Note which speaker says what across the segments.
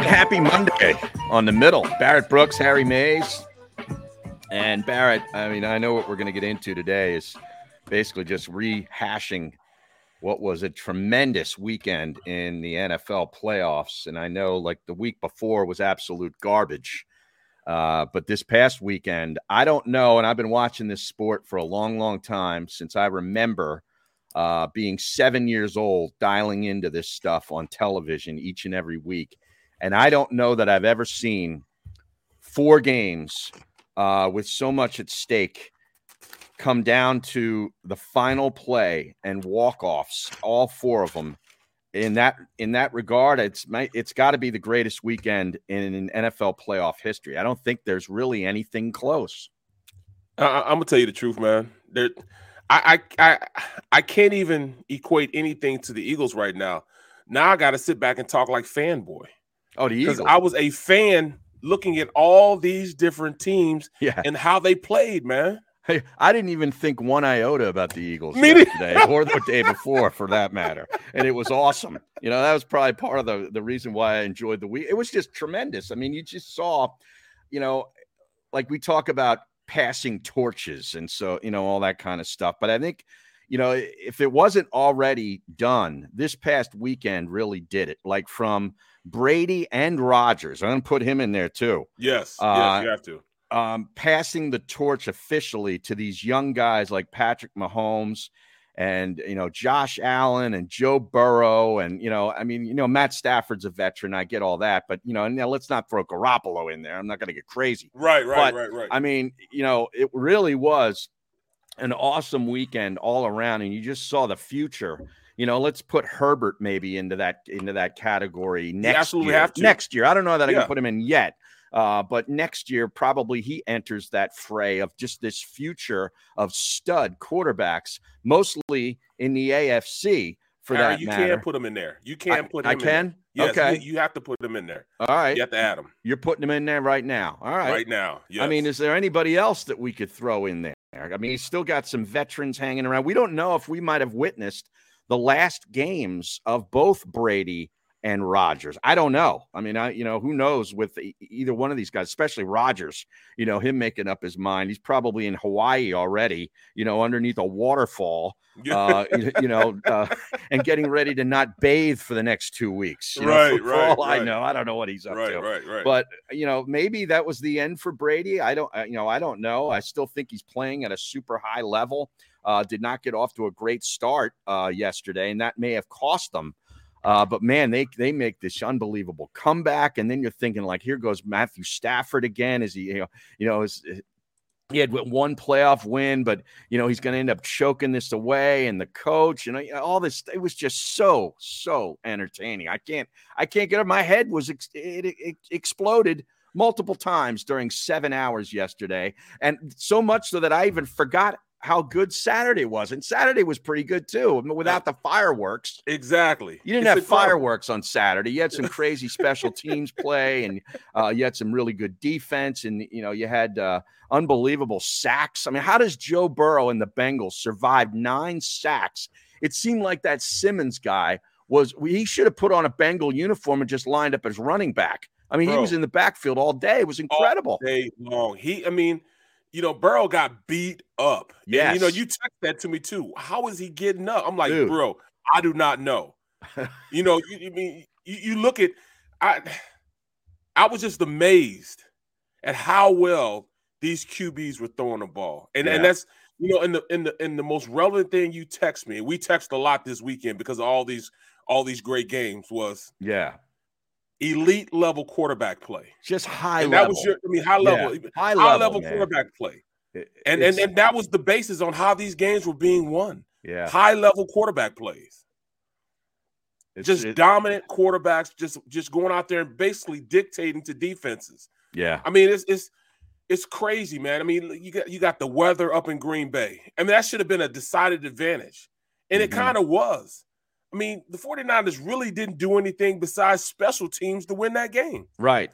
Speaker 1: Happy Monday on the middle. Barrett Brooks, Harry Mays, and Barrett. I mean, I know what we're going to get into today is basically just rehashing what was a tremendous weekend in the NFL playoffs. And I know like the week before was absolute garbage. Uh, but this past weekend, I don't know. And I've been watching this sport for a long, long time since I remember uh, being seven years old, dialing into this stuff on television each and every week. And I don't know that I've ever seen four games uh, with so much at stake come down to the final play and walk-offs, all four of them. In that in that regard, it's might it's got to be the greatest weekend in NFL playoff history. I don't think there's really anything close.
Speaker 2: I, I'm gonna tell you the truth, man. There, I, I I I can't even equate anything to the Eagles right now. Now I got to sit back and talk like fanboy
Speaker 1: Oh, the
Speaker 2: because
Speaker 1: Eagles.
Speaker 2: I was a fan looking at all these different teams
Speaker 1: yeah,
Speaker 2: and how they played, man.
Speaker 1: Hey, I didn't even think one iota about the Eagles
Speaker 2: Me neither.
Speaker 1: yesterday or the day before, for that matter. And it was awesome. You know, that was probably part of the, the reason why I enjoyed the week. It was just tremendous. I mean, you just saw, you know, like we talk about passing torches and so, you know, all that kind of stuff. But I think, you know, if it wasn't already done, this past weekend really did it. Like from Brady and Rogers, I'm going to put him in there too
Speaker 2: Yes,
Speaker 1: Uh,
Speaker 2: yes, you have to.
Speaker 1: um, passing the torch officially to these young guys like Patrick Mahomes and you know Josh Allen and Joe Burrow and you know I mean you know Matt Stafford's a veteran I get all that but you know now let's not throw Garoppolo in there I'm not going to get crazy
Speaker 2: Right, right,
Speaker 1: But
Speaker 2: right, right.
Speaker 1: I mean, you know, it really was an awesome weekend all around, and you just saw the future. You know, let's put Herbert maybe into that into that category next
Speaker 2: absolutely
Speaker 1: year.
Speaker 2: have to.
Speaker 1: Next year, I don't know that I
Speaker 2: Yeah.
Speaker 1: can put him in yet, uh, but next year probably he enters that fray of just this future of stud quarterbacks, mostly in the AFC for
Speaker 2: Harry,
Speaker 1: that
Speaker 2: you
Speaker 1: matter.
Speaker 2: can't put him in there. You can't put him.
Speaker 1: I
Speaker 2: in there.
Speaker 1: can.
Speaker 2: Yes,
Speaker 1: okay.
Speaker 2: you, you have to put him in there.
Speaker 1: all right.
Speaker 2: You have to add him
Speaker 1: You're putting him in there right now. All
Speaker 2: right,
Speaker 1: right.
Speaker 2: now. Yes.
Speaker 1: I mean, is there anybody else that we could throw in there? I mean, he's still got some veterans hanging around. We don't know if we might have witnessed the last games of both Brady and Rodgers. I don't know. I mean, I you know, who knows with e- either one of these guys, especially Rodgers, you know, him making up his mind. He's probably in Hawaii already, you know, underneath a waterfall,
Speaker 2: Yeah.
Speaker 1: uh, you, you know, uh, and getting ready to not bathe for the next two weeks. you know,
Speaker 2: Right,
Speaker 1: for, for
Speaker 2: right,
Speaker 1: all I
Speaker 2: right.
Speaker 1: know, I don't know what he's up
Speaker 2: right,
Speaker 1: to
Speaker 2: right, right.
Speaker 1: but you know maybe that was the end for brady i don't I- you know i don't know i still think he's playing at a super high level uh did not get off to a great start uh yesterday and that may have cost them uh but man they they make this unbelievable comeback and then you're thinking like here goes matthew stafford again is he you know you know is eh, he had one playoff win, but you know he's going to end up choking this away, and the coach, and you know, all this. It was just so so entertaining. I can't I can't get it. My head was ex- it, it, it exploded multiple times during seven hours yesterday, and so much so that I even forgot how good Saturday was. And Saturday was pretty good too, I mean, without the fireworks.
Speaker 2: exactly.
Speaker 1: You didn't
Speaker 2: It's
Speaker 1: have
Speaker 2: incredible.
Speaker 1: fireworks on Saturday. You had some crazy special teams play, and uh, you had some really good defense, and you know you had uh, unbelievable sacks. I mean, how does Joe Burrow and the Bengals survive nine sacks? It seemed like that Simmons guy was. He should have put on a Bengal uniform and just lined up as running back. I mean, he
Speaker 2: Bro.
Speaker 1: was in the backfield all day. It was incredible.
Speaker 2: day long. He, I mean, you know, Burrow got beat up. And,
Speaker 1: Yes.
Speaker 2: you know, you text that to me too. How is he getting up? I'm like,
Speaker 1: Dude.
Speaker 2: bro, I do not know. you know, you, you mean you, you look at I I was just amazed at how well these QBs were throwing the ball. And
Speaker 1: Yeah.
Speaker 2: and that's you know, in the in the in the most relevant thing you text me, we text a lot this weekend because of all these all these great games was
Speaker 1: Yeah,
Speaker 2: elite level quarterback play.
Speaker 1: just high
Speaker 2: And that
Speaker 1: level.
Speaker 2: was your I mean high
Speaker 1: Yeah.
Speaker 2: level
Speaker 1: high
Speaker 2: high
Speaker 1: level,
Speaker 2: level
Speaker 1: man.
Speaker 2: quarterback play.
Speaker 1: It-
Speaker 2: And, and
Speaker 1: it's-
Speaker 2: and that was the basis on how these games were being won.
Speaker 1: yeah,
Speaker 2: High level quarterback plays.
Speaker 1: it's-
Speaker 2: just
Speaker 1: it-
Speaker 2: dominant quarterbacks just just going out there and basically dictating to defenses.
Speaker 1: yeah,
Speaker 2: I mean, it's it's it's crazy, man. I mean, you got you got the weather up in Green Bay. I mean, that should have been a decided advantage. And
Speaker 1: Mhm.
Speaker 2: it kind of was. I mean, the 49ers really didn't do anything besides special teams to win that game.
Speaker 1: right.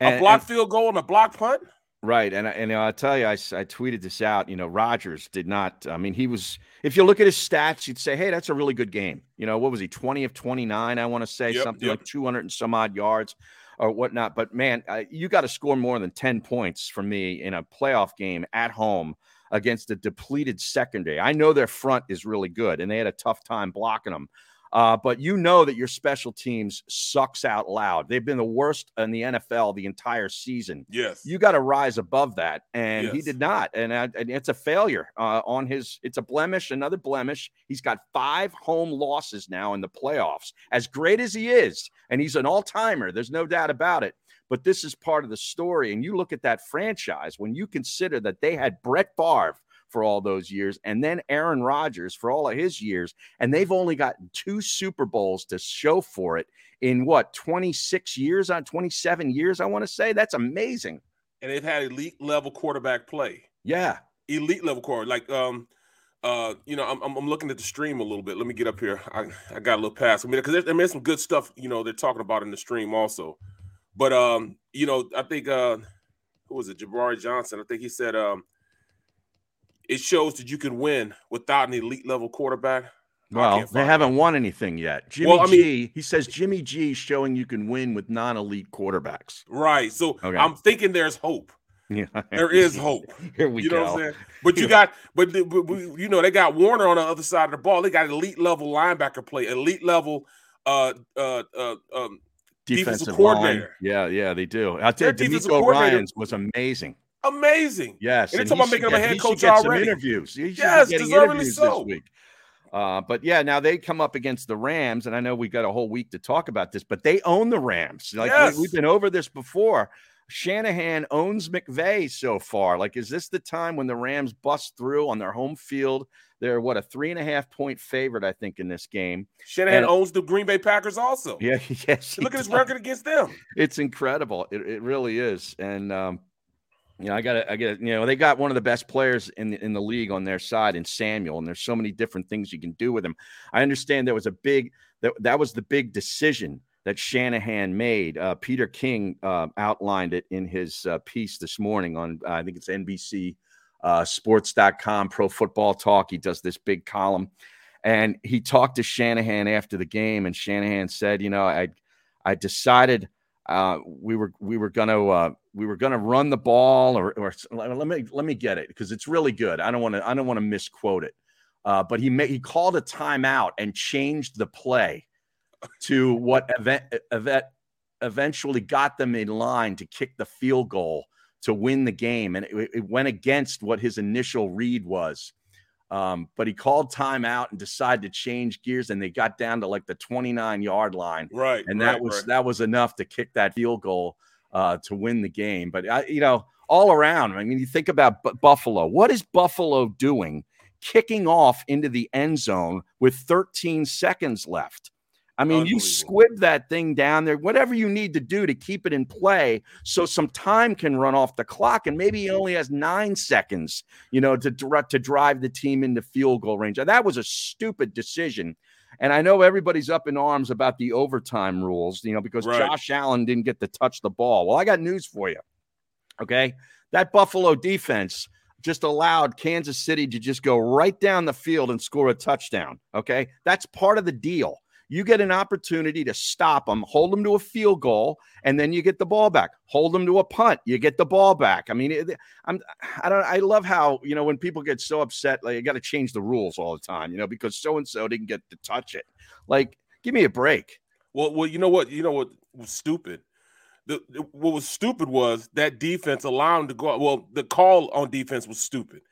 Speaker 2: a
Speaker 1: And-
Speaker 2: block
Speaker 1: and-
Speaker 2: field goal and a block punt.
Speaker 1: Right, and I- and I'll tell you, I, s- I tweeted this out. You know, Rogers did not. I mean, he was. If you look at his stats, you'd say, "Hey, that's a really good game." You know, what was he? Twenty of twenty nine, I want to say
Speaker 2: Yep,
Speaker 1: something
Speaker 2: yep.
Speaker 1: like two hundred and some odd yards. or whatnot. But man, uh, you got to score more than 10 points from me in a playoff game at home against a depleted secondary. I know their front is really good and they had a tough time blocking them. Uh, but you know that your special teams sucks out loud. They've been the worst in the NFL the entire season.
Speaker 2: Yes.
Speaker 1: You got to rise above that, and he
Speaker 2: Yes.
Speaker 1: did not. And, uh, and it's a failure uh, on his. It's a blemish, another blemish. He's got five home losses now in the playoffs. As great as he is, and he's an all timer. There's no doubt about it. But this is part of the story. And you look at that franchise when you consider that they had Brett Favre for all those years, and then Aaron Rodgers for all of his years. And they've only gotten two Super Bowls to show for it in what 26 years on 27 years, I want to say. That's amazing.
Speaker 2: And they've had elite level quarterback play.
Speaker 1: Yeah.
Speaker 2: elite level core. Like, um, uh, you know, I'm, I'm I'm looking at the stream a little bit. Let me get up here. I, I got a little pass. I mean, because there's, I mean, there's some good stuff, you know, they're talking about in the stream also. But um, you know, I think uh, who was it, Jabari Johnson? I think he said um, it shows that you can win without an elite level quarterback.
Speaker 1: Well,
Speaker 2: can't
Speaker 1: they
Speaker 2: find
Speaker 1: haven't won anything yet. Jimmy
Speaker 2: Well, I mean-
Speaker 1: G, he says Jimmy G is showing you can win with non elite quarterbacks.
Speaker 2: Right. So
Speaker 1: Okay.
Speaker 2: I'm thinking there's hope.
Speaker 1: Yeah.
Speaker 2: There is hope.
Speaker 1: Here we
Speaker 2: you know
Speaker 1: go.
Speaker 2: what I'm saying? But you got, but, the- but we- you know, they got Warner on the other side of the ball. They got elite level linebacker play, elite level uh uh, uh um Defensive coordinator.
Speaker 1: Yeah, yeah, they do. I
Speaker 2: Their
Speaker 1: tell you,
Speaker 2: defensive
Speaker 1: D'Amico
Speaker 2: coordinator-
Speaker 1: Ryan's was amazing.
Speaker 2: amazing.
Speaker 1: Yes,
Speaker 2: And they're talking
Speaker 1: he
Speaker 2: about making
Speaker 1: should
Speaker 2: him a
Speaker 1: get-
Speaker 2: head
Speaker 1: he should
Speaker 2: coach
Speaker 1: get some
Speaker 2: already.
Speaker 1: interviews. He should be
Speaker 2: Yes,
Speaker 1: getting
Speaker 2: deservedly
Speaker 1: interviews
Speaker 2: so.
Speaker 1: this week. Uh, but yeah, now they come up against the Rams, and I know we got a whole week to talk about this, but they own the Rams. Like
Speaker 2: Yes.
Speaker 1: we, have been over this before. Shanahan owns McVay so far. Like, is this the time when the Rams bust through on their home field? They're what a three and a half point favorite, I think, in this game.
Speaker 2: Shanahan
Speaker 1: And-
Speaker 2: owns the Green Bay Packers also.
Speaker 1: Yeah, yes. he
Speaker 2: Look at his
Speaker 1: does.
Speaker 2: record against them.
Speaker 1: it's incredible. It, it really is. And um, you know, I got to I got to you know, they got one of the best players in the, in the league on their side in Samuel, and there's so many different things you can do with him. I understand there was a big that that was the big decision that Shanahan made. Uh, Peter King uh, outlined it in his uh, piece this morning on uh, I think it's NBC uh, sports.com pro football talk. He does this big column and he talked to Shanahan after the game and Shanahan said, you know, I I decided uh, we were we were gonna uh, we were gonna run the ball or, or let let me let me get it because it's really good. I don't want to I don't want to misquote it. Uh, but he ma- he called a timeout and changed the play to what event, event eventually got them in line to kick the field goal to win the game, and it, it went against what his initial read was. Um, but he called timeout and decided to change gears, and they got down to like the 29 yard line
Speaker 2: Right.
Speaker 1: and that
Speaker 2: right,
Speaker 1: was
Speaker 2: right.
Speaker 1: that was enough to kick that field goal uh, to win the game. But I, you know, all around, I mean, you think about Bu- Buffalo. What is Buffalo doing, kicking off into the end zone with 13 seconds left? I mean, you
Speaker 2: Unbelievable.
Speaker 1: squib that thing down there, whatever you need to do to keep it in play so some time can run off the clock. And maybe he only has nine seconds, you know, to, direct to drive the team into field goal range. That was a stupid decision. And I know everybody's up in arms about the overtime rules, you know, because
Speaker 2: Right.
Speaker 1: Josh Allen didn't get to touch the ball. Well, I got news for you. Okay. That Buffalo defense just allowed Kansas City to just go right down the field and score a touchdown. Okay. That's part of the deal. You get an opportunity to stop them, hold them to a field goal, and then you get the ball back. Hold them to a punt, you get the ball back. I mean, it, I'm I don't I love how you know when people get so upset, like you got to change the rules all the time, you know, because so and so didn't get to touch it. Like, give me a break.
Speaker 2: Well, well, you know what? You know what was stupid. The, the- what was stupid was that defense allowing to go. Well, the call on defense was stupid.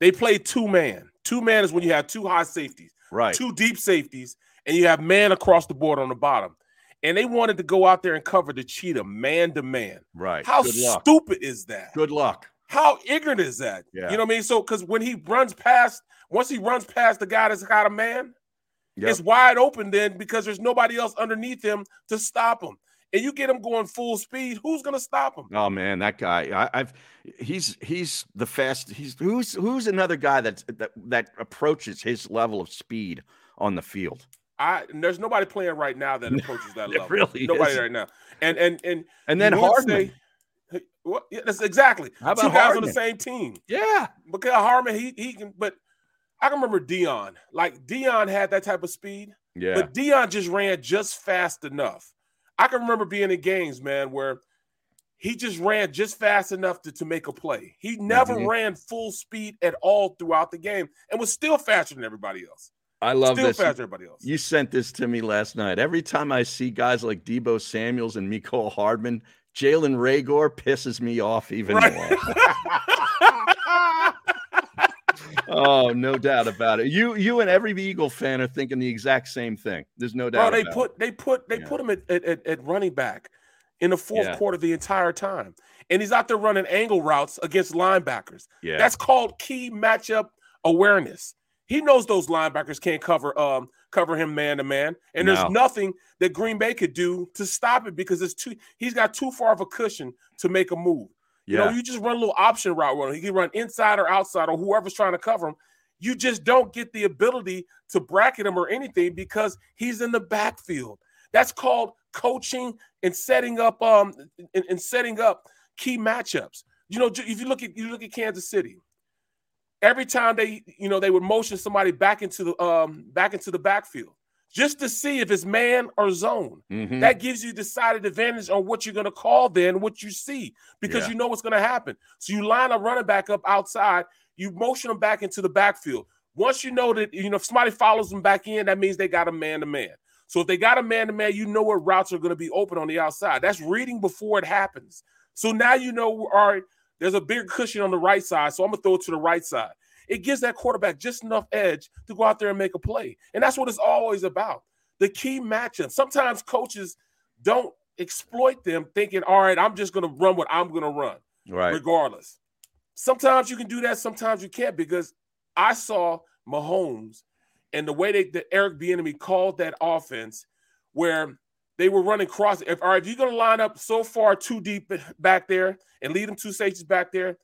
Speaker 2: They played two man. Two man is when you have two high safeties,
Speaker 1: Right.
Speaker 2: two deep safeties, and you have man across the board on the bottom. And they wanted to go out there and cover the cheetah man to man.
Speaker 1: right.
Speaker 2: How
Speaker 1: Good luck.
Speaker 2: stupid is that?
Speaker 1: Good luck.
Speaker 2: How ignorant is that?
Speaker 1: Yeah.
Speaker 2: You know what I mean? So, because when he runs past, once he runs past the guy that's got a man,
Speaker 1: Yep.
Speaker 2: it's wide open then because there's nobody else underneath him to stop him. And you get him going full speed, who's going to stop him?
Speaker 1: Oh man, that guy! I, I've he's he's the fast. He's who's who's another guy that that that approaches his level of speed on the field.
Speaker 2: I and there's nobody playing right now that approaches that
Speaker 1: There
Speaker 2: level.
Speaker 1: really
Speaker 2: nobody
Speaker 1: isn't.
Speaker 2: right now. And and and
Speaker 1: And then
Speaker 2: you would
Speaker 1: Hardman,
Speaker 2: say- what? Yeah, that's exactly.
Speaker 1: How about
Speaker 2: Two guys on
Speaker 1: Hardman?
Speaker 2: the same team.
Speaker 1: yeah,
Speaker 2: Because Harmon, he he can. But I can remember Dion. Like Dion had that type of speed.
Speaker 1: yeah,
Speaker 2: But Dion just ran just fast enough. I can remember being in games, man, where he just ran just fast enough to, to make a play. He never
Speaker 1: Mhm.
Speaker 2: ran full speed at all throughout the game and was still faster than everybody else.
Speaker 1: I love
Speaker 2: still
Speaker 1: this.
Speaker 2: faster than everybody else.
Speaker 1: You sent this to me last night. Every time I see guys like Debo Samuels and Nicole Hardman, Jalen Rager pisses me off even more. Oh, no doubt about it. You you and every Eagle fan are thinking the exact same thing. There's no doubt.
Speaker 2: Bro, they
Speaker 1: about it.
Speaker 2: put they put they
Speaker 1: Yeah.
Speaker 2: put him at, at- at, at running back in the fourth
Speaker 1: Yeah.
Speaker 2: quarter the entire time. And he's out there running angle routes against linebackers.
Speaker 1: Yeah.
Speaker 2: That's called key matchup awareness. He knows those linebackers can't cover um cover him man to man, and
Speaker 1: No.
Speaker 2: there's nothing that Green Bay could do to stop it because it's too he's got too far of a cushion to make a move. You know,
Speaker 1: yeah.
Speaker 2: you just run a little option route with him. He can run inside or outside or whoever's trying to cover him. You just don't get the ability to bracket him or anything because he's in the backfield. That's called coaching and setting up um and, and setting up key matchups. You know, ju- if you look at you look at Kansas City, every time they you know they would motion somebody back into the um back into the backfield just to see if it's man or zone.
Speaker 1: Mhm.
Speaker 2: That gives you decided advantage on what you're going to call then, what you see, because
Speaker 1: Yeah.
Speaker 2: you know what's going to happen. So you line a running back up outside, you motion them back into the backfield. Once you know that, you know, if somebody follows them back in, that means they got a man to man. So if they got a man to man, you know what routes are going to be open on the outside. That's reading before it happens. So now you know, all right, there's a bigger cushion on the right side, so I'm going to throw it to the right side. It gives that quarterback just enough edge to go out there and make a play. And that's what it's always about the key matchup. Sometimes coaches don't exploit them thinking, all right, I'm just going to run what I'm going to run,
Speaker 1: Right.
Speaker 2: regardless. Sometimes you can do that, sometimes you can't, because I saw Mahomes and the way they, that Eric Bieniemy called that offense where they were running cross. If, all right, if you're going to line up so far too deep back there and lead them two safeties back there,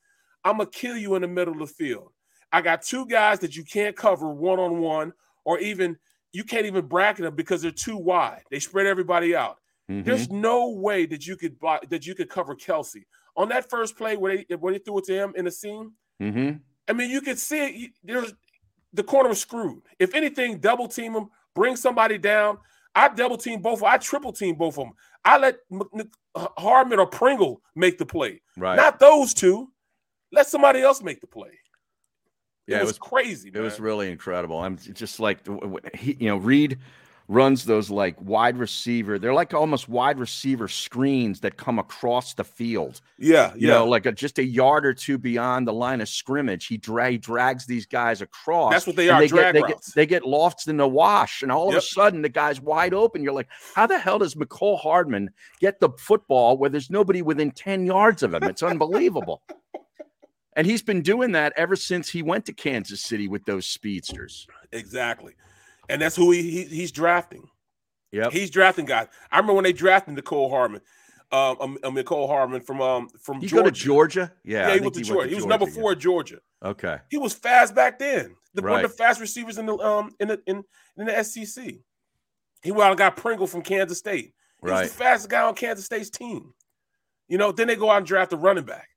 Speaker 2: I'm going to kill you in the middle of the field. I got two guys that you can't cover one on one, or even you can't even bracket them because they're too wide. They spread everybody out.
Speaker 1: Mhm.
Speaker 2: There's no way that you could block, that you could cover Kelsey on that first play where they when they threw it to him in the seam.
Speaker 1: Mhm.
Speaker 2: I mean, you could see it. you- There's the corner was screwed. If anything, double team him, bring somebody down. I double team both. of- I triple team both of them. I let M- N- Hardman or Pringle make the play,
Speaker 1: Right.
Speaker 2: not those two. Let somebody else make the play.
Speaker 1: yeah,
Speaker 2: it, was, crazy.
Speaker 1: It was
Speaker 2: man.
Speaker 1: really incredible. I'm j- just like w- w- he, you know, Reed runs those like wide receiver. They're like almost wide receiver screens that come across the field.
Speaker 2: yeah,
Speaker 1: You
Speaker 2: yeah.
Speaker 1: know, like a, just a yard or two beyond the line of scrimmage. He drag drags these guys across.
Speaker 2: That's what they
Speaker 1: and
Speaker 2: are.
Speaker 1: They get,
Speaker 2: drag
Speaker 1: they, get,
Speaker 2: routes.
Speaker 1: they get lofts in the wash, and all of
Speaker 2: Yep.
Speaker 1: a sudden the guy's wide open. You're like, how the hell does McCole Hardman get the football where there's nobody within 10 yards of him? It's unbelievable. and he's been doing that ever since he went to Kansas City with those speedsters.
Speaker 2: exactly, and that's who he, he he's drafting.
Speaker 1: Yep.
Speaker 2: He's drafting guys. I remember when they drafted Nicole Harmon, um, um, um Nicole Harmon from um from
Speaker 1: He go to
Speaker 2: Georgia.
Speaker 1: Georgia? Yeah.
Speaker 2: Yeah,
Speaker 1: I
Speaker 2: he
Speaker 1: think
Speaker 2: went to Georgia. He was number
Speaker 1: Georgia,
Speaker 2: four at Georgia.
Speaker 1: yeah. Okay.
Speaker 2: He was fast back then. The, One
Speaker 1: Right.
Speaker 2: of the fast receivers in the um in the in, in the SEC. He went out and got Pringle from Kansas State. He was
Speaker 1: Right.
Speaker 2: the fastest guy on Kansas State's team. You know, then they go out and draft a running back.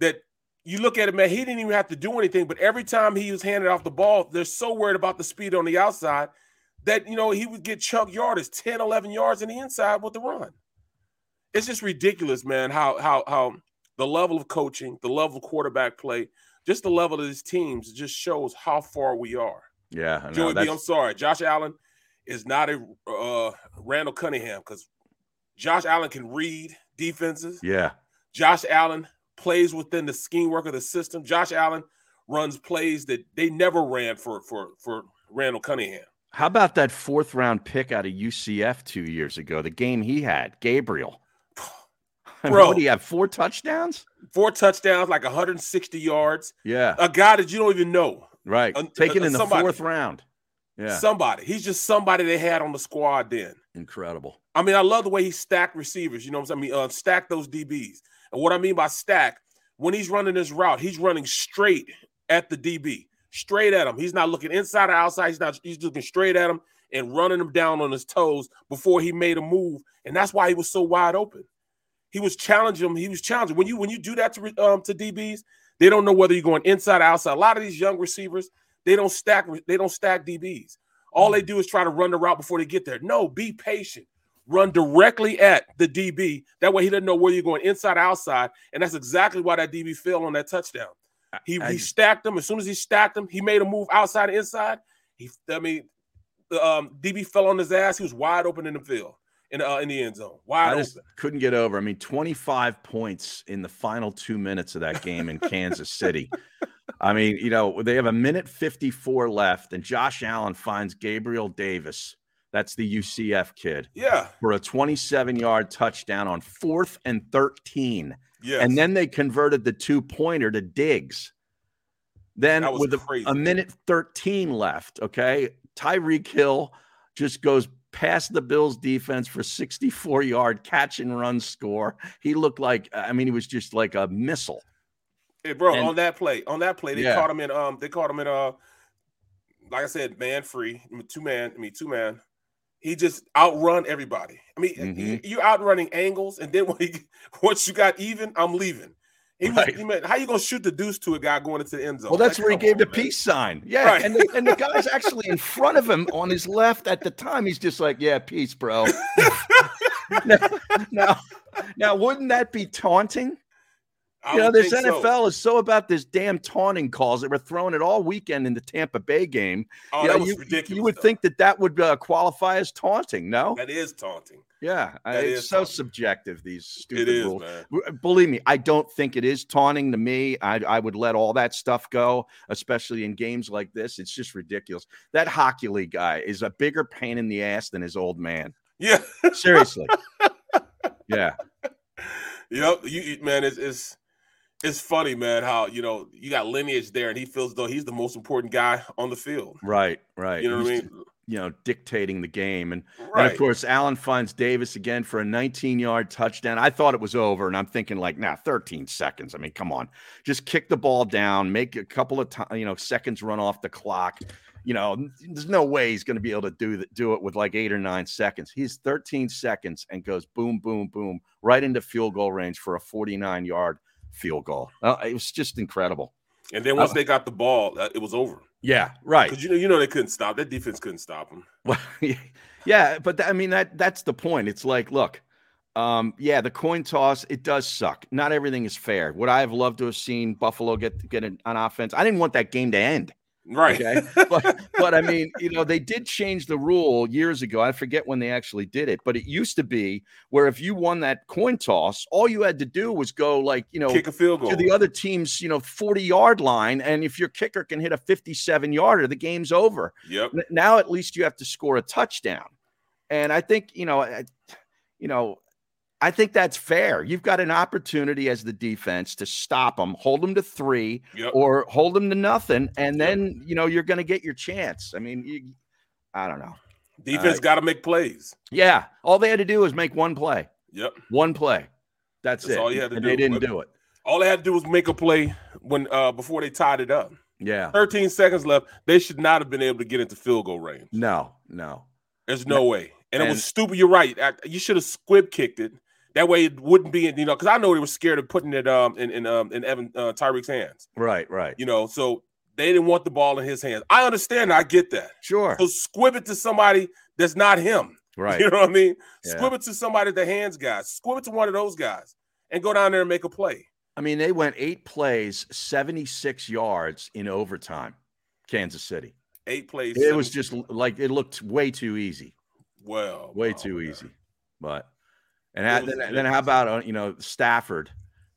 Speaker 2: That you look at it, man, he didn't even have to do anything, but every time he was handed off the ball, they're so worried about the speed on the outside that, you know, he would get chunk yardage, 10, 11 yards in the inside with the run. It's just ridiculous, man, how how how the level of coaching, the level of quarterback play, just the level of these teams just shows how far we are.
Speaker 1: Yeah. I know.
Speaker 2: Joey B,
Speaker 1: That's-
Speaker 2: I'm sorry. Josh Allen is not a uh, Randall Cunningham because Josh Allen can read defenses.
Speaker 1: yeah.
Speaker 2: Josh Allen plays within the scheme work of the system. Josh Allen runs plays that they never ran for for for Randall Cunningham.
Speaker 1: How about that fourth round pick out of UCF two years ago? The game he had, Gabriel. I mean,
Speaker 2: Bro.
Speaker 1: what do you have? Four touchdowns?
Speaker 2: Four touchdowns, like 160 yards.
Speaker 1: Yeah,
Speaker 2: A guy that you don't even know.
Speaker 1: right.
Speaker 2: Uh, un-
Speaker 1: Taken
Speaker 2: un-
Speaker 1: in the
Speaker 2: somebody.
Speaker 1: fourth round. Yeah,
Speaker 2: Somebody. He's just somebody they had on the squad then.
Speaker 1: incredible.
Speaker 2: I mean, I love the way he stacked receivers. You know what I'm saying? I mean, uh, stack those DBs. And what I mean by stack, when he's running his route, he's running straight at the DB, straight at him. He's not looking inside or outside. He's not. He's looking straight at him and running him down on his toes before he made a move. And that's why he was so wide open. He was challenging him. He was challenging. When you when you do that to re- um, to DBs, they don't know whether you're going inside or outside. A lot of these young receivers, they don't stack. They don't stack DBs. All they do is try to run the route before they get there. No, be patient run directly at the DB. That way he doesn't know where you're going, inside, outside. And that's exactly why that DB fell on that touchdown. He,
Speaker 1: I-
Speaker 2: he stacked them. As soon as he stacked them, he made a move outside, and inside. He, I mean, the um, DB fell on his ass. He was wide open in the field, in uh, in the end zone, wide
Speaker 1: I
Speaker 2: open.
Speaker 1: just couldn't get over. I mean, 25 points in the final two minutes of that game in Kansas City. I mean, you know, they have a minute 54 left, and Josh Allen finds Gabriel Davis. That's the UCF kid
Speaker 2: Yeah,
Speaker 1: for a 27 yard touchdown on fourth and 13.
Speaker 2: yeah.
Speaker 1: And then they converted the two pointer to Diggs. Then
Speaker 2: That was
Speaker 1: with a,
Speaker 2: crazy.
Speaker 1: a minute 13 left, okay, Tyreek Hill just goes past the Bills defense for 64 yard catch and run score. He looked like, I mean, he was just like a missile.
Speaker 2: Hey, bro,
Speaker 1: And-
Speaker 2: on that play, on that play, they
Speaker 1: Yeah.
Speaker 2: caught him in um they caught him in uh like I said, man free, I mean, two man, I mean two man. He just outrun everybody. I mean,
Speaker 1: Mhm.
Speaker 2: you're outrunning angles, and then when he, once you got even, I'm leaving. He was,
Speaker 1: Right.
Speaker 2: he meant, how you gonna shoot the deuce to a guy going into the end zone?
Speaker 1: Well, that's
Speaker 2: Like,
Speaker 1: where he
Speaker 2: come
Speaker 1: gave
Speaker 2: on,
Speaker 1: the
Speaker 2: man.
Speaker 1: peace sign. Yeah.
Speaker 2: Right.
Speaker 1: And, the, and the guy's actually in front of him on his left at the time. He's just like, yeah, peace, bro. now, now, now, wouldn't that be taunting?
Speaker 2: I
Speaker 1: you know,
Speaker 2: would
Speaker 1: this
Speaker 2: think so.
Speaker 1: NFL is so about this damn taunting calls that were throwing it all weekend in the Tampa Bay game.
Speaker 2: Oh,
Speaker 1: you, know,
Speaker 2: that was
Speaker 1: you-
Speaker 2: ridiculous.
Speaker 1: you would
Speaker 2: though.
Speaker 1: think that that would uh, qualify as taunting, no?
Speaker 2: that is taunting.
Speaker 1: Yeah, I-
Speaker 2: that
Speaker 1: it's
Speaker 2: is
Speaker 1: so
Speaker 2: taunting.
Speaker 1: subjective. These
Speaker 2: It
Speaker 1: stupid
Speaker 2: is,
Speaker 1: rules.
Speaker 2: man.
Speaker 1: W- uh, Believe me, I don't think it is taunting to me. I, I would let all that stuff go, especially in games like this. It's just ridiculous. That hockey league guy is a bigger pain in the ass than his old man.
Speaker 2: Yeah.
Speaker 1: Seriously. yeah.
Speaker 2: Yep, you you- man, it's it's it's funny, man, how you know you got lineage there, and he feels though he's the most important guy on the field.
Speaker 1: Right. Right.
Speaker 2: You know what I
Speaker 1: He's,
Speaker 2: mean?
Speaker 1: You know, dictating the game and. And
Speaker 2: Right.
Speaker 1: of course, Allen finds Davis again for a 19 yard touchdown. I thought it was over, and I'm thinking, like, now 13 seconds. I mean, come on. Just kick the ball down, make a couple of time, you know, seconds run off the clock. You know, n- there's no way he's going to be able to do th- do it with like eight or nine seconds. He's 13 seconds and goes boom, boom, boom, right into field goal range for a 49 yard field goal. Uh, it was just incredible.
Speaker 2: And then once they got the ball, uh, it was over
Speaker 1: Yeah, right.
Speaker 2: because you know you know they couldn't stop that defense couldn't stop him.
Speaker 1: Well, yeah, but tha- I mean that that's the point. It's like, look, um, yeah, the coin toss it does suck. Not everything is fair. Would I have loved to have seen Buffalo get get an, an offense? I didn't want that game to end.
Speaker 2: Right.
Speaker 1: Okay, but but I mean, you know, they did change the rule years ago. I forget when they actually did it, but it used to be where if you won that coin toss, all you had to do was go like you know
Speaker 2: Kick a field goal.
Speaker 1: to the other team's you know forty yard line, and if your kicker can hit a fifty seven yarder, the game's over.
Speaker 2: Yep.
Speaker 1: N- now at least you have to score a touchdown and i think you know I, you know i think that's fair you've got an opportunity as the defense to stop them hold them to three
Speaker 2: Yep.
Speaker 1: or hold them to nothing and
Speaker 2: Yep.
Speaker 1: then you know you're going to get your chance i mean you, i don't know
Speaker 2: Defense
Speaker 1: I-
Speaker 2: got to make plays.
Speaker 1: yeah all they had to do was make one play
Speaker 2: Yep.
Speaker 1: one play that's,
Speaker 2: That's
Speaker 1: it
Speaker 2: all you had to
Speaker 1: and
Speaker 2: do.
Speaker 1: they didn't
Speaker 2: But-
Speaker 1: do it
Speaker 2: All they had to do was make a play when uh before they tied it up.
Speaker 1: yeah
Speaker 2: 13 seconds left. They should not have been able to get into field goal range.
Speaker 1: no no
Speaker 2: There's no way. And, it
Speaker 1: And-
Speaker 2: was stupid. You're right. I, you should have squib kicked it. That way it wouldn't be in, you know, because I know they were scared of putting it um in, in um in Evan uh, Tyreek's hands.
Speaker 1: right right
Speaker 2: You know, so they didn't want the ball in his hands. I understand, I get that.
Speaker 1: sure
Speaker 2: So squib it to somebody that's not him.
Speaker 1: right
Speaker 2: You know what I mean?
Speaker 1: Yeah.
Speaker 2: Squib it to somebody the hands guys, squib it to one of those guys and go down there and make a play.
Speaker 1: I mean, they went eight plays, 76 yards in overtime, Kansas City.
Speaker 2: Eight plays.
Speaker 1: It was
Speaker 2: 17.
Speaker 1: just l- like it looked way too easy,
Speaker 2: well,
Speaker 1: way
Speaker 2: oh,
Speaker 1: too
Speaker 2: man.
Speaker 1: easy. But, and
Speaker 2: It
Speaker 1: ha-
Speaker 2: was
Speaker 1: then, then how
Speaker 2: ridiculous.
Speaker 1: about, uh, you know, Stafford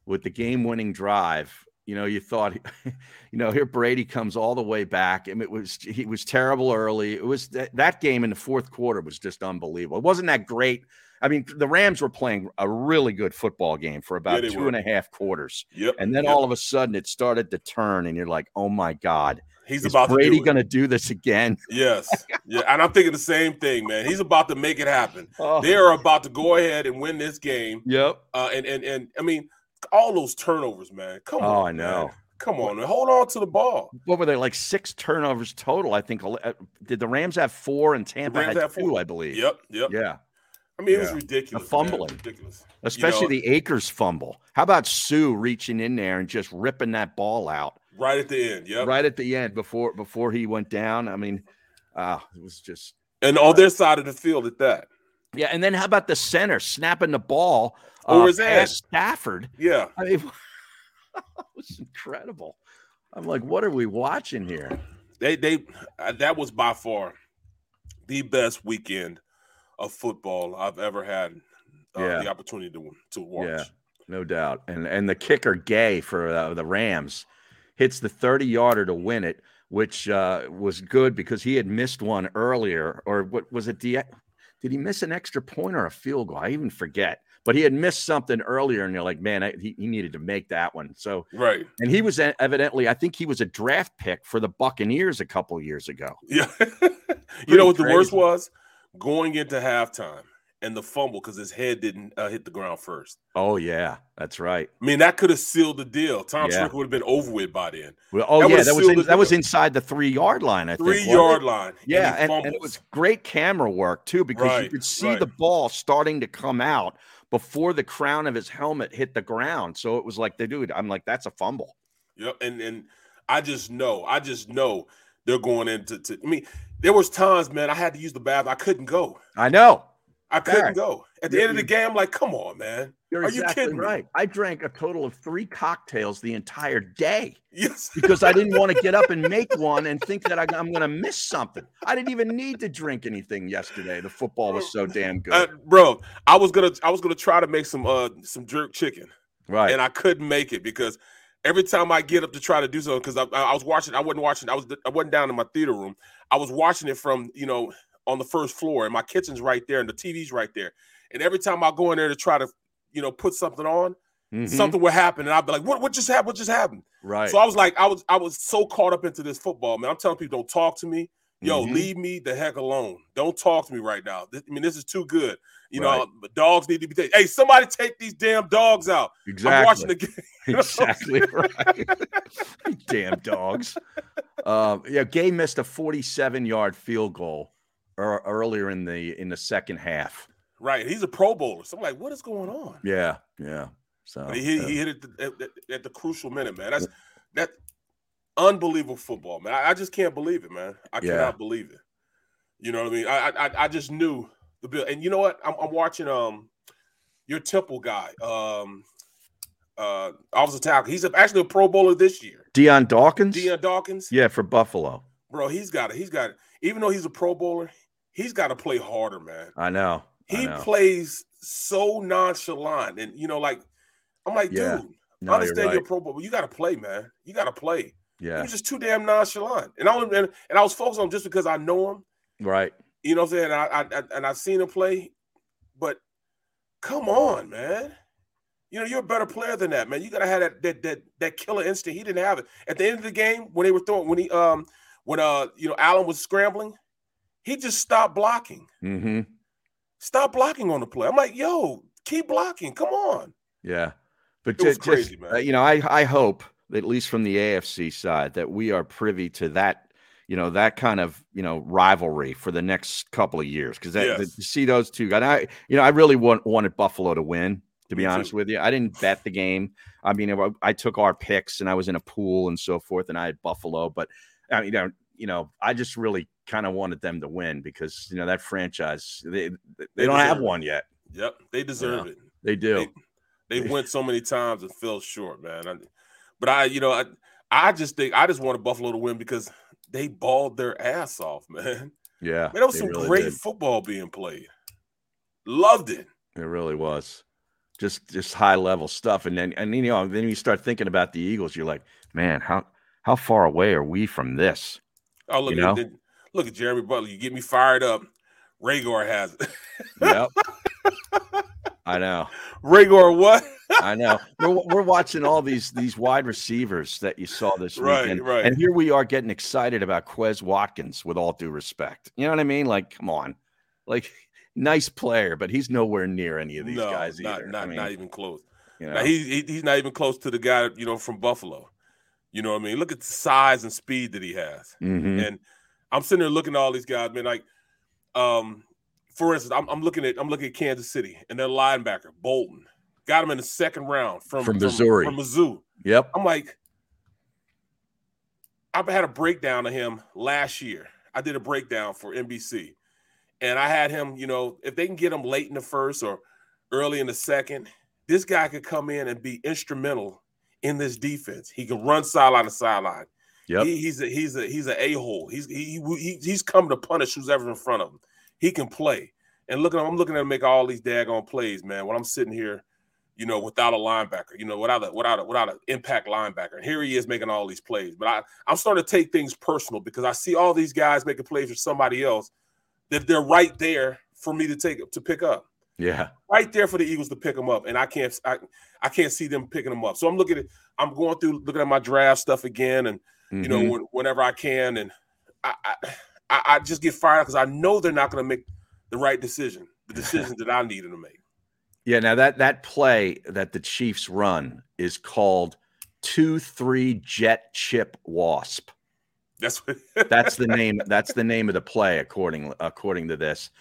Speaker 1: with the game winning drive? You know, you thought, you know, here Brady comes all the way back, and it was he was terrible early. It was that, that game in the fourth quarter was just unbelievable. It wasn't that great. I mean, the Rams were playing a really good football game for about two
Speaker 2: they
Speaker 1: and a half
Speaker 2: were.
Speaker 1: quarters.
Speaker 2: Yep.
Speaker 1: And then
Speaker 2: yep.
Speaker 1: all of a sudden it started to turn, and you're like, oh my God,
Speaker 2: he's
Speaker 1: is
Speaker 2: about to do
Speaker 1: Brady
Speaker 2: it.
Speaker 1: going to do this again?
Speaker 2: Yes. Yeah. And I'm thinking the same thing, man. He's about to make it happen.
Speaker 1: Oh,
Speaker 2: They are about to go ahead and win this game.
Speaker 1: yep.
Speaker 2: Uh, and and and I mean, all those turnovers, man. Come on.
Speaker 1: Oh, I know.
Speaker 2: man. Come on, man. Hold on to the ball.
Speaker 1: What were they like? Six turnovers total, I think. ele- uh, Did the Rams have four and Tampa
Speaker 2: Rams
Speaker 1: had,
Speaker 2: had
Speaker 1: two,
Speaker 2: four.
Speaker 1: I believe.
Speaker 2: Yep. Yep.
Speaker 1: Yeah,
Speaker 2: I mean, it was
Speaker 1: Yeah.
Speaker 2: ridiculous.
Speaker 1: A
Speaker 2: man. It was
Speaker 1: fumbling.
Speaker 2: Ridiculous.
Speaker 1: especially the Akers fumble. How about Sue reaching in there and just ripping that ball out
Speaker 2: Right at the end. Yep.
Speaker 1: right at the end before before he went down? I mean, uh, it was just
Speaker 2: And on their side of the field at that.
Speaker 1: Yeah, and then how about the center snapping the ball
Speaker 2: Over
Speaker 1: uh,
Speaker 2: his head.
Speaker 1: past Stafford?
Speaker 2: Yeah.
Speaker 1: I mean, that was incredible. I'm like, what are we watching here?
Speaker 2: they they uh, that was by far the best weekend of football I've ever had uh,
Speaker 1: Yeah.
Speaker 2: the opportunity to to watch.
Speaker 1: Yeah. No doubt. And and the kicker Gay for uh, the Rams hits the 30 yarder to win it, which uh, was good because he had missed one earlier, or what was it? The, did he miss an extra point or a field goal? I even forget. But he had missed something earlier, and you're like, man, I, he, he needed to make that one. So,
Speaker 2: Right.
Speaker 1: and he was e- evidently, I think he was a draft pick for the Buccaneers a couple years ago.
Speaker 2: Yeah. you know what the worst
Speaker 1: crazy.
Speaker 2: was? Going into halftime and the fumble because his head didn't uh, hit the ground first.
Speaker 1: Oh yeah, that's right.
Speaker 2: I mean, that could have sealed the deal. Tom
Speaker 1: Yeah.
Speaker 2: Swick would have been over with by then.
Speaker 1: Well, oh
Speaker 2: That
Speaker 1: yeah,
Speaker 2: would've
Speaker 1: that was
Speaker 2: sealed
Speaker 1: in,
Speaker 2: the
Speaker 1: that was
Speaker 2: deal.
Speaker 1: inside the three yard line. I think
Speaker 2: Three
Speaker 1: wasn't it?
Speaker 2: yard line.
Speaker 1: Yeah,
Speaker 2: he
Speaker 1: and, and it
Speaker 2: fumbles.
Speaker 1: was great camera work too because you
Speaker 2: Right,
Speaker 1: could see
Speaker 2: right.
Speaker 1: the ball starting to come out before the crown of his helmet hit the ground. So it was like the dude, I'm like, that's a fumble.
Speaker 2: Yep, and and I just know, I just know they're going into. To, I mean, there was times, man, I had to use the bathroom. I couldn't go.
Speaker 1: I know.
Speaker 2: I couldn't
Speaker 1: Barrett,
Speaker 2: go. At the
Speaker 1: you're-
Speaker 2: end of the game, I'm like, come on, man.
Speaker 1: You're
Speaker 2: Are you
Speaker 1: exactly
Speaker 2: kidding me?
Speaker 1: right. I drank a total of three cocktails the entire day
Speaker 2: Yes,
Speaker 1: because I didn't want to get up and make one and think that I, I'm going to miss something. I didn't even need to drink anything yesterday. The football was so damn good.
Speaker 2: Uh, bro. I was gonna, I was gonna try to make some, uh, some jerk chicken,
Speaker 1: right.
Speaker 2: and I couldn't make it because every time I get up to try to do something, because I, I was watching, I wasn't watching, I was, I wasn't down in my theater room. I was watching it from, you know, on the first floor, and my kitchen's right there, and the TV's right there. And every time I go in there to try to, you know, put something on,
Speaker 1: Mhm.
Speaker 2: something would happen, and I'd be like, what, what just happened? What just happened?
Speaker 1: Right.
Speaker 2: So I was like, I was I was so caught up into this football, man. I'm telling people, don't talk to me. Yo,
Speaker 1: Mhm.
Speaker 2: leave me the heck alone. Don't talk to me right now. Th- I mean, this is too good. You
Speaker 1: Right.
Speaker 2: know, but dogs need to be taken. Hey, somebody take these damn dogs out.
Speaker 1: exactly.
Speaker 2: I'm watching the game.
Speaker 1: exactly right. Damn dogs. Um, yeah, Gay missed a 47-yard field goal ear- earlier in the in the second half.
Speaker 2: Right. He's a pro bowler. So I'm like, what is going on?
Speaker 1: Yeah, yeah. So
Speaker 2: But he,
Speaker 1: uh,
Speaker 2: he hit it at, at- at the crucial minute, man. That's that unbelievable football, man. I, I just can't believe it, man. I
Speaker 1: Yeah.
Speaker 2: cannot believe it. You know what I mean? I I- I, I just knew the bill. And you know what? I'm, I'm watching um your Temple guy, um uh offensive tackle. He's a, actually a Pro Bowler this year.
Speaker 1: Deion Dawkins.
Speaker 2: Deion Dawkins,
Speaker 1: Yeah, for Buffalo.
Speaker 2: bro. He's got it. He's got it. Even though he's a Pro Bowler, he's got to play harder, man.
Speaker 1: I know. I
Speaker 2: He
Speaker 1: know.
Speaker 2: plays so nonchalant, and you know, like I'm like,
Speaker 1: Yeah.
Speaker 2: dude.
Speaker 1: No,
Speaker 2: I
Speaker 1: you're
Speaker 2: understand
Speaker 1: right.
Speaker 2: you're a pro, but you got to play, man. You got to play.
Speaker 1: Yeah,
Speaker 2: You're just too damn nonchalant. And I only, and, and I was focused on him just because I know him.
Speaker 1: right.
Speaker 2: You know what I'm saying? I, I, I- and I've seen him play, but come on, man. You know you're a better player than that, man. You gotta have that that that that killer instinct. He didn't have it at the end of the game when they were throwing when he um when uh you know Allen was scrambling, he just stopped blocking.
Speaker 1: hmm
Speaker 2: Stop blocking on the play. I'm like, yo, keep blocking. Come on.
Speaker 1: Yeah, but
Speaker 2: It was
Speaker 1: ju- just,
Speaker 2: crazy, man.
Speaker 1: uh, you know, I I hope at least from the AFC side that we are privy to that, you know, that kind of you know rivalry for the next couple of years because that, that-
Speaker 2: Yes.
Speaker 1: to see those two guys, I you know, I really want, wanted Buffalo to win. To be
Speaker 2: Me
Speaker 1: honest
Speaker 2: too.
Speaker 1: with you, I didn't bet the game. I mean, I, I took our picks and I was in a pool and so forth, and I had Buffalo, but I mean, you know, you know I just really kind of wanted them to win because you know that franchise they they,
Speaker 2: They
Speaker 1: don't have
Speaker 2: deserve it.
Speaker 1: one yet.
Speaker 2: Yep, they deserve it.
Speaker 1: They do.
Speaker 2: they went so many times and fell short, man. I, but I, you know, I, I just think I just wanted Buffalo to win because they balled their ass off, man. Man,
Speaker 1: yeah,
Speaker 2: there was
Speaker 1: they
Speaker 2: some
Speaker 1: really
Speaker 2: great
Speaker 1: did.
Speaker 2: football being played. Loved it.
Speaker 1: It really was. Just just high level stuff. And then and you know, then you start thinking about the Eagles, you're like, man, how how far away are we from this?
Speaker 2: Oh, look,
Speaker 1: You know?
Speaker 2: at, look at Jeremy Butler. You get me fired up. Rhaegar has it.
Speaker 1: Yep. I know.
Speaker 2: Rhaegar, what?
Speaker 1: I know. We're, we're watching all these these wide receivers that you saw this
Speaker 2: Right,
Speaker 1: weekend.
Speaker 2: right.
Speaker 1: And here we are getting excited about Quez Watkins with all due respect. You know what I mean? Like, come on. Like nice player, but he's nowhere near any of these
Speaker 2: no,
Speaker 1: guys
Speaker 2: not
Speaker 1: either.
Speaker 2: not
Speaker 1: I mean,
Speaker 2: not even close.
Speaker 1: you
Speaker 2: Now,
Speaker 1: know.
Speaker 2: he, he he's not even close to the guy you know from Buffalo. You know what I mean? Look at the size and speed that he has.
Speaker 1: Mhm.
Speaker 2: And I'm sitting there looking at all these guys, man. Like, um, for instance, I'm, I'm looking at I'm looking at Kansas City and their linebacker Bolton got him in the second round from
Speaker 1: From Missouri.
Speaker 2: From Mizzou,
Speaker 1: Yep.
Speaker 2: I'm like, I had a breakdown of him last year. I did a breakdown for NBC, And I had him, you know, if they can get him late in the first or early in the second, this guy could come in and be instrumental in this defense. He can run sideline to sideline.
Speaker 1: Yep.
Speaker 2: He, he's a he's a he's a a hole. He's he, he he's coming to punish who's ever in front of him. He can play. And look at him, I'm looking at him make all these daggone plays, man. When I'm sitting here, you know, without a linebacker, you know, without a without a without an impact linebacker. And here he is making all these plays. But I I'm starting to take things personal because I see all these guys making plays for somebody else that they're right there for me to take to pick up
Speaker 1: Yeah.
Speaker 2: right there for the Eagles to pick them up, and I can't I, I can't see them picking them up. So I'm looking at I'm going through looking at my draft stuff again, and you know
Speaker 1: Mhm.
Speaker 2: when, whenever I can, and I I, I I just get fired because I know they're not going to make the right decision, the decision that I needed to make.
Speaker 1: Yeah. Now that that play that the Chiefs run is called two three jet chip wasp.
Speaker 2: That's what
Speaker 1: That's the name. That's the name of the play, according according to this.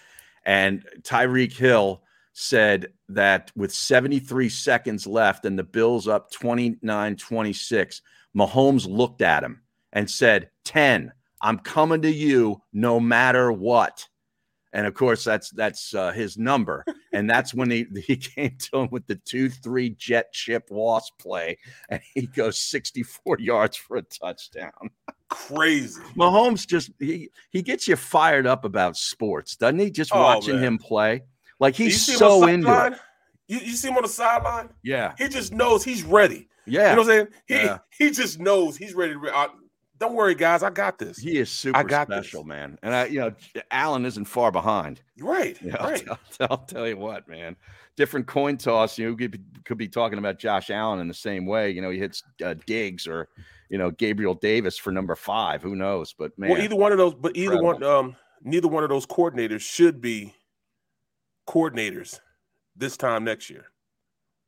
Speaker 1: And Tyreek Hill said that with 73 seconds left and the Bills up 29-26, Mahomes looked at him and said, 10, I'm coming to you no matter what. And of course, that's that's uh, his number, and that's when he he came to him with the two three jet chip wasp play, and he goes sixty four yards for a touchdown.
Speaker 2: crazy.
Speaker 1: Mahomes just he he gets you fired up about sports, doesn't he? Just
Speaker 2: Oh,
Speaker 1: watching
Speaker 2: man.
Speaker 1: him play, like
Speaker 2: You
Speaker 1: he's
Speaker 2: see him on
Speaker 1: so
Speaker 2: the
Speaker 1: into it.
Speaker 2: sideline? You, you see him on the sideline?
Speaker 1: Yeah,
Speaker 2: He just knows he's ready.
Speaker 1: yeah.
Speaker 2: You know what I'm saying? He
Speaker 1: Yeah.
Speaker 2: he just knows he's ready. To, re- I, don't worry, guys. I got this.
Speaker 1: he is super
Speaker 2: got this.
Speaker 1: special, man. And I, you know, Allen isn't far behind.
Speaker 2: Right.
Speaker 1: Yeah, I'll,
Speaker 2: Right.
Speaker 1: tell, I'll tell you what, man. Different coin toss. You know, could be, could be talking about Josh Allen in the same way. You know, he hits uh, Diggs or you know Gabriel Davis for number five. Who knows? But man,
Speaker 2: Well, either one of those, but either one, um, neither one of those coordinators should be coordinators this time next year.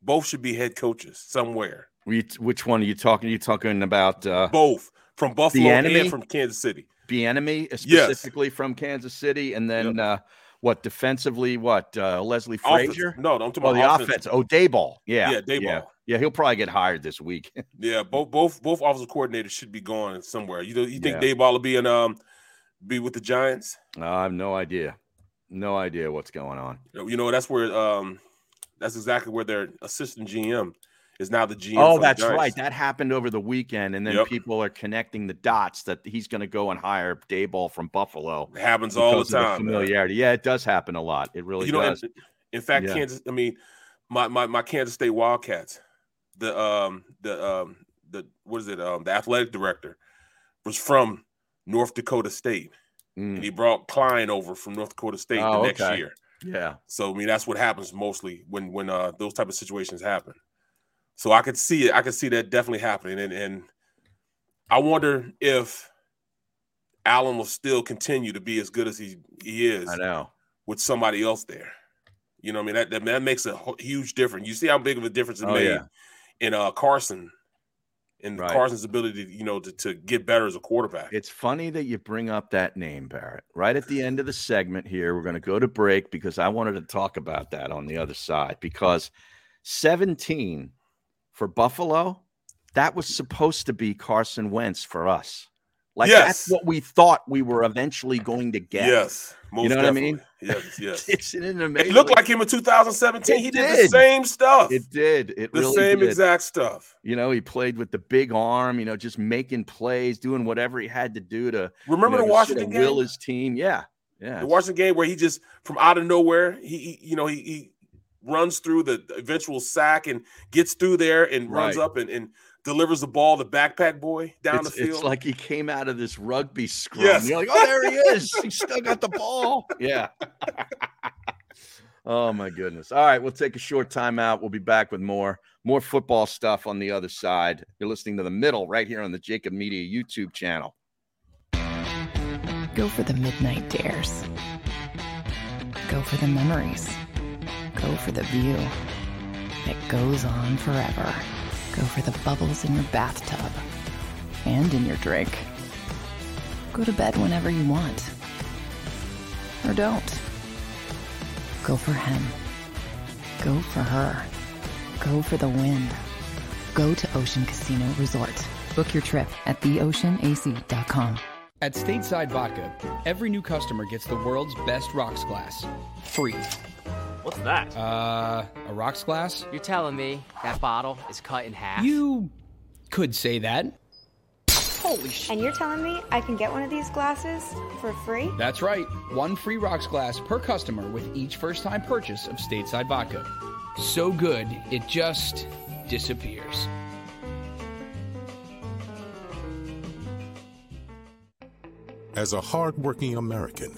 Speaker 2: Both should be head coaches somewhere.
Speaker 1: we, which one are you talking? Are you talking about uh,
Speaker 2: Both from Buffalo
Speaker 1: enemy?
Speaker 2: and from Kansas City.
Speaker 1: enemy uh, specifically from Kansas City, and then uh, what defensively? What uh, Leslie
Speaker 2: Offense.
Speaker 1: Frazier?
Speaker 2: No, don't talk
Speaker 1: Oh,
Speaker 2: about
Speaker 1: the
Speaker 2: offense.
Speaker 1: offense. Oh, Dayball. Yeah,
Speaker 2: Yeah, Dayball.
Speaker 1: Yeah. Yeah, he'll probably get hired this week.
Speaker 2: Yeah, both both both offensive coordinators should be going somewhere. You know, you think
Speaker 1: Yeah.
Speaker 2: Dave Ball will be in um be with the Giants?
Speaker 1: I have no idea, no idea what's going on.
Speaker 2: You know, that's where um that's exactly where their assistant GM is now the GM. for
Speaker 1: Oh,
Speaker 2: the
Speaker 1: that's
Speaker 2: Giants.
Speaker 1: right. That happened over the weekend, and then
Speaker 2: Yep.
Speaker 1: people are connecting the dots that he's going to go and hire Dayball from Buffalo.
Speaker 2: It happens all the
Speaker 1: because of
Speaker 2: time. man.
Speaker 1: familiarity. Yeah, it does happen a lot. It really
Speaker 2: you know,
Speaker 1: does.
Speaker 2: in, in fact,
Speaker 1: Yeah.
Speaker 2: Kansas. I mean, my, my my Kansas State Wildcats, the um the um the what is it um the athletic director was from North Dakota State, and
Speaker 1: Mm,
Speaker 2: he brought Klein over from North Dakota State
Speaker 1: Oh,
Speaker 2: the next
Speaker 1: okay.
Speaker 2: year.
Speaker 1: yeah.
Speaker 2: So I mean, that's what happens mostly when when uh those type of situations happen. So I could see it. I could see that definitely happening, and and I wonder if Allen will still continue to be as good as he he is
Speaker 1: I know.
Speaker 2: with somebody else there. You know, what I mean that that, that makes a hu- huge difference. You see how big of a difference it
Speaker 1: Oh,
Speaker 2: made
Speaker 1: yeah.
Speaker 2: in uh, Carson and
Speaker 1: Right.
Speaker 2: Carson's ability, to, you know, to, to get better as a quarterback.
Speaker 1: It's funny that you bring up that name, Barrett. Right at the end of the segment here, we're going to go to break because I wanted to talk about that on the other side because 17 for Buffalo, that was supposed to be Carson Wentz for us. Like that's
Speaker 2: Yes.
Speaker 1: what we thought we were eventually going to get.
Speaker 2: Yes, most
Speaker 1: know what I mean?
Speaker 2: definitely. Yes, yes.
Speaker 1: It's an amazing.
Speaker 2: it looked like him in 2017.
Speaker 1: It
Speaker 2: he did, the
Speaker 1: did.
Speaker 2: same stuff,
Speaker 1: it did. It
Speaker 2: the
Speaker 1: really
Speaker 2: same
Speaker 1: did.
Speaker 2: exact stuff.
Speaker 1: You know, he played with the big arm, you know, just making plays, doing whatever he had to do to you
Speaker 2: Remember
Speaker 1: know, to
Speaker 2: the
Speaker 1: sort
Speaker 2: Washington
Speaker 1: of
Speaker 2: game?
Speaker 1: will his team. Yeah. Yeah.
Speaker 2: the Washington game where he just from out of nowhere, he, he you know, he, he runs through the eventual sack and gets through there and runs
Speaker 1: Right.
Speaker 2: up and, and delivers the ball to backpack boy down
Speaker 1: it's,
Speaker 2: the field.
Speaker 1: it's like he came out of this rugby scrum.
Speaker 2: Yes.
Speaker 1: You're like, oh, there he is. He's still got the ball. Yeah. oh my goodness. All right, we'll take a short time out. We'll be back with more more football stuff on the other side. You're listening to the middle right here on the Jacob Media YouTube channel.
Speaker 3: Go for the midnight dares. Go for the memories. Go for the view that goes on forever. Go for the bubbles in your bathtub and in your drink. Go to bed whenever you want. Or don't. Go for him. Go for her. Go for the wind. Go to Ocean Casino Resort. Book your trip at theoceanac.com.
Speaker 4: At Stateside Vodka, every new customer gets the world's best rocks glass, free.
Speaker 5: What's that?
Speaker 4: Uh, a rocks glass?
Speaker 6: You're telling me that bottle is cut in half?
Speaker 4: You could say that.
Speaker 6: Holy shit.
Speaker 7: And you're telling me I can get one of these glasses for free?
Speaker 4: That's right, one free rocks glass per customer with each first time purchase of Stateside Vodka. So good, it just disappears.
Speaker 8: As a hardworking American,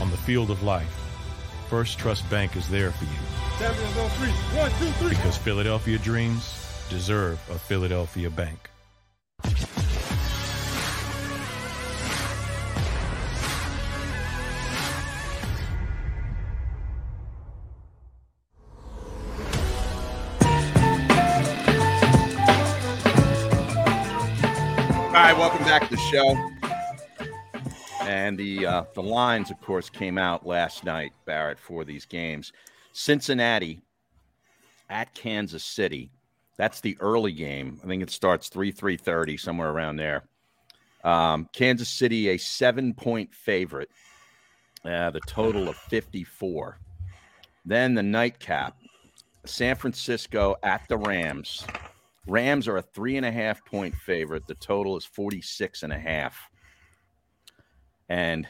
Speaker 9: on the field of life, First Trust Bank is there for you
Speaker 2: Champions on oh, three. One, two, three.
Speaker 9: because Philadelphia dreams deserve a Philadelphia bank.
Speaker 1: All right, welcome back to the show. And the uh, the lines, of course, came out last night, Barrett, for these games. Cincinnati at Kansas City. That's the early game. I think it starts three three thirty somewhere around there. Um, Kansas City, a seven point favorite. Uh, the total of fifty four. Then the nightcap. San Francisco at the Rams. Rams are a three and a half point favorite. The total is 46 and a half. And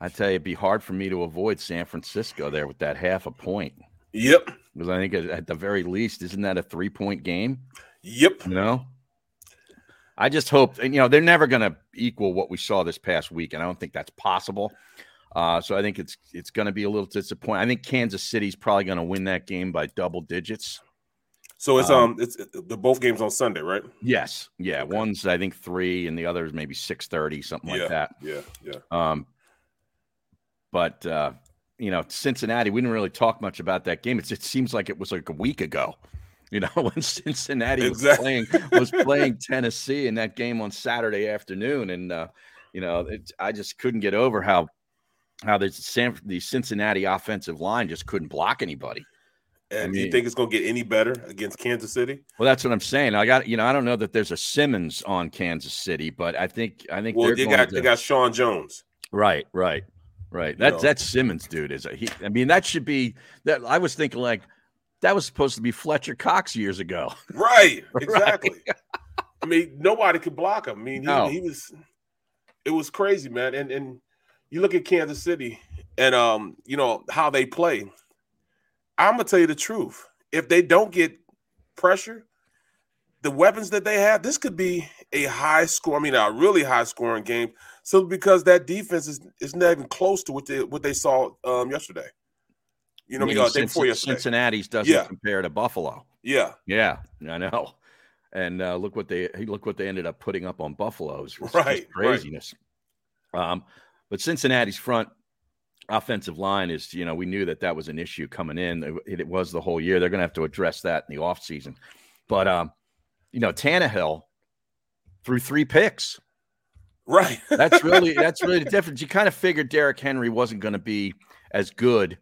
Speaker 1: I tell you, it'd be hard for me to avoid San Francisco there with that half a point.
Speaker 2: Yep.
Speaker 1: Because I think at- at the very least, isn't that a three point game?
Speaker 2: Yep.
Speaker 1: You know? I just hope, and you know, they're never going to equal what we saw this past week, and I don't think that's possible. Uh, so I think it's it's going to be a little disappointing. I think Kansas City's probably going to win that game by double digits.
Speaker 2: So it's
Speaker 1: Um,
Speaker 2: um, it's the both games on Sunday, right?
Speaker 1: Yes. Yeah. One's I think three, and the other is maybe six thirty, something
Speaker 2: yeah.
Speaker 1: like that.
Speaker 2: Yeah. Yeah.
Speaker 1: Um, but uh, you know, Cincinnati, we didn't really talk much about that game. It's, it seems like it was like a week ago. You know, when Cincinnati
Speaker 2: Exactly.
Speaker 1: was playing was playing Tennessee in that game on Saturday afternoon, and uh, you know, it, I just couldn't get over how how the San, the Cincinnati offensive line just couldn't block anybody.
Speaker 2: And do
Speaker 1: mean-
Speaker 2: you think it's gonna get any better against Kansas City?
Speaker 1: Well, that's what I'm saying. I got you know I don't know that there's a Simmons on Kansas City, but I think I think
Speaker 2: Well,
Speaker 1: they're
Speaker 2: they
Speaker 1: going
Speaker 2: got
Speaker 1: to,
Speaker 2: they got Sean Jones.
Speaker 1: right, right, right.
Speaker 2: No.
Speaker 1: That's that Simmons dude is a, he. I mean that should be that. I was thinking like that was supposed to be Fletcher Cox years ago.
Speaker 2: Right. Exactly. I mean, nobody could block him. I mean, he,
Speaker 1: No.
Speaker 2: he was it was crazy, man. And and you look at Kansas City and um, you know, how they play. I'm gonna tell you the truth. If they don't get pressure, the weapons that they have, this could be a high score. I mean, a really high scoring game. So because that defense is, is not even close to what they what they saw um yesterday. You know, what I mean, uh, day
Speaker 1: Cinc-
Speaker 2: before yesterday.
Speaker 1: Cincinnati's doesn't
Speaker 2: Yeah.
Speaker 1: compare to Buffalo.
Speaker 2: Yeah,
Speaker 1: Yeah, I know. And uh, look what they hey, look what they ended up putting up on Buffalo's
Speaker 2: Right, right.
Speaker 1: craziness. Um, but Cincinnati's front offensive line is you know we knew that that was an issue coming in. It, it was the whole year. They're going to have to address that in the offseason. But um, you know Tannehill threw three picks.
Speaker 2: right.
Speaker 1: That's really that's really the difference. You kind of figured Derrick Henry wasn't going to be as good.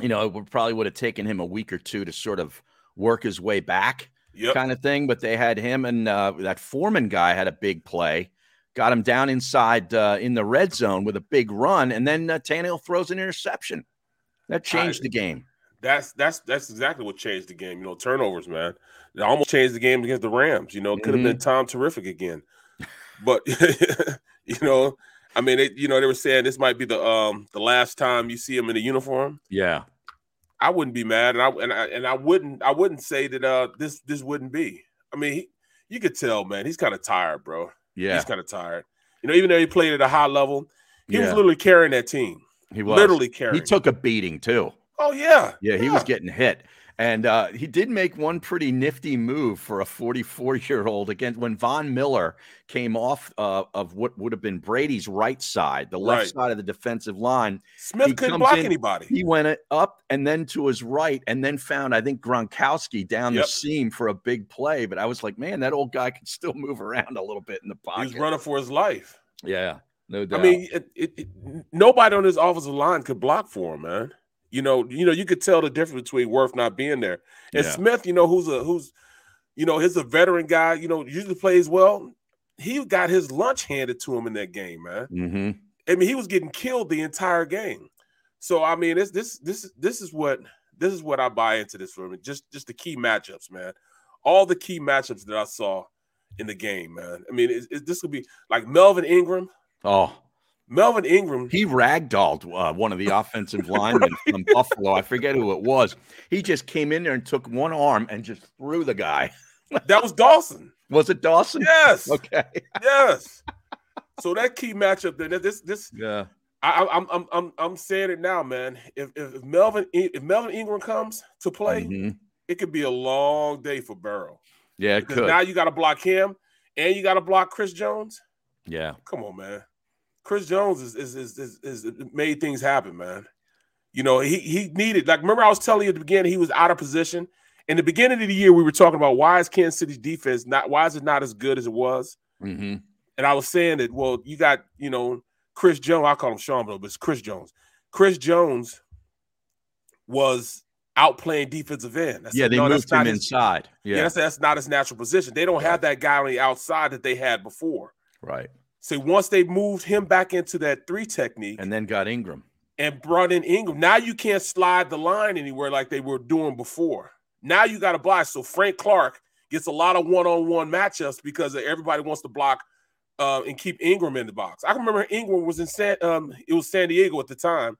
Speaker 1: You know, it would- probably would have taken him a week or two to sort of work his way back.
Speaker 2: Yep.
Speaker 1: kind of thing. But they had him and uh, that Foreman guy had a big play, got him down inside uh, in the red zone with a big run, and then uh, Tannehill throws an interception. That changed the game.
Speaker 2: That's that's that's exactly what changed the game. You know, turnovers, man. It almost changed the game against the Rams. You know, it could have
Speaker 1: Mm-hmm.
Speaker 2: been Tom terrific again, but you know, I mean, it, you know, they were saying this might be the um the last time you see him in a uniform.
Speaker 1: Yeah,
Speaker 2: I wouldn't be mad, and I and I and I wouldn't I wouldn't say that uh this this wouldn't be. I mean, he, you could tell, man, he's kind of tired, bro.
Speaker 1: yeah,
Speaker 2: He's kind of tired. You know, even though he played at a high level, he was
Speaker 1: Yeah.
Speaker 2: literally carrying that team.
Speaker 1: he was
Speaker 2: Literally carrying.
Speaker 1: He took a beating too.
Speaker 2: oh yeah,
Speaker 1: Yeah, he was getting hit. And uh, he did make one pretty nifty move for a 44 year old against when Von Miller came off uh, of what would have been Brady's right side, the left
Speaker 2: Right.
Speaker 1: side of the defensive line.
Speaker 2: Smith
Speaker 1: He
Speaker 2: couldn't
Speaker 1: comes
Speaker 2: block
Speaker 1: in-
Speaker 2: anybody.
Speaker 1: He went up and then to his right, and then found, I think, Gronkowski down
Speaker 2: Yep.
Speaker 1: the seam for a big play. But I was like, man, that old guy can still move around a little bit in the
Speaker 2: He
Speaker 1: pocket.
Speaker 2: was running for his life.
Speaker 1: yeah, no doubt.
Speaker 2: I mean, it, it, it, nobody on this offensive line could block for him, man. You know, you know, you could tell the difference between Worth not being there and
Speaker 1: Yeah.
Speaker 2: Smith. You know, who's a who's, you know, he's a veteran guy. You know, usually plays well. He got his lunch handed to him in that game, man.
Speaker 1: hmm
Speaker 2: I mean, he was getting killed the entire game. So I mean, it's this this this is what this is what I buy into this for me. Just just the key matchups, man. All the key matchups that I saw in the game, man. I mean, it, it, this could be like Melvin Ingram.
Speaker 1: oh,
Speaker 2: Melvin Ingram.
Speaker 1: He ragdolled uh, one of the offensive linemen from Buffalo. I forget who it was. He just came in there and took one arm and just threw the guy.
Speaker 2: That was Dawson.
Speaker 1: Was it Dawson?
Speaker 2: Yes,
Speaker 1: Okay.
Speaker 2: yes. So that key matchup, then this this
Speaker 1: Yeah.
Speaker 2: I, I- I'm I'm I'm I'm saying it now, man. If if Melvin In- if Melvin Ingram comes to play,
Speaker 1: Mhm.
Speaker 2: it could be a long day for Burrow
Speaker 1: Yeah, it
Speaker 2: because
Speaker 1: could.
Speaker 2: now you got to block him and you got to block Chris Jones.
Speaker 1: yeah.
Speaker 2: Come on, man. Chris Jones is is is is, is made things happen, man. You know he he needed like remember I was telling you at the beginning he was out of position. In the beginning of the year, we were talking about why is Kansas City's defense not why is it not as good as it was.
Speaker 1: hmm
Speaker 2: and I was saying that, well, you got, you know, Chris Jones, I call him Sean, Miller, but it's Chris Jones. Chris Jones was out playing defensive end. I said,
Speaker 1: Yeah, they
Speaker 2: "No, that's
Speaker 1: moved him
Speaker 2: not his-
Speaker 1: inside. Yeah.
Speaker 2: Yeah, that's, that's not his natural position. They don't have that guy on the outside that they had before.
Speaker 1: right.
Speaker 2: So once they moved him back into that three technique
Speaker 1: And
Speaker 2: and,
Speaker 1: then got Ingram.
Speaker 2: brought in Ingram, now you can't slide the line anywhere like they were doing before. Now you got to block. So Frank Clark gets a lot of one-on-one matchups because everybody wants to block uh, and keep Ingram in the box. I can remember Ingram was in San, um, it was San Diego at the time,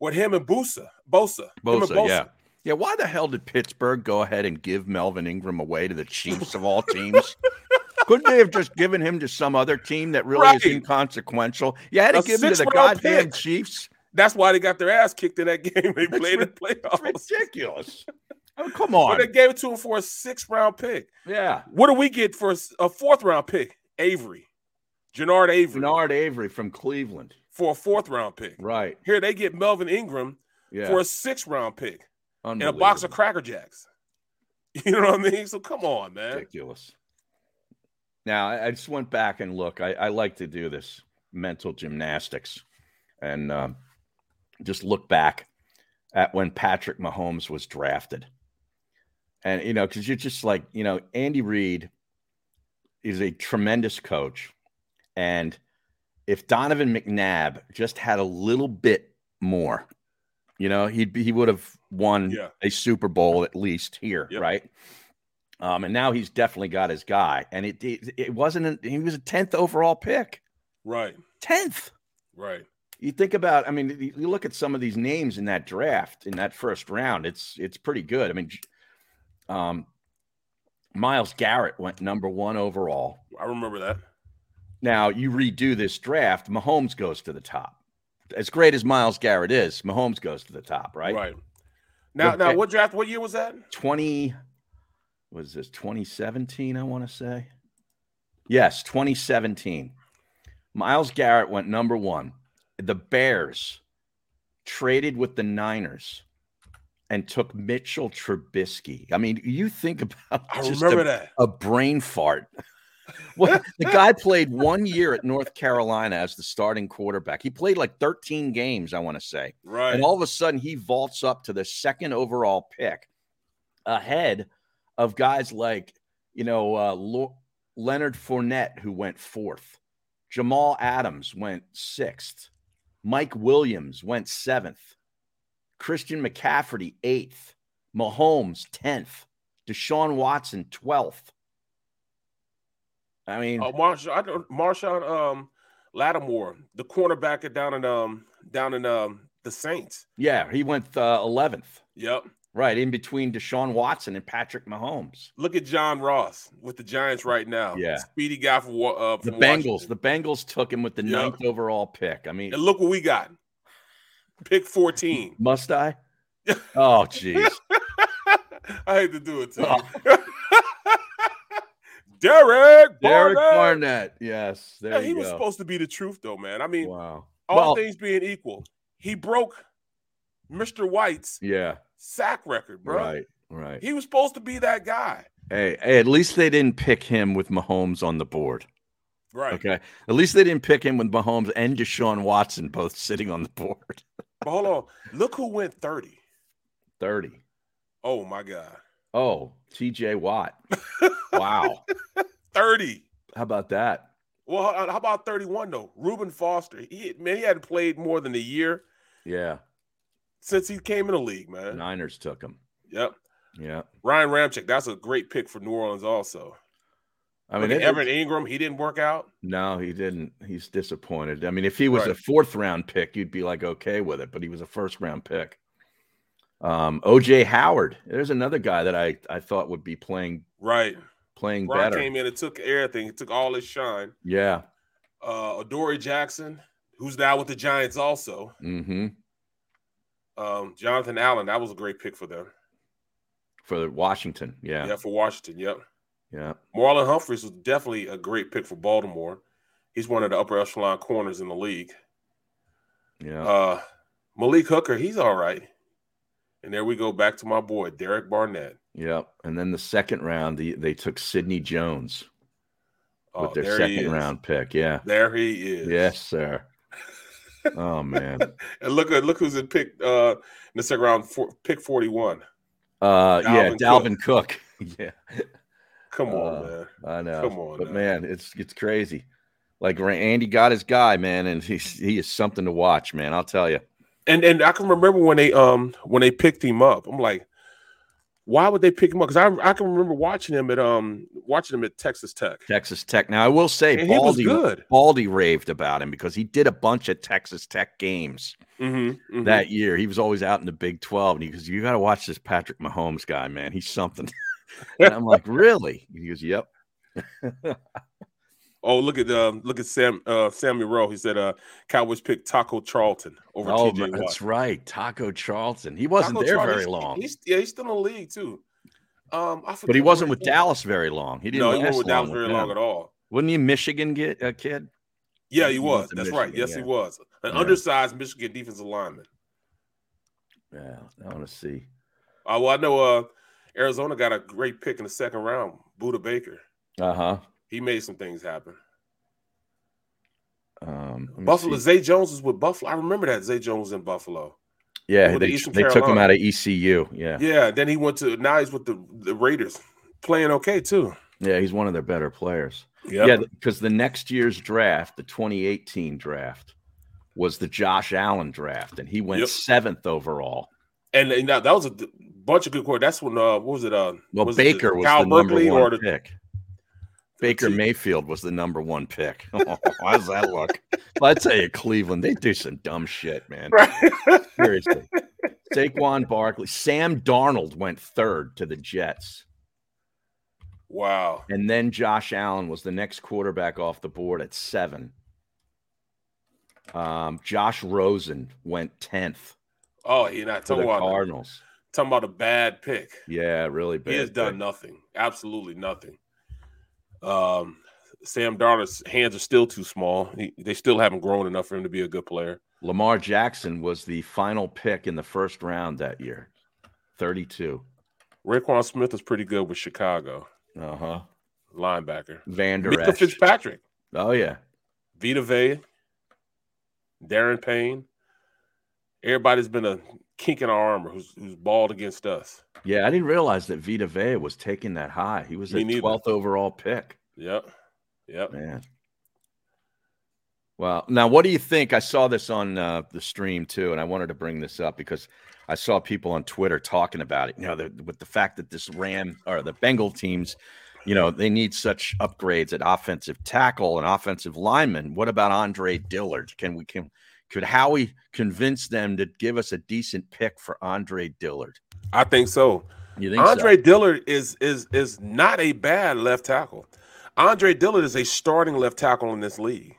Speaker 2: with him and Bosa, Bosa, Him and
Speaker 1: Bosa, yeah. Yeah, why the hell did Pittsburgh go ahead and give Melvin Ingram away to the Chiefs of all teams? Couldn't they have just given him to some other team that really is
Speaker 2: Right.
Speaker 1: inconsequential? You had to
Speaker 2: A
Speaker 1: give him to the
Speaker 2: six-round pick.
Speaker 1: goddamn Chiefs.
Speaker 2: That's why they got their ass kicked in that game. They
Speaker 1: That's
Speaker 2: played in the
Speaker 1: It's
Speaker 2: playoffs.
Speaker 1: ridiculous. Oh, come
Speaker 2: But
Speaker 1: on.
Speaker 2: they gave it to him for Oh. a six-round pick.
Speaker 1: Yeah.
Speaker 2: What do we get for a s- a fourth-round pick? Avery, Jannard Avery,
Speaker 1: Bernard Avery from Cleveland.
Speaker 2: for a fourth-round pick.
Speaker 1: Right.
Speaker 2: Here they get Melvin Ingram
Speaker 1: Yeah.
Speaker 2: for a six-round pick and a
Speaker 1: Unbelievable.
Speaker 2: box of Cracker Jacks. You know what I mean? So come on, man.
Speaker 1: ridiculous. Now I, I just went back and look. I, I like to do this mental gymnastics and um, just look back at when Patrick Mahomes was drafted. And you know, because you're just like, you know, Andy Reid is a tremendous coach. And if Donovan McNabb just had a little bit more, you know, he'd be, he would have won
Speaker 2: Yeah.
Speaker 1: a Super Bowl at least here,
Speaker 2: Yep.
Speaker 1: right? Um, and now he's definitely got his guy. And it it, it wasn't an, he was a tenth overall pick,
Speaker 2: Right,
Speaker 1: tenth.
Speaker 2: right.
Speaker 1: You think about, I mean, you- you look at some of these names in that draft in that first round. It's it's pretty good. I mean, j- um, Miles Garrett went number one overall.
Speaker 2: I remember that.
Speaker 1: Now you redo this draft, Mahomes goes to the top. As great as Miles Garrett is, Mahomes goes to the top, right?
Speaker 2: Right. Now,
Speaker 1: Look
Speaker 2: now,
Speaker 1: at-
Speaker 2: what draft? What year was that?
Speaker 1: 20 was this 2017 i want to say yes 2017 miles garrett went number one the bears traded with the niners and took mitchell trubisky i mean you think about
Speaker 2: I
Speaker 1: just
Speaker 2: remember
Speaker 1: a,
Speaker 2: that.
Speaker 1: a brain fart well, the guy played one year at north carolina as the starting quarterback he played like 13 games i want to say
Speaker 2: Right.
Speaker 1: and all of a sudden, he vaults up to the second overall pick ahead of guys like you know uh, Lo- Leonard Fournette who went fourth, Jamal Adams went sixth, Mike Williams went seventh, Christian McCaffrey eighth, Mahomes tenth, Deshaun Watson twelfth. I mean,
Speaker 2: Oh, Marshawn, I don't- Marshawn um, Lattimore, the cornerback at- down in um down in um the Saints.
Speaker 1: yeah, he went uh, 11th,
Speaker 2: Yep.
Speaker 1: right in between Deshaun Watson and Patrick Mahomes.
Speaker 2: Look at John Ross with the Giants right now.
Speaker 1: Yeah.
Speaker 2: Speedy guy from Wa- uh,
Speaker 1: The
Speaker 2: from
Speaker 1: Bengals,
Speaker 2: Washington.
Speaker 1: the Bengals took him with the
Speaker 2: Yeah.
Speaker 1: ninth overall pick. I mean,
Speaker 2: And look what we got. Pick fourteen.
Speaker 1: must I? Oh, jeez.
Speaker 2: I hate to do it to
Speaker 1: Oh.
Speaker 2: you. Derek,
Speaker 1: Derek
Speaker 2: Barnett.
Speaker 1: Barnett. Yes, there
Speaker 2: Yeah,
Speaker 1: you
Speaker 2: he
Speaker 1: go.
Speaker 2: was supposed to be the truth, though, man. I mean,
Speaker 1: wow.
Speaker 2: all
Speaker 1: well,
Speaker 2: things being equal, he broke Mr. White's
Speaker 1: yeah,
Speaker 2: sack record, bro.
Speaker 1: right, right.
Speaker 2: He was supposed to be that guy,
Speaker 1: Hey, hey, at least they didn't pick him with Mahomes on the board.
Speaker 2: right?
Speaker 1: Okay. At least they didn't pick him with Mahomes and Deshaun Watson both sitting on the board.
Speaker 2: But hold on, look who went thirty.
Speaker 1: 30.
Speaker 2: Oh my God,
Speaker 1: Oh, TJ Watt. Wow.
Speaker 2: thirty.
Speaker 1: How about that?
Speaker 2: Well, how how about thirty-one though? Reuben Foster, he man, he hadn't played more than a year
Speaker 1: Yeah.
Speaker 2: since he came in the league, man.
Speaker 1: Niners took him.
Speaker 2: Yep,
Speaker 1: Yeah.
Speaker 2: Ryan Ramchick, that's a great pick for New Orleans, also.
Speaker 1: I mean, it-
Speaker 2: Everett Ingram, he didn't work out.
Speaker 1: no, he didn't. He's disappointed. I mean, if he was a
Speaker 2: Right.
Speaker 1: fourth round pick, you'd be like, okay with it, but he was a first round pick. Um, OJ Howard. There's another guy that I, I thought would be playing
Speaker 2: Right.
Speaker 1: playing
Speaker 2: Ron
Speaker 1: better.
Speaker 2: came in and took everything. He took all his shine.
Speaker 1: Yeah.
Speaker 2: Uh Adoree Jackson, who's now with the Giants also.
Speaker 1: Mm-hmm.
Speaker 2: Um, Jonathan Allen, that was a great pick for them.
Speaker 1: For the Washington.
Speaker 2: Yeah,
Speaker 1: Yeah.
Speaker 2: for Washington. Yep.
Speaker 1: Yeah.
Speaker 2: Marlon Humphreys was definitely a great pick for Baltimore. He's one of the upper echelon corners in the league.
Speaker 1: Yeah.
Speaker 2: Uh Malik Hooker, he's all right. And there we go back to my boy, Derek Barnett.
Speaker 1: yeah. And then the second round, the, they took Sidney Jones
Speaker 2: Oh,
Speaker 1: with their
Speaker 2: there he
Speaker 1: second
Speaker 2: is.
Speaker 1: round pick. Yeah.
Speaker 2: There he is.
Speaker 1: Yes, sir. oh man.
Speaker 2: And look at look who's in pick uh in the second round for, pick 41.
Speaker 1: Uh yeah, Dalvin
Speaker 2: Dalvin
Speaker 1: Cook. yeah.
Speaker 2: Come on,
Speaker 1: Uh,
Speaker 2: man.
Speaker 1: I know.
Speaker 2: Come on
Speaker 1: But
Speaker 2: now.
Speaker 1: man, it's it's crazy. Like Ra- Andy got his guy, man, and he's he is something to watch, man. I'll tell you.
Speaker 2: And and I can remember when they um when they picked him up. I'm like, why would they pick him up? Because I I can remember watching him at um watching him at Texas Tech.
Speaker 1: Texas Tech. Now I will say
Speaker 2: And he was
Speaker 1: Baldy
Speaker 2: good.
Speaker 1: Baldy raved about him because he did a bunch of Texas Tech games.
Speaker 2: Mm-hmm,
Speaker 1: that year. He was always out in the Big 12. And he goes, You got to watch this Patrick Mahomes guy, man. He's something. and I'm like, Really? He goes, Yep.
Speaker 2: oh look at um look at Sam uh Samuel Rowe. He said uh Cowboys picked Taco Charlton over
Speaker 1: Oh,
Speaker 2: TJ Watt.
Speaker 1: that's right. Taco Charlton. He wasn't
Speaker 2: Taco
Speaker 1: there
Speaker 2: Charlton,
Speaker 1: very
Speaker 2: he's-
Speaker 1: long,
Speaker 2: He's, yeah, he's still in the league too. Um, I
Speaker 1: but he
Speaker 2: forget
Speaker 1: wasn't
Speaker 2: where
Speaker 1: with Dallas very long. He didn't
Speaker 2: No, he wasn't
Speaker 1: last
Speaker 2: with
Speaker 1: long
Speaker 2: Dallas very
Speaker 1: them.
Speaker 2: long at all.
Speaker 1: Wasn't he a Michigan get, a kid?
Speaker 2: Yeah,
Speaker 1: He
Speaker 2: he
Speaker 1: went
Speaker 2: was.
Speaker 1: to
Speaker 2: That's right.
Speaker 1: Michigan,
Speaker 2: Yes,
Speaker 1: yeah.
Speaker 2: he was. An
Speaker 1: Yeah.
Speaker 2: undersized Michigan defensive lineman.
Speaker 1: Yeah, I want to see.
Speaker 2: Uh, well, I know uh, Arizona got a great pick in the second round, Buda Baker.
Speaker 1: Uh huh.
Speaker 2: He made some things happen.
Speaker 1: Um, let me
Speaker 2: Buffalo,
Speaker 1: see.
Speaker 2: Zay Jones was with Buffalo. I remember that Zay Jones was in Buffalo.
Speaker 1: Yeah,
Speaker 2: with
Speaker 1: they,
Speaker 2: Eastern
Speaker 1: they took him
Speaker 2: Carolina.
Speaker 1: out of ECU. Yeah. yeah,
Speaker 2: Yeah, then he went to now he's with the, the Raiders, playing okay too.
Speaker 1: he's one of their better players.
Speaker 2: Yep.
Speaker 1: Yeah, because the next year's draft, the 2018 draft, was the Josh Allen draft, and he went
Speaker 2: Yep.
Speaker 1: seventh overall.
Speaker 2: and, and that, that was a d- bunch of good quarterbacks. That's when uh, what was it? Uh,
Speaker 1: Well,
Speaker 2: was it
Speaker 1: Baker was
Speaker 2: Cal
Speaker 1: the number
Speaker 2: Berkeley
Speaker 1: one
Speaker 2: or the-
Speaker 1: pick. Baker
Speaker 2: Let's see.
Speaker 1: Mayfield was the number one pick. Oh, how's that look? Well, I tell you, Cleveland, they do some dumb shit, man.
Speaker 2: Right.
Speaker 1: Seriously. Saquon Barkley, Sam Darnold went third to the Jets.
Speaker 2: wow,
Speaker 1: And then Josh Allen was the next quarterback off the board at seven. Um, Josh Rosen went 10th
Speaker 2: oh, you're not
Speaker 1: to
Speaker 2: talking
Speaker 1: the
Speaker 2: about
Speaker 1: Cardinals.
Speaker 2: talking about a bad pick.
Speaker 1: Yeah, really bad.
Speaker 2: he has done
Speaker 1: pick.
Speaker 2: nothing, absolutely nothing. Um, Sam Darnold's hands are still too small. He, they still haven't grown enough for him to be a good player.
Speaker 1: Lamar Jackson was the final pick in the first round that year, 32.
Speaker 2: Raquan Smith is pretty good with Chicago
Speaker 1: Uh huh.
Speaker 2: linebacker.
Speaker 1: Vander
Speaker 2: Mika
Speaker 1: Esch.
Speaker 2: Fitzpatrick,
Speaker 1: Oh, yeah.
Speaker 2: Vita Vea, Darren Payne. Everybody's been a kink in our armor who's who's balled against us.
Speaker 1: Yeah, I didn't realize that Vita Vea was taking that high. He was
Speaker 2: Me
Speaker 1: the
Speaker 2: neither.
Speaker 1: 12th overall pick.
Speaker 2: Yep. Yep.
Speaker 1: Man. Wow. Now, what do you think? I saw this on uh, the stream too, and I wanted to bring this up because I saw people on Twitter talking about it. You know, the, with the fact that this Ram or the Bengal teams, you know, they need such upgrades at offensive tackle and offensive lineman. What about Andre Dillard? Can we can could Howie convince them to give us a decent pick for Andre Dillard?
Speaker 2: I think so.
Speaker 1: You think so?
Speaker 2: Andre Dillard is is is not a bad left tackle. Andre Dillard is a starting left tackle in this league.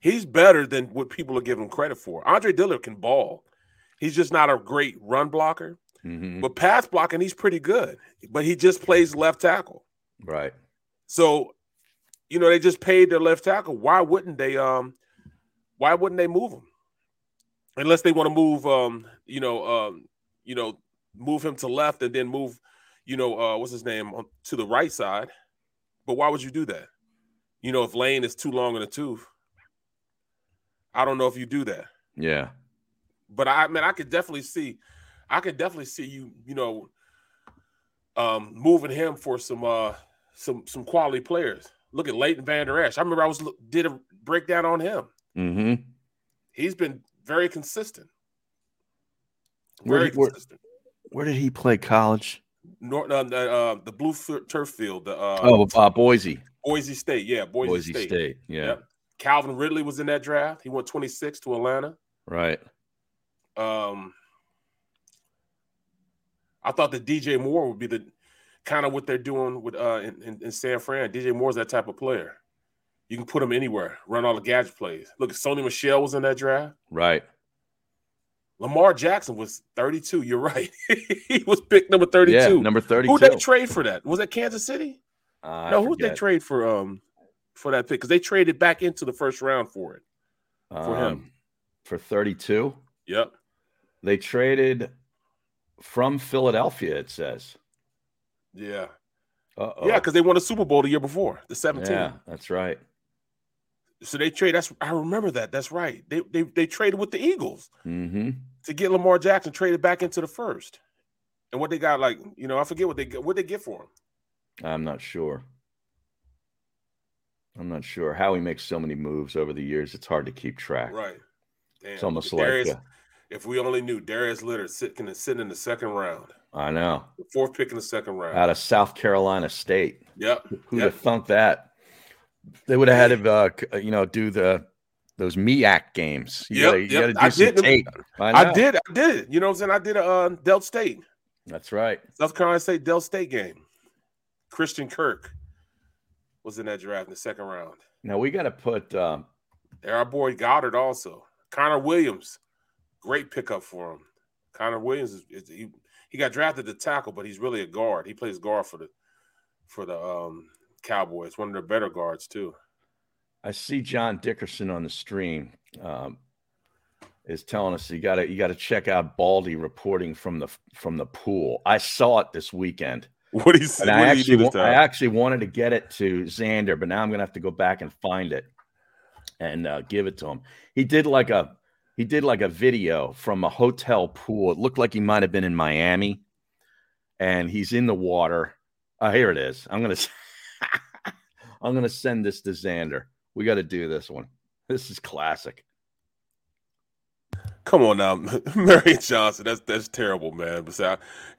Speaker 2: He's better than what people are giving him credit for. Andre Dillard can ball. He's just not a great run blocker,
Speaker 1: Mhm.
Speaker 2: but pass blocking he's pretty good. But he just plays left tackle.
Speaker 1: right?
Speaker 2: So, you know, they just paid their left tackle. Why wouldn't they? Um, why wouldn't they move him? Unless they want to move, um, you know, um, you know, move him to left and then move, you know, uh, what's his name on, to the right side. But why would you do that? You know, if Lane is too long in the tooth, I don't know if you do that.
Speaker 1: Yeah.
Speaker 2: But I man, I could definitely see, I could definitely see you, you know, um, moving him for some uh some some quality players. Look at Leighton Vander Esch. I remember I was look- did a breakdown on him.
Speaker 1: Mm-hmm.
Speaker 2: He's been very consistent.
Speaker 1: Where
Speaker 2: Very
Speaker 1: did- where-
Speaker 2: consistent.
Speaker 1: Where did he play college?
Speaker 2: Nor, uh, the, uh, the blue f- turf field, the uh,
Speaker 1: Oh, uh, Boise,
Speaker 2: Boise State, yeah, Boise,
Speaker 1: Boise State.
Speaker 2: State.
Speaker 1: Yeah,
Speaker 2: Yep. Calvin Ridley was in that draft. He went 26 to Atlanta.
Speaker 1: right.
Speaker 2: Um, I thought that DJ Moore would be the kind of what they're doing with uh in, in, in San Fran. DJ Moore's that type of player. You can put him anywhere, run all the gadget plays. Look, Sony Michelle was in that draft.
Speaker 1: Right.
Speaker 2: Lamar Jackson was 32. You're right. he was pick number 32.
Speaker 1: Yeah, number 32.
Speaker 2: Who they trade for that? Was that Kansas City?
Speaker 1: Uh, I
Speaker 2: no, who did they
Speaker 1: forget.
Speaker 2: trade for um for that pick? Because they traded back into the first round for it. for him?
Speaker 1: Um, For 32.
Speaker 2: Yep.
Speaker 1: They traded from Philadelphia, it says.
Speaker 2: Yeah.
Speaker 1: Uh-oh.
Speaker 2: Yeah, because they won a Super Bowl the year before, the 17.
Speaker 1: Oh. Yeah, that's right.
Speaker 2: So they trade. That's I remember that. That's right. They they they traded with the Eagles
Speaker 1: Mm-hmm.
Speaker 2: to get Lamar Jackson traded back into the first. And what they got, like you know, I forget what they got- what they get for him.
Speaker 1: I'm not sure. I'm not sure how he makes so many moves over the years. It's hard to keep track.
Speaker 2: Right. Damn.
Speaker 1: It's almost
Speaker 2: Darius-
Speaker 1: like uh,
Speaker 2: if we only knew Darius Leonard sitting sitting in the second round,
Speaker 1: I know
Speaker 2: the fourth pick in the second round.
Speaker 1: out of South Carolina State.
Speaker 2: yep.
Speaker 1: Who'd
Speaker 2: yep.
Speaker 1: have thunk that? They would have had to, uh, c- you know, do the those MEAC games. You
Speaker 2: Yep,
Speaker 1: gotta, you
Speaker 2: yep,
Speaker 1: gotta do
Speaker 2: I
Speaker 1: some
Speaker 2: did them.
Speaker 1: tape.
Speaker 2: I
Speaker 1: know.
Speaker 2: did. I did it. You know what I'm saying? I did a uh, Del State,
Speaker 1: That's right.
Speaker 2: South Carolina State, Del State game. Christian Kirk was in that draft in the second round.
Speaker 1: Now we got to put. Um,
Speaker 2: There, our boy Goddard also. Connor Williams, great pickup for him. Connor Williams is, is he, he got drafted to tackle, but he's really a guard. He plays guard for the for the um, Cowboys. One of their better guards too.
Speaker 1: I see John Dickerson on the stream. Um, is telling us you got to you got to check out Baldy reporting from the from the pool. I saw it this weekend,
Speaker 2: What do you say?
Speaker 1: and I actually wa- I actually wanted to get it to Xander, but now I'm gonna have to go back and find it and uh, give it to him. He did like a he did like a video from a hotel pool. It looked like he might have been in Miami, and he's in the water. Oh, here it is. I'm gonna s- I'm gonna send this to Xander. We got to do this one. This is classic.
Speaker 2: Come on now, Marion Johnson. That's that's terrible, man. But I,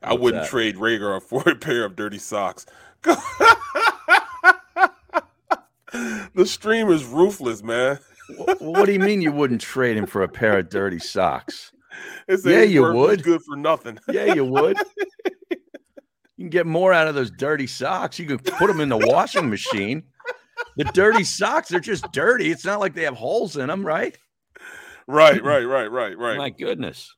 Speaker 2: I
Speaker 1: What's
Speaker 2: wouldn't
Speaker 1: that?
Speaker 2: trade Rager for a pair of dirty socks. the stream is ruthless, man.
Speaker 1: Wh- what do you mean you wouldn't trade him for a pair of dirty socks?
Speaker 2: It's
Speaker 1: Yeah, you would.
Speaker 2: Good for nothing.
Speaker 1: Yeah, you would. You can get more out of those dirty socks. You can put them in the washing machine. The dirty socks, they're just dirty. It's not like they have holes in them, right?
Speaker 2: Right, right, right, right, right.
Speaker 1: My goodness.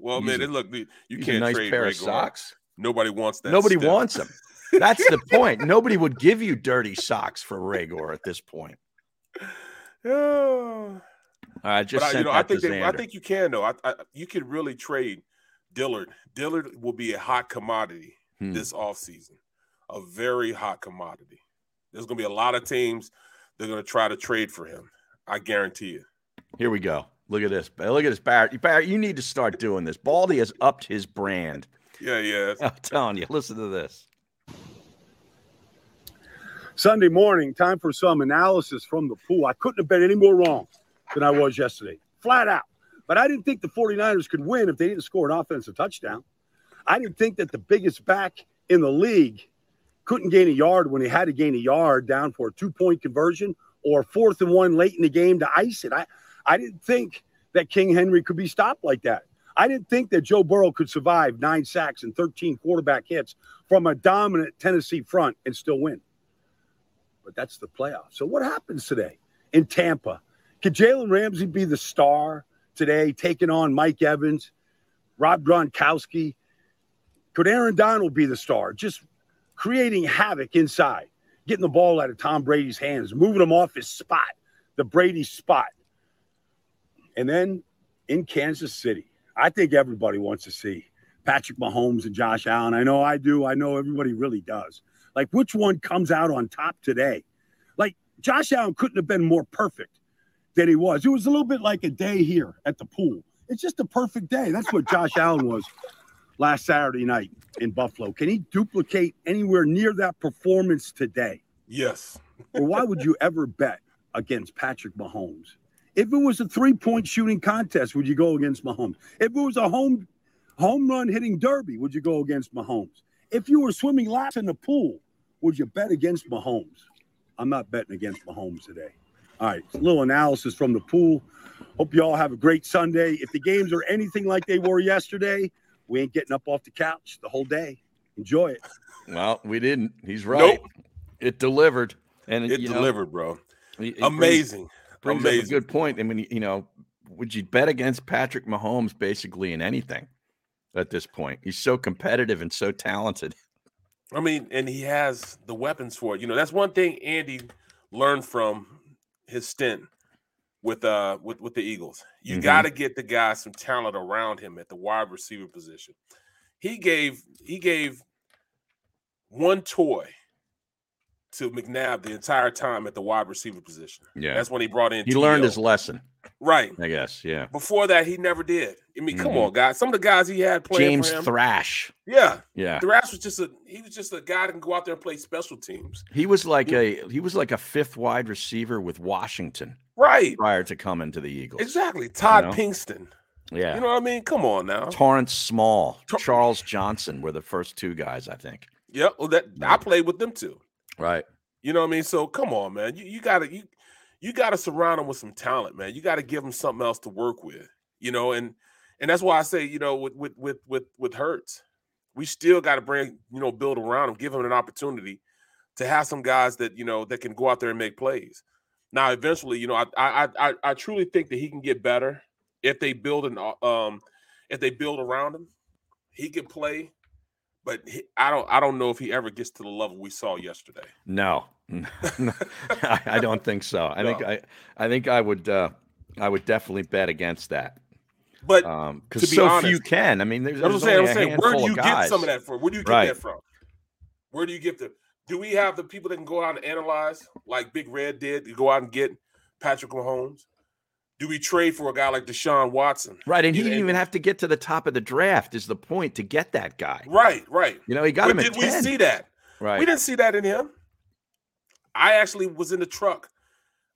Speaker 2: well,
Speaker 1: he's
Speaker 2: man,
Speaker 1: a-
Speaker 2: it look, you
Speaker 1: He's a
Speaker 2: can't
Speaker 1: nice
Speaker 2: trade
Speaker 1: pair
Speaker 2: Ray
Speaker 1: of socks.
Speaker 2: Nobody wants that.
Speaker 1: Nobody
Speaker 2: stiff.
Speaker 1: wants them. That's the point. Nobody would give you dirty socks for Regor at this point.
Speaker 2: Yeah.
Speaker 1: All right, just
Speaker 2: but I, you
Speaker 1: sent
Speaker 2: know, I
Speaker 1: that
Speaker 2: think
Speaker 1: to
Speaker 2: they, I
Speaker 1: Xander.
Speaker 2: think you can though. I, I you could really trade Dillard. Dillard will be a hot commodity
Speaker 1: Hmm.
Speaker 2: this offseason. A very hot commodity. There's going to be a lot of teams they're going to try to trade for him. I guarantee you.
Speaker 1: Here we go. Look at this. Look at this, Barrett. Barrett, you need to start doing this. Baldy has upped his brand.
Speaker 2: Yeah, yeah.
Speaker 1: I'm telling you. Listen to this.
Speaker 5: Sunday morning, time for some analysis from the pool. I couldn't have been any more wrong than I was yesterday, flat out. But I didn't think the 49ers could win if they didn't score an offensive touchdown. I didn't think that the biggest back in the league couldn't gain a yard when he had to gain a yard down for a two point conversion or fourth and one late in the game to ice it. I, I didn't think that King Henry could be stopped like that. I didn't think that Joe Burrow could survive nine sacks and 13 quarterback hits from a dominant Tennessee front and still win but that's the playoffs. So what happens today in Tampa? Could Jalen Ramsey be the star today, taking on Mike Evans, Rob Gronkowski? Could Aaron Donald be the star, just creating havoc inside, getting the ball out of Tom Brady's hands, moving him off his spot, the Brady spot? And then in Kansas City, I think everybody wants to see Patrick Mahomes and Josh Allen. I know I do. I know everybody really does. Like, which one comes out on top today? Like, Josh Allen couldn't have been more perfect than he was. It was a little bit like a day here at the pool. It's just a perfect day. That's what Josh Allen was last Saturday night in Buffalo. Can he duplicate anywhere near that performance today?
Speaker 2: Yes.
Speaker 5: Or why would you ever bet against Patrick Mahomes? If it was a three-point shooting contest, would you go against Mahomes? If it was a home home run hitting derby, would you go against Mahomes? If you were swimming laps in the pool, would you bet against Mahomes? I'm not betting against Mahomes today. All right, a little analysis from the pool. Hope you all have a great Sunday. If the games are anything like they were yesterday, we ain't getting up off the couch the whole day. Enjoy it.
Speaker 1: Well, we didn't. He's right.
Speaker 2: Nope.
Speaker 1: It delivered. And
Speaker 2: It
Speaker 1: you know,
Speaker 2: delivered, bro.
Speaker 1: he- he brings-
Speaker 2: Amazing.
Speaker 1: brings up a
Speaker 2: Amazing.
Speaker 1: good point. I mean, you know, would you bet against Patrick Mahomes basically in anything at this point? He's so competitive and so talented.
Speaker 2: I mean, and he has the weapons for it. You know, that's one thing Andy learned from his stint with uh with, with the Eagles. You
Speaker 1: Mhm.
Speaker 2: gotta get the guy some talent around him at the wide receiver position. He gave he gave one toy to McNabb the entire time at the wide receiver position.
Speaker 1: Yeah.
Speaker 2: That's when he brought in
Speaker 1: he learned
Speaker 2: T.O..
Speaker 1: his lesson,
Speaker 2: right.
Speaker 1: I guess. Yeah.
Speaker 2: Before that, he never did. I mean, come
Speaker 1: Mhm.
Speaker 2: on, guys. Some of the guys he had playing
Speaker 1: James
Speaker 2: for him.
Speaker 1: Thrash.
Speaker 2: yeah.
Speaker 1: Yeah.
Speaker 2: Thrash was just a he was just a guy that can go out there and play special teams.
Speaker 1: He was like a he was like a fifth wide receiver with Washington
Speaker 2: Right.
Speaker 1: prior to coming to the Eagles.
Speaker 2: Exactly. Todd
Speaker 1: know?
Speaker 2: Pinkston.
Speaker 1: Yeah.
Speaker 2: You know what I mean? Come on now.
Speaker 1: Torrance Small,
Speaker 2: Tor-
Speaker 1: Charles Johnson were the first two guys, I think.
Speaker 2: Yep. Well, that I played with them too.
Speaker 1: Right.
Speaker 2: You know what I mean? So come on, man. You you gotta you you gotta surround them with some talent, man. You gotta give them something else to work with. You know, and and that's why I say, you know, with with with with with Hurts, we still gotta bring, you know, build around him, give him an opportunity to have some guys that, you know, that can go out there and make plays. Now, eventually, you know, I I I- I, I truly think that he can get better if they build an o- um if they build around him. He can play, but he, I don't I don't know if he ever gets to the level we saw yesterday.
Speaker 1: No. I I don't think so. I think
Speaker 2: No.
Speaker 1: I I think I would uh I would definitely bet against that.
Speaker 2: But
Speaker 1: Um
Speaker 2: To
Speaker 1: because
Speaker 2: be
Speaker 1: so few
Speaker 2: honest-
Speaker 1: can. I mean there's,
Speaker 2: That's what I'm
Speaker 1: there's
Speaker 2: saying.
Speaker 1: only
Speaker 2: I'm
Speaker 1: a
Speaker 2: saying, where do
Speaker 1: handful of
Speaker 2: you get some
Speaker 1: guys.
Speaker 2: of that from? Where do you get
Speaker 1: Right.
Speaker 2: that from? Where do you get the? Do we have the people that can go out and analyze like Big Red did to go out and get Patrick Mahomes? Do we trade for a guy like Deshaun Watson?
Speaker 1: Right, and he
Speaker 2: You know,
Speaker 1: didn't even have to get to the top of the draft. Is the point to get that guy?
Speaker 2: Right, right.
Speaker 1: You know, he got
Speaker 2: But
Speaker 1: him at
Speaker 2: did we
Speaker 1: ten.
Speaker 2: see that?
Speaker 1: right,
Speaker 2: We didn't see that in him. I actually was in the truck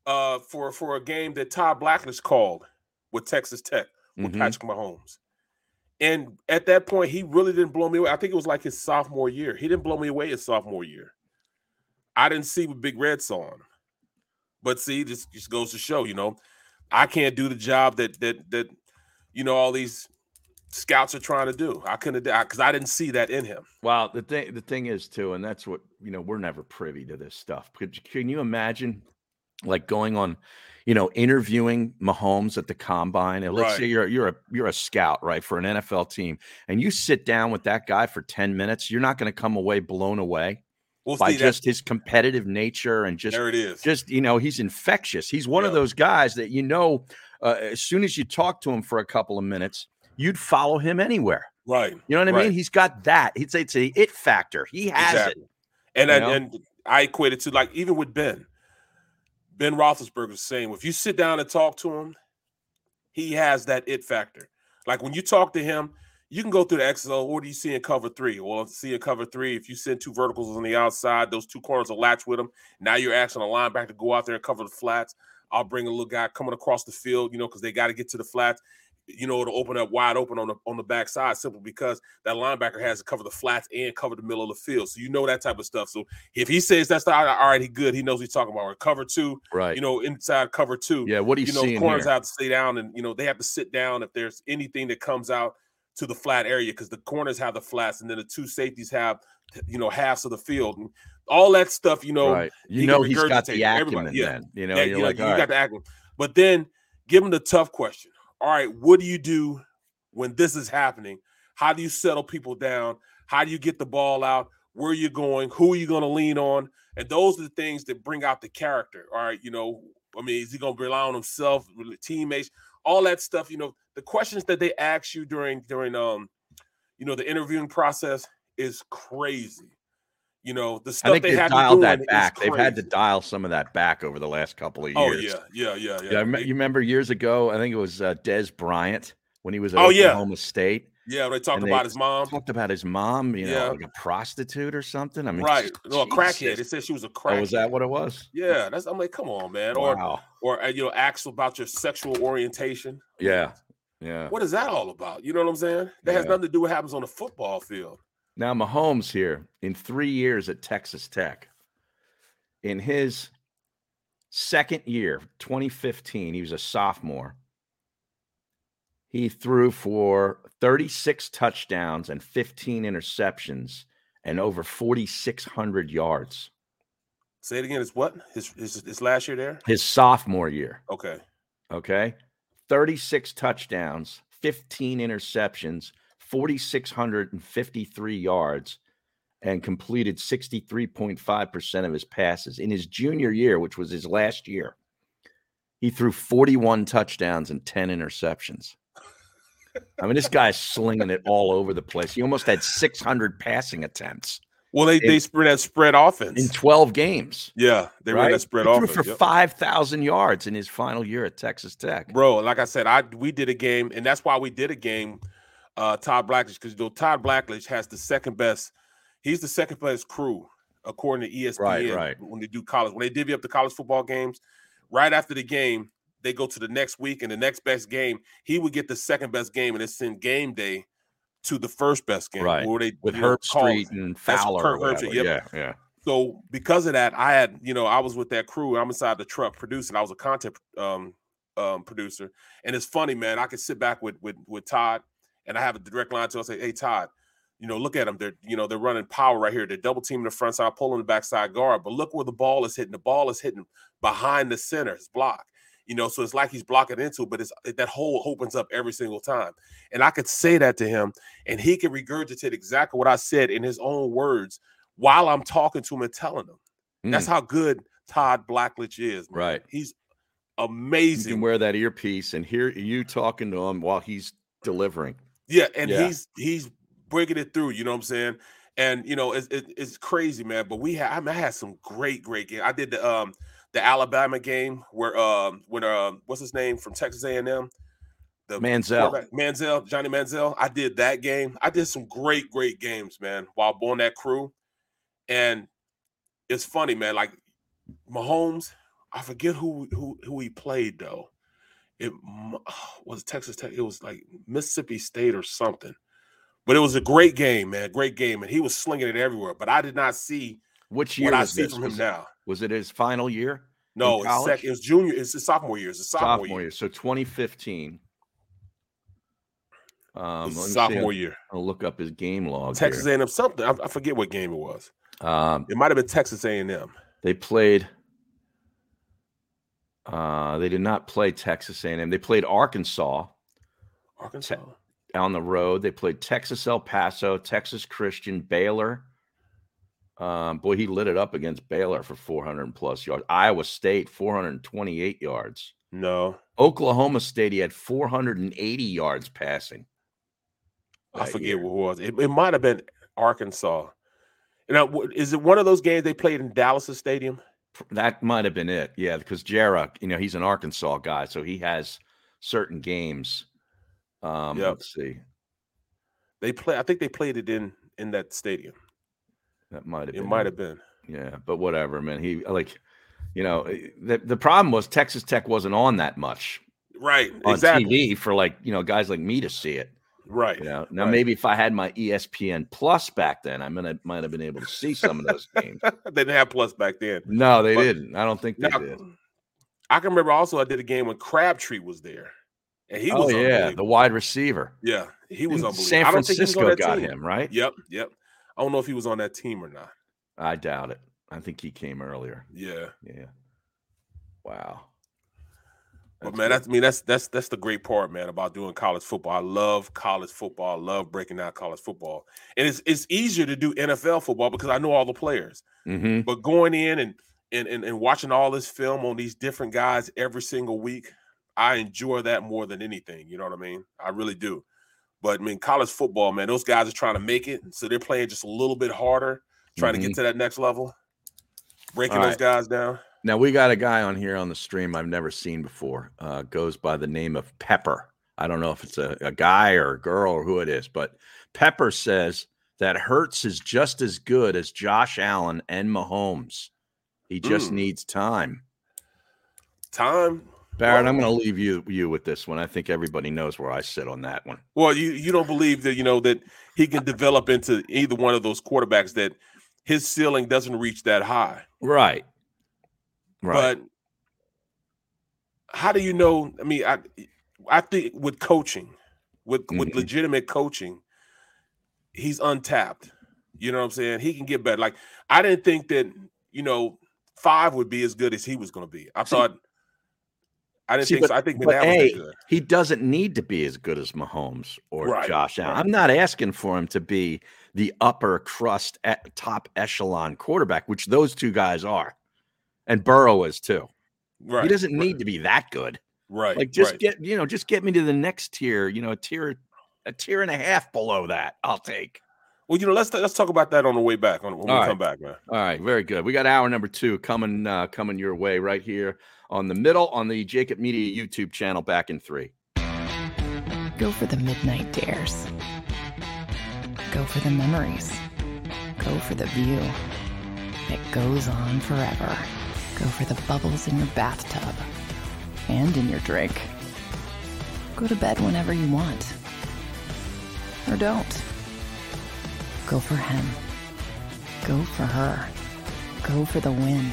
Speaker 2: uh, for for a game that Todd Blackledge called with Texas Tech with
Speaker 1: Mhm.
Speaker 2: Patrick Mahomes, and at that point he really didn't blow me away. I think it was like his sophomore year. He didn't blow me away his sophomore year. I didn't see what Big Red saw on him, but see, this just goes to show, you know, I can't do the job that that that you know all these scouts are trying to do. I couldn't because I didn't see that in him.
Speaker 1: Well, the thing the thing is too, and that's what you know. We're never privy to this stuff. Could, you- can you imagine, like going on, you know, interviewing Mahomes at the combine? And let's
Speaker 2: Right.
Speaker 1: say you're you're a you're a scout, right, for an NFL team, and you sit down with that guy for ten minutes. You're not going to come away blown away
Speaker 2: We'll
Speaker 1: by
Speaker 2: see that.
Speaker 1: just his competitive nature and just
Speaker 2: there it is.
Speaker 1: just you know he's infectious he's one of
Speaker 2: Yeah.
Speaker 1: those guys that you know uh, as soon as you talk to him for a couple of minutes you'd follow him anywhere
Speaker 2: Right.
Speaker 1: you know what i mean
Speaker 2: Right.
Speaker 1: he's got that it's it's a it factor he has
Speaker 2: Exactly. And
Speaker 1: you
Speaker 2: and,
Speaker 1: know?
Speaker 2: and I equate it to like even with Ben, Ben Roethlisberger was the same. If you sit down and talk to him, He has that it factor. Like when you talk to him, you can go through the XO. What do you see in cover three? Well, see in cover three, if you send two verticals on the outside, those two corners will latch with them. Now you're asking a linebacker to go out there and cover the flats. I'll bring a little guy coming across the field, you know, because they got to get to the flats. You know, it'll open up wide open on the on the backside simply because that linebacker has to cover the flats and cover the middle of the field. So you know that type of stuff. So if he says that's not all right, he good. He knows what he's talking about. Or cover two,
Speaker 1: Right.
Speaker 2: you know, inside cover two.
Speaker 1: Yeah, what are you
Speaker 2: you know,
Speaker 1: seeing
Speaker 2: corners
Speaker 1: here?
Speaker 2: have to stay down, and you know they have to sit down if there's anything that comes out to the flat area because the corners have the flats, and then the two safeties have you know halves of the field, and all that stuff. You know,
Speaker 1: right. You
Speaker 2: he
Speaker 1: know
Speaker 2: can
Speaker 1: he's got
Speaker 2: regurgitate it.
Speaker 1: the acumen
Speaker 2: Everybody- yeah.
Speaker 1: then. You know,
Speaker 2: yeah,
Speaker 1: you're
Speaker 2: you know,
Speaker 1: like,
Speaker 2: you
Speaker 1: all right.
Speaker 2: got the acumen. But then give him the tough question. All right, what do you do when this is happening? How do you settle people down? How do you get the ball out? Where are you going? Who are you going to lean on? And those are the things that bring out the character. All right, you know, I mean, is he going to rely on himself, rely- teammates, all that stuff? You know, the questions that they ask you during during um, you know, the interviewing process is crazy. You know, the stuff
Speaker 1: I think
Speaker 2: they
Speaker 1: they've
Speaker 2: have you
Speaker 1: dialed
Speaker 2: doing
Speaker 1: that
Speaker 2: is
Speaker 1: back. They've had to
Speaker 2: crazy.
Speaker 1: dial some of that back over the last couple of years.
Speaker 2: Oh yeah, yeah, yeah, yeah.
Speaker 1: Yeah, I me- you remember years ago? I think it was uh, Des Bryant when he was at
Speaker 2: Oh, yeah.
Speaker 1: Oklahoma State.
Speaker 2: Yeah, they talked
Speaker 1: And they-
Speaker 2: about his mom.
Speaker 1: Talked about his mom, you know,
Speaker 2: Yeah.
Speaker 1: like a prostitute or something. I mean,
Speaker 2: right.
Speaker 1: just-
Speaker 2: No, a crackhead. It
Speaker 1: Jesus.
Speaker 2: said she was a crackhead.
Speaker 1: Oh, was that what it was?
Speaker 2: Yeah, that's I'm like, come on, man.
Speaker 1: Wow.
Speaker 2: Or or uh, you know, ask about your sexual orientation.
Speaker 1: Yeah. Yeah.
Speaker 2: What is that all about? You know what I'm saying? That has
Speaker 1: Yeah.
Speaker 2: nothing to do with what happens on the football field.
Speaker 1: Now Mahomes here in three years at Texas Tech. In his second year, 2015, he was a sophomore. He threw for 36 touchdowns and 15 interceptions and over 4,600 yards
Speaker 2: Say it again. It's what? His his, his last year there?
Speaker 1: his sophomore year.
Speaker 2: Okay.
Speaker 1: Okay. 36 touchdowns, 15 interceptions, 4,653 yards, and completed 63.5% of his passes. In his junior year, which was his last year, he threw 41 touchdowns and 10 interceptions. I mean, this guy's slinging it all over the place. He almost had 600 passing attempts
Speaker 2: Well, they,
Speaker 1: In-
Speaker 2: they spread that spread offense.
Speaker 1: in 12 games.
Speaker 2: yeah, they ran
Speaker 1: right?
Speaker 2: that spread
Speaker 1: he threw
Speaker 2: offense.
Speaker 1: for
Speaker 2: yep.
Speaker 1: 5,000 yards in his final year at Texas Tech.
Speaker 2: bro. Like I said, I we did a game, and that's why we did a game. Uh, Todd Blackledge, because you know Todd Blackledge has the second best. He's the second best crew according to E ESPN.
Speaker 1: right.
Speaker 2: When they do college, when they divvy up the college football games, right after the game, they go to the next week, and the next best game, he would get the second best game, and it's in game day to the first best game.
Speaker 1: Right.
Speaker 2: Where they
Speaker 1: with
Speaker 2: you know,
Speaker 1: Herb
Speaker 2: call it.
Speaker 1: Street and
Speaker 2: That's
Speaker 1: Fowler.
Speaker 2: Kurt
Speaker 1: or
Speaker 2: Herbstreit,
Speaker 1: whatever.
Speaker 2: yep.
Speaker 1: Yeah, yeah.
Speaker 2: So because of that, I had you know I was with that crew. I'm inside the truck producing. I was a content um, um, producer, and it's funny, man. I could sit back with with with Todd, and I have a direct line to. him. I say, "Hey, Todd, you know, look at them. They're you know they're running power right here. They're double teaming the front side, pulling the backside guard. But look where the ball is hitting. The ball is hitting behind the center. It's blocked. You know, so it's like he's blocking into, it, but it's that hole opens up every single time. And I could say that to him, and he could regurgitate exactly what I said in his own words while I'm talking to him and telling him. That's
Speaker 1: Mm.
Speaker 2: how good Todd Blackledge is. man.
Speaker 1: Right.
Speaker 2: He's
Speaker 1: You
Speaker 2: amazing.
Speaker 1: can wear that earpiece and hear you talking to him while he's delivering.
Speaker 2: Yeah, and
Speaker 1: Yeah.
Speaker 2: he's he's breaking it through. You know what I'm saying? And you know it's it, it's crazy, man. But we had I, mean, I had some great great game. I did the um the Alabama game where um when um what's his name from Texas A&M the
Speaker 1: Manziel.
Speaker 2: quarterback- Manziel Johnny Manziel. I did that game. I did some great great games, man. While on that crew, and it's funny, man. Like Mahomes, I forget who who who he played though. It m- was Texas Tech. It was like Mississippi State or something. But it was a great game, man. Great game, and he was slinging it everywhere. But I did not see
Speaker 1: Which year
Speaker 2: what I
Speaker 1: was
Speaker 2: see
Speaker 1: this?
Speaker 2: from him
Speaker 1: was,
Speaker 2: now.
Speaker 1: was it his final year?
Speaker 2: No, it's
Speaker 1: college?
Speaker 2: second. It's junior. It's his sophomore year. It's his sophomore,
Speaker 1: Sophomore
Speaker 2: year.
Speaker 1: year. So 2015. Um, let
Speaker 2: It's his
Speaker 1: me see,
Speaker 2: sophomore
Speaker 1: I'll-
Speaker 2: year.
Speaker 1: I'll look up his game log. here.
Speaker 2: Texas A&M something. I, I forget what game it was.
Speaker 1: Um,
Speaker 2: It might have been Texas A&M.
Speaker 1: they played. Uh, they did not play Texas A&M. They played Arkansas.
Speaker 2: Arkansas.
Speaker 1: on the road. They played Texas El Paso, Texas Christian, Baylor. Um, boy, he lit it up against Baylor for 400 and plus yards. Iowa State, 428 yards.
Speaker 2: No,
Speaker 1: Oklahoma State, he had 480 yards passing.
Speaker 2: I
Speaker 1: that
Speaker 2: forget
Speaker 1: year.
Speaker 2: what it was. It, it might have been Arkansas. Now, wh- is it one of those games they played in Dallas' stadium?
Speaker 1: That might have been it. Yeah, because Jarrah, you know, he's an Arkansas guy, so he has certain games. Um,
Speaker 2: Yep.
Speaker 1: Let's see.
Speaker 2: They play. I think they played it in in that stadium.
Speaker 1: That might have
Speaker 2: It
Speaker 1: been.
Speaker 2: might have been.
Speaker 1: Yeah, but whatever, man. He like, you know, eh, the the problem was Texas Tech wasn't on that much
Speaker 2: Right.
Speaker 1: on
Speaker 2: exactly.
Speaker 1: TV for like you know guys like me to see it.
Speaker 2: Right.
Speaker 1: You know, now
Speaker 2: right.
Speaker 1: maybe if I had my E ESPN Plus back then, I mean, I might have been able to see some of those games.
Speaker 2: they didn't have plus back then.
Speaker 1: No, they
Speaker 2: But-
Speaker 1: didn't. I don't think they
Speaker 2: Now,
Speaker 1: did.
Speaker 2: I can remember also I did a game when Crabtree was there, and he
Speaker 1: oh
Speaker 2: was
Speaker 1: yeah, the
Speaker 2: unbelievable.
Speaker 1: wide receiver.
Speaker 2: yeah he was
Speaker 1: Didn't
Speaker 2: unbelievable.
Speaker 1: San
Speaker 2: I don't think he was on
Speaker 1: Francisco
Speaker 2: that
Speaker 1: got
Speaker 2: team.
Speaker 1: him right.
Speaker 2: Yep, yep. I don't know if he was on that team or not.
Speaker 1: I doubt it. I think he came earlier.
Speaker 2: Yeah,
Speaker 1: Yeah. Wow.
Speaker 2: but man, that's I mean that's that's that's the great part, man, about doing college football. I love college football. I love breaking down college football, and it's it's easier to do NFL football because I know all the players.
Speaker 1: hmm
Speaker 2: But going in and and, and and watching all this film on these different guys every single week, I enjoy that more than anything. You know what I mean? I really do. But I mean, college football, man, those guys are trying to make it, so they're playing just a little bit harder, trying to get to that next level, breaking
Speaker 1: All
Speaker 2: those guys down.
Speaker 1: Now we got a guy on here on the stream I've never seen before. Uh, goes by the name of Pepper. I don't know if it's a, a guy or a girl or who it is, but Pepper says that Hertz is just as good as Josh Allen and Mahomes. He just
Speaker 2: Mm.
Speaker 1: needs time.
Speaker 2: Time.
Speaker 1: Barrett, I'm
Speaker 2: Well-
Speaker 1: going to leave you you with this one. I think everybody knows where I sit on that one.
Speaker 2: Well, you you don't believe that you know that he can develop into either one of those quarterbacks that his ceiling doesn't reach that high.
Speaker 1: Right. Right.
Speaker 2: But how do you know? I mean, I I think with coaching, with with
Speaker 1: Mhm.
Speaker 2: legitimate coaching, he's untapped. You know what I'm saying? He can get better. Like I didn't think that you know five would be as good as he was going to be. I thought I didn't
Speaker 1: See,
Speaker 2: think so. I think that
Speaker 1: but
Speaker 2: was
Speaker 1: A,
Speaker 2: as good.
Speaker 1: he doesn't need to be as good as Mahomes or
Speaker 2: Right,
Speaker 1: Josh Allen.
Speaker 2: right.
Speaker 1: I'm not asking for him to be the upper crust at top echelon quarterback, which those two guys are. And Burrow is too.
Speaker 2: Right?
Speaker 1: he doesn't
Speaker 2: right,
Speaker 1: need to be that good.
Speaker 2: right.
Speaker 1: Like just
Speaker 2: right.
Speaker 1: get, you know, just get me to the next tier, you know, a tier a tier and a half below that. I'll take.
Speaker 2: well, you know, let's let's talk about that on the way back on when we
Speaker 1: All right.
Speaker 2: come back, man.
Speaker 1: All right, very good. We got hour number two coming uh, coming your way right here on the middle on the Jacob Media YouTube channel back in three.
Speaker 3: Go for the midnight dares. Go for the memories. Go for the view that goes on forever. Go for the bubbles in your bathtub and in your drink. Go to bed whenever you want. Or don't. Go for him. Go for her. Go for the wind.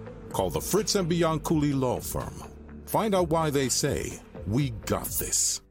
Speaker 8: Call the Fritz and Beyond Cooley Law Firm. Find out why they say, We got this.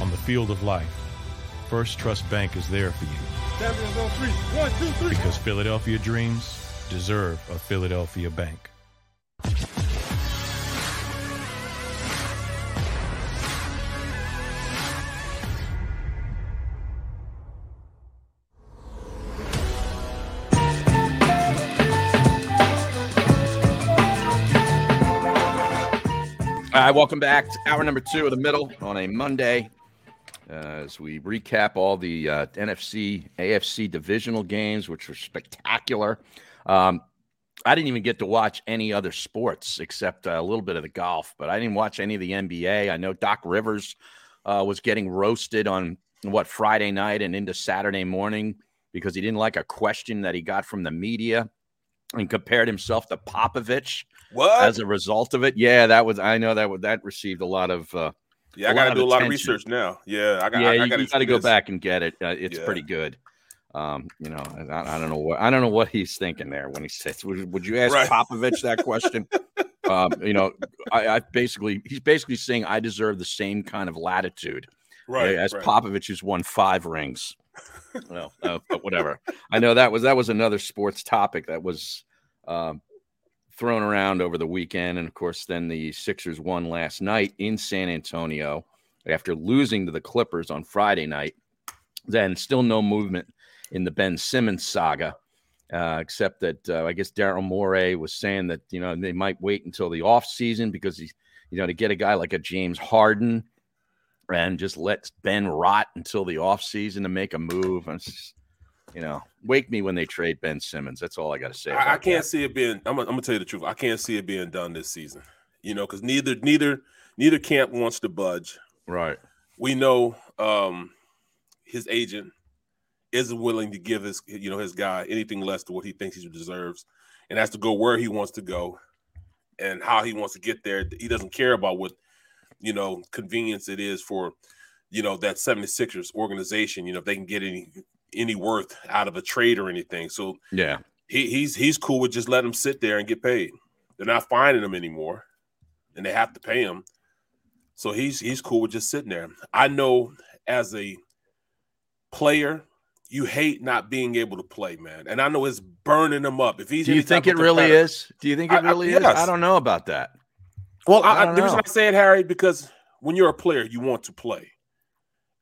Speaker 9: on the field of life, First Trust Bank is there for you because Philadelphia dreams deserve a Philadelphia bank.
Speaker 1: All right, welcome back. To hour number two of the middle on a Monday uh, as we recap all the uh, NFC, AFC divisional games, which were spectacular. Um, I didn't even get to watch any other sports except uh, a little bit of the golf, but I didn't watch any of the NBA. I know Doc Rivers uh, was getting roasted on what Friday night and into Saturday morning because he didn't like a question that he got from the media and compared himself to Popovich.
Speaker 2: What?
Speaker 1: As a result of it, yeah, that was. I know that was that received a lot of. Uh,
Speaker 2: Yeah, I got to do a lot of
Speaker 1: attention.
Speaker 2: research now. Yeah, I got.
Speaker 1: yeah,
Speaker 2: I, I
Speaker 1: you,
Speaker 2: gotta
Speaker 1: got to go
Speaker 2: this.
Speaker 1: back and get it. Uh, it's
Speaker 2: Yeah.
Speaker 1: pretty good. Um, you know, and I, I don't know what I don't know what he's thinking there when he says, "Would, would you ask
Speaker 2: Right.
Speaker 1: Popovich that question?" um, you know, I, I basically he's basically saying I deserve the same kind of latitude
Speaker 2: Right,
Speaker 1: as
Speaker 2: right.
Speaker 1: Popovich who's won five rings. well, uh, but whatever. I know that was that was another sports topic that was um, thrown around over the weekend, and of course, then the Sixers won last night in San Antonio after losing to the Clippers on Friday night. Then still no movement in the Ben Simmons saga, uh, except that uh, I guess Daryl Morey was saying that you know they might wait until the offseason because he's you know to get a guy like a James Harden and just let Ben rot until the offseason to make a move. And it's just, you know, wake me when they trade Ben Simmons. That's all I got to say.
Speaker 2: I, I
Speaker 1: about
Speaker 2: can't see it being. I'm, gonna- I'm gonna tell you the truth. I can't see it being done this season. You know, because neither neither neither camp wants to budge.
Speaker 1: that. Right.
Speaker 2: We know um his agent isn't willing to give his you know his guy anything less than what he thinks he deserves, and has to go where he wants to go, and how he wants to get there. He doesn't care about what you know convenience it is for you know that 76ers organization. You know if they can get any any worth out of a trade or anything. So
Speaker 1: Yeah.
Speaker 2: he, he's he's cool with just letting him sit there and get paid. They're not finding him anymore, and they have to pay him. So he's he's cool with just sitting there. I know as a player, you hate not being able to play, man, and I know it's burning him up. If he's
Speaker 1: Do you
Speaker 2: any type
Speaker 1: think it
Speaker 2: of
Speaker 1: really
Speaker 2: competitor-
Speaker 1: is? Do you think
Speaker 2: I-
Speaker 1: it
Speaker 2: I-
Speaker 1: really is?
Speaker 2: yes.
Speaker 1: I don't know about that.
Speaker 2: Well, I,
Speaker 1: I
Speaker 2: I-
Speaker 1: don't
Speaker 2: the reason
Speaker 1: know.
Speaker 2: I say it, Harry, because when you're a player, you want to play,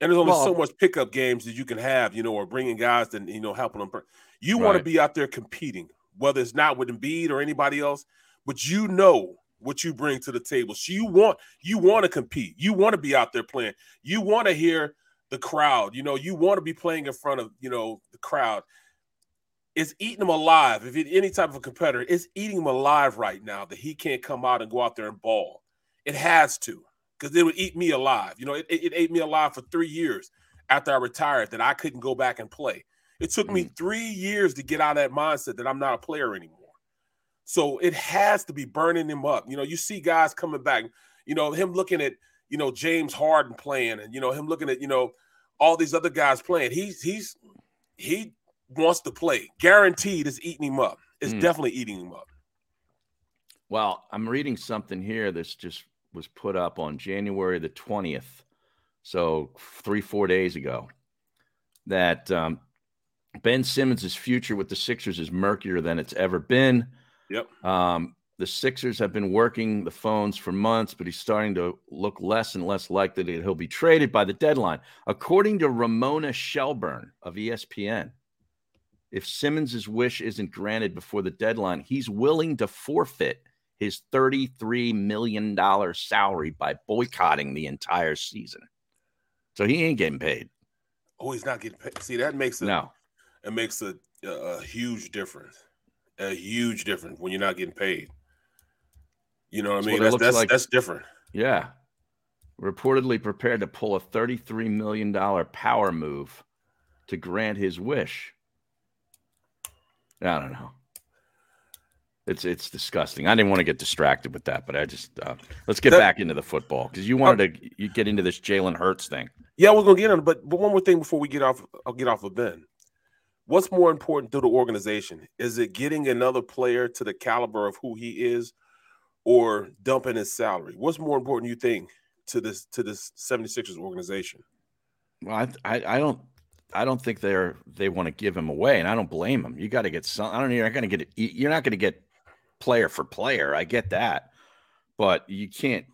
Speaker 2: and there's only
Speaker 1: Well-
Speaker 2: so much pickup games that you can have, you know, or bringing guys and you know helping them. You want
Speaker 1: Right.
Speaker 2: to be out there competing, whether it's not with Embiid or anybody else, but you know what you bring to the table. So you want you want to compete. You want to be out there playing. You want to hear the crowd. You know, you want to be playing in front of you know the crowd it's eating him alive. If it, any type of competitor, it's eating him alive right now that he can't come out and go out there and ball. It has to, because it would eat me alive. You know, it, it, it ate me alive for three years after I retired that I couldn't go back and play. It took me
Speaker 1: Mm.
Speaker 2: three years to get out of that mindset that I'm not a player anymore. So it has to be burning him up. You know, you see guys coming back, you know, him looking at, you know, James Harden playing and, you know, him looking at, you know, all these other guys playing. He's, he's, he wants to play. Guaranteed, it's eating him up. It's
Speaker 1: Mm.
Speaker 2: definitely eating him up.
Speaker 1: Well, I'm reading something here. This just was put up on January the 20th. So three, four days ago. That um, Ben Simmons' future with the Sixers is murkier than it's ever been.
Speaker 2: Yep.
Speaker 1: Um, the Sixers have been working the phones for months, but he's starting to look less and less likely that he'll be traded by the deadline. According to Ramona Shelburne of E ESPN, if Simmons' wish isn't granted before the deadline, he's willing to forfeit his $33 million salary by boycotting the entire season. So he ain't getting paid.
Speaker 2: Oh, he's not getting paid. See, that makes a,
Speaker 1: No.
Speaker 2: it makes a, a, a huge difference. A huge difference when you're not getting paid. You know what
Speaker 1: That's
Speaker 2: I
Speaker 1: what
Speaker 2: mean?
Speaker 1: it
Speaker 2: That's
Speaker 1: looks
Speaker 2: that's,
Speaker 1: like.
Speaker 2: that's different.
Speaker 1: Yeah. Reportedly prepared to pull a $33 million power move to grant his wish. I don't know. It's it's disgusting. I didn't want to get distracted with that, but I just uh, let's get
Speaker 2: That-
Speaker 1: back into the football because you wanted to you get into this Jalen Hurts thing.
Speaker 2: Yeah, we're gonna get on, but but one more thing before we get off, I'll get off of Ben. What's more important to the organization? Is it getting another player to the caliber of who he is, or dumping his salary? What's more important, you think, to this to this 76ers organization?
Speaker 1: Well, I, I I don't I don't think they're they want to give him away, and I don't blame them. You got to get some. I don't. You're not going to get. it- You're not going to get player for player. I get that, but you can't.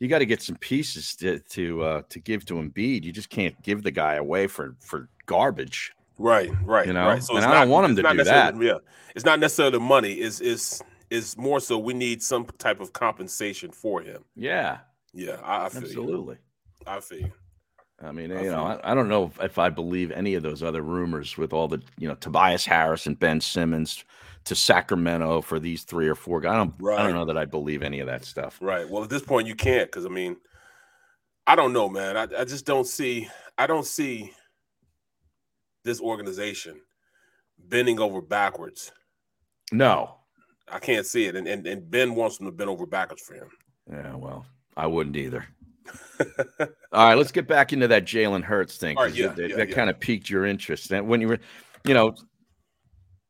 Speaker 1: You got to get some pieces to to uh, to give to Embiid. You just can't give the guy away for for garbage.
Speaker 2: Right, right,
Speaker 1: You know?
Speaker 2: right. So
Speaker 1: And
Speaker 2: it's
Speaker 1: I don't
Speaker 2: not-
Speaker 1: want 'em
Speaker 2: it's
Speaker 1: to
Speaker 2: not
Speaker 1: do
Speaker 2: necessarily-
Speaker 1: that.
Speaker 2: Yeah, it's not necessarily the money. It's it's is more so we need some type of compensation for him.
Speaker 1: Yeah.
Speaker 2: Yeah, I, I feel you.
Speaker 1: Absolutely.
Speaker 2: I feel you.
Speaker 1: I mean,
Speaker 2: I
Speaker 1: you know,
Speaker 2: think-
Speaker 1: I, I don't know if, if I believe any of those other rumors with all the, you know, Tobias Harris and Ben Simmons to Sacramento for these three or four guys. I don't, I
Speaker 2: Right.
Speaker 1: don't know that I believe any of that stuff.
Speaker 2: Right. Well, at this point, you can't because I mean, I don't know, man. I, I just don't see. I don't see this organization bending over backwards.
Speaker 1: No.
Speaker 2: I can't see it, and and, and Ben wants them to bend over backwards for him.
Speaker 1: Yeah. Well, I wouldn't either. all right. Let's get back into that Jalen Hurts thing.
Speaker 2: All right,
Speaker 1: 'cause
Speaker 2: yeah,
Speaker 1: that- that
Speaker 2: yeah, yeah.
Speaker 1: kind of piqued your interest. And when you were, you know,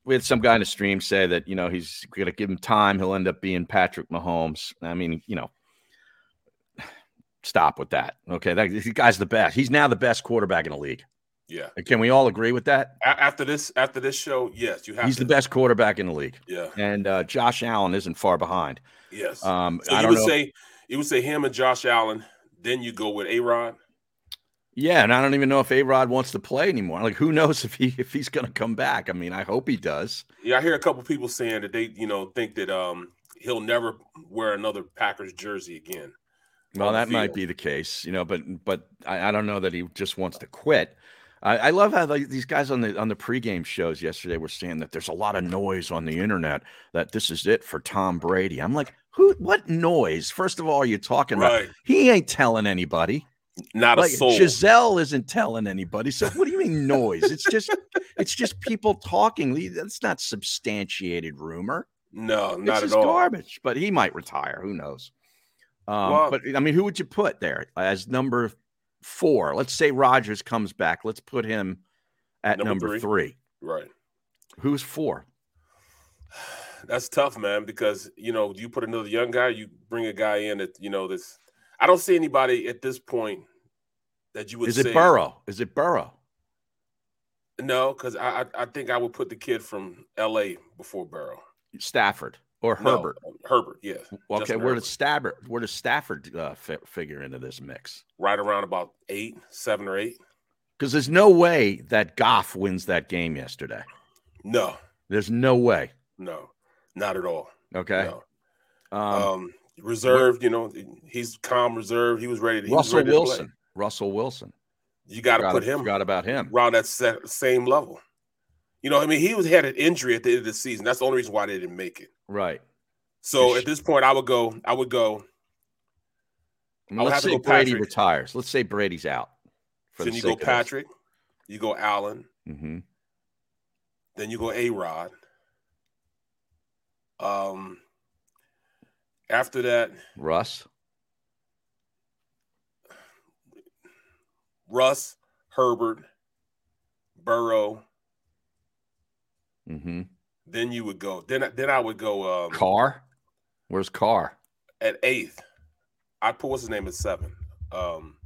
Speaker 1: we had some guy in the stream say that, you know, he's going to give him time. He'll end up being Patrick Mahomes. I mean, you know, stop with that. Okay. That this guy's the best. He's now the best quarterback in the league.
Speaker 2: Yeah.
Speaker 1: And Can we all agree with that?
Speaker 2: A- after this, after this show, yes, you have.
Speaker 1: He's
Speaker 2: to.
Speaker 1: the best quarterback in the league.
Speaker 2: Yeah.
Speaker 1: And uh, Josh Allen isn't far behind.
Speaker 2: Yes.
Speaker 1: Um,
Speaker 2: so
Speaker 1: I
Speaker 2: you
Speaker 1: don't
Speaker 2: would
Speaker 1: know.
Speaker 2: say you would say him and Josh Allen. Then you go with A Rod.
Speaker 1: Yeah, and I don't even know if A Rod wants to play anymore. Like, who knows if he if he's going to come back? I mean, I hope he does.
Speaker 2: Yeah, I hear a couple people saying that they, you know, think that um he'll never wear another Packers jersey again.
Speaker 1: Well,
Speaker 2: on the
Speaker 1: that might
Speaker 2: field.
Speaker 1: be the case, you know. But but I, I don't know that he just wants to quit. I, I love how like, these guys on the on the pregame shows yesterday were saying that there's a lot of noise on the internet that this is it for Tom Brady. I'm like, who? What noise? First of all, are you talking
Speaker 2: Right.
Speaker 1: about? He ain't telling anybody.
Speaker 2: Not
Speaker 1: like
Speaker 2: a soul.
Speaker 1: Giselle isn't telling anybody. So what do you mean noise? It's just it's just people talking. Le- That's not substantiated rumor.
Speaker 2: no,
Speaker 1: It's
Speaker 2: not at
Speaker 1: just
Speaker 2: all.
Speaker 1: garbage. But he might retire. Who knows? Um,
Speaker 2: Well-
Speaker 1: but I mean, who would you put there as number four? Let's say Rogers comes back. Let's put him at
Speaker 2: Number
Speaker 1: number,
Speaker 2: three.
Speaker 1: three.
Speaker 2: Right.
Speaker 1: Who's four?
Speaker 2: That's tough, man, because you know, you put another young guy, you bring a guy in that, you know, this I don't see anybody at this point that you would
Speaker 1: Is
Speaker 2: say
Speaker 1: it Burrow? Is it Burrow?
Speaker 2: No, because I, I I think I would put the kid from LA before Burrow.
Speaker 1: Stafford or
Speaker 2: No, um,
Speaker 1: Herbert?
Speaker 2: Herbert, yeah.
Speaker 1: okay,
Speaker 2: Justin
Speaker 1: where
Speaker 2: Herbert.
Speaker 1: does Stafford? Where does Stafford uh, fi- figure into this mix?
Speaker 2: right around about eight, seven or eight.
Speaker 1: Because there's no way that Goff wins that game yesterday.
Speaker 2: No,
Speaker 1: There's no way.
Speaker 2: no, not at all.
Speaker 1: Okay.
Speaker 2: No.
Speaker 1: Um,
Speaker 2: Um, reserved, you know, he's calm, reserved. He was ready to he was
Speaker 1: Russell
Speaker 2: ready to play.
Speaker 1: Wilson. Russell Wilson.
Speaker 2: You got to
Speaker 1: Forgot-
Speaker 2: put him
Speaker 1: Forgot about him.
Speaker 2: around that sa- same level. You know, I mean, he was had an injury at the end of the season. That's the only reason why they didn't make it.
Speaker 1: Right.
Speaker 2: So
Speaker 1: Ish.
Speaker 2: at this point, I would go. I would go.
Speaker 1: I mean,
Speaker 2: I would
Speaker 1: let's
Speaker 2: have to
Speaker 1: say
Speaker 2: go
Speaker 1: Brady
Speaker 2: Patrick.
Speaker 1: retires. Let's say Brady's out.
Speaker 2: Then you go Patrick. You go Allen.
Speaker 1: hmm
Speaker 2: Then you go A Rod. Um. After that,
Speaker 1: Russ.
Speaker 2: Russ, Herbert, Burrow.
Speaker 1: hmm
Speaker 2: Then you would go. Then then I would go um,
Speaker 1: Carr. Where's Carr?
Speaker 2: at eighth. I put what's his name at seven. Um,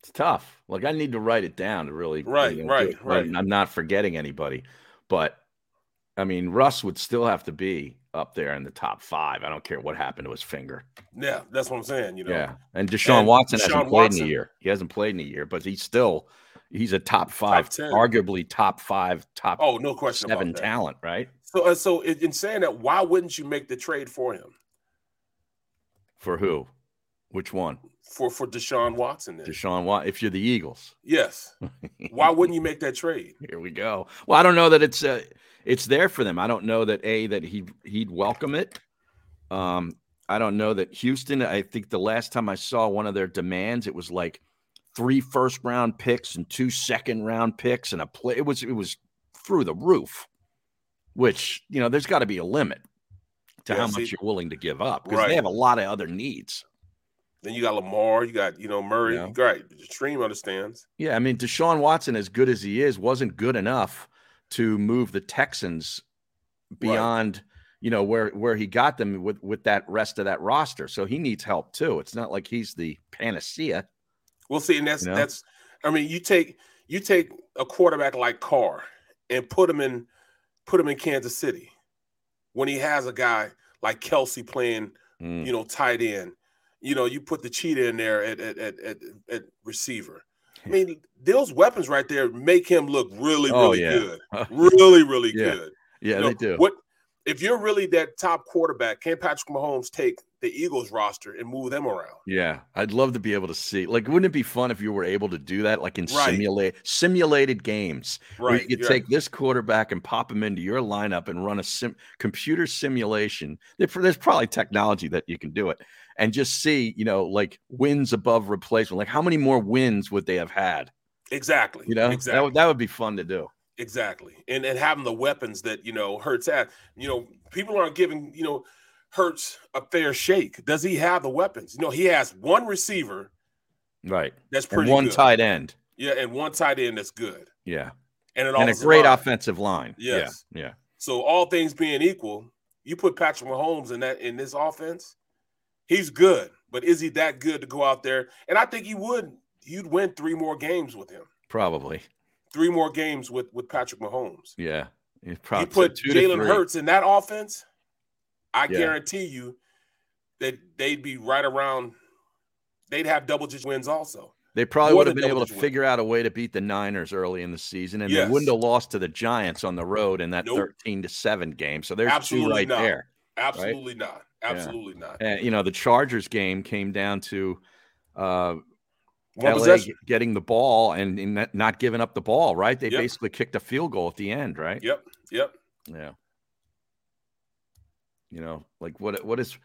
Speaker 1: It's tough. Like I need to write it down to really.
Speaker 2: Right,
Speaker 1: do
Speaker 2: right,
Speaker 1: it. But
Speaker 2: right.
Speaker 1: I'm not forgetting anybody, but I mean, Russ would still have to be up there in the top five. I don't care what happened to his finger.
Speaker 2: yeah, that's what I'm saying. You know,
Speaker 1: Yeah, and Deshaun
Speaker 2: And
Speaker 1: Watson
Speaker 2: Deshaun
Speaker 1: hasn't played in
Speaker 2: Watson-
Speaker 1: a year. He hasn't played in a year, but he's still he's a top five,
Speaker 2: 10.
Speaker 1: arguably top five, top
Speaker 2: Oh, no question
Speaker 1: seven
Speaker 2: about that.
Speaker 1: talent, right?
Speaker 2: So, uh, so in, in saying that, why wouldn't you make the trade for him
Speaker 1: For who? Which one?
Speaker 2: for for Deshaun Watson? Then?
Speaker 1: Deshaun Watson. If you're the Eagles,
Speaker 2: Yes. Why wouldn't you make that trade?
Speaker 1: here we go. Well, I don't know that it's uh, it's there for them. I don't know that a that he he'd welcome it. Um, I don't know that Houston. I think the last time I saw one of their demands, it was like three first round picks and two second round picks and a play. It was it was through the roof. Which you know, there's got to be a limit to
Speaker 2: Yeah,
Speaker 1: how
Speaker 2: see-
Speaker 1: much you're willing to give up because
Speaker 2: Right.
Speaker 1: they have a lot of other needs.
Speaker 2: Then you got Lamar. You got you know Murray.
Speaker 1: Yeah.
Speaker 2: Right. Stream understands.
Speaker 1: Yeah, I mean, Deshaun Watson, as good as he is, wasn't good enough to move the Texans beyond, you know, where where he got them with with that rest of that roster. So he needs help too. It's not like he's the panacea.
Speaker 2: We'll see. And that's
Speaker 1: You know?
Speaker 2: that's. I mean, you take you take a quarterback like Carr and put him in put him in Kansas City when he has a guy like Kelsey playing
Speaker 1: Mm,
Speaker 2: you know, tight end. You know, you put the cheetah in there at at at, at, at receiver. I mean, those weapons right there make him look really, really
Speaker 1: Oh, yeah.
Speaker 2: good. Really, really
Speaker 1: Yeah.
Speaker 2: good.
Speaker 1: Yeah, they
Speaker 2: You know,
Speaker 1: do.
Speaker 2: What if you're really that top quarterback? Can Patrick Mahomes take the Eagles roster and move them around?
Speaker 1: Yeah, I'd love to be able to see. Like, wouldn't it be fun if you were able to do that, like in
Speaker 2: Right.
Speaker 1: simulate simulated games, where
Speaker 2: Right,
Speaker 1: you could
Speaker 2: yeah.
Speaker 1: take this quarterback and pop him into your lineup and run a sim- computer simulation? There- There's probably technology that you can do it, and just see, you know, like wins above replacement. Like, how many more wins would they have had?
Speaker 2: Exactly.
Speaker 1: You know,
Speaker 2: exactly.
Speaker 1: that would that would be fun to do.
Speaker 2: Exactly. And and having the weapons that, you know, Hurts had, you know, people aren't giving, you know, Hurts a fair shake. Does he have the weapons? You know, he has one receiver
Speaker 1: Right.
Speaker 2: that's
Speaker 1: And
Speaker 2: pretty
Speaker 1: one
Speaker 2: good.
Speaker 1: tight end.
Speaker 2: Yeah, and one tight end that's good.
Speaker 1: Yeah.
Speaker 2: And an
Speaker 1: And a
Speaker 2: offensive
Speaker 1: great
Speaker 2: line.
Speaker 1: offensive line.
Speaker 2: Yes.
Speaker 1: Yeah. Yeah.
Speaker 2: So all things being equal, you put Patrick Mahomes in that in this offense, he's good. But is he that good to go out there? And I think he would you'd win three more games with him.
Speaker 1: Probably.
Speaker 2: Three more games with with Patrick Mahomes.
Speaker 1: Yeah. He's probably
Speaker 2: you put
Speaker 1: two to
Speaker 2: Jalen
Speaker 1: three.
Speaker 2: Hurts in that offense, I
Speaker 1: Yeah.
Speaker 2: guarantee you that they'd be right around. They'd have double digit wins also.
Speaker 1: They probably
Speaker 2: More
Speaker 1: would have
Speaker 2: than
Speaker 1: been able to
Speaker 2: double-digit wins.
Speaker 1: figure out a way to beat the Niners early in the season, and
Speaker 2: Yes.
Speaker 1: they wouldn't have lost to the Giants on the road in that
Speaker 2: Nope.
Speaker 1: thirteen to seven game. So there's
Speaker 2: Absolutely
Speaker 1: two right
Speaker 2: not.
Speaker 1: there.
Speaker 2: Absolutely not. Absolutely not.
Speaker 1: And, you know, the Chargers game came down to uh,
Speaker 2: One
Speaker 1: LA
Speaker 2: possession.
Speaker 1: getting the ball and, and not- not giving up the ball. Right? They
Speaker 2: Yep.
Speaker 1: basically kicked a field goal at the end. Right?
Speaker 2: Yep. Yep.
Speaker 1: Yeah. You know, like what what is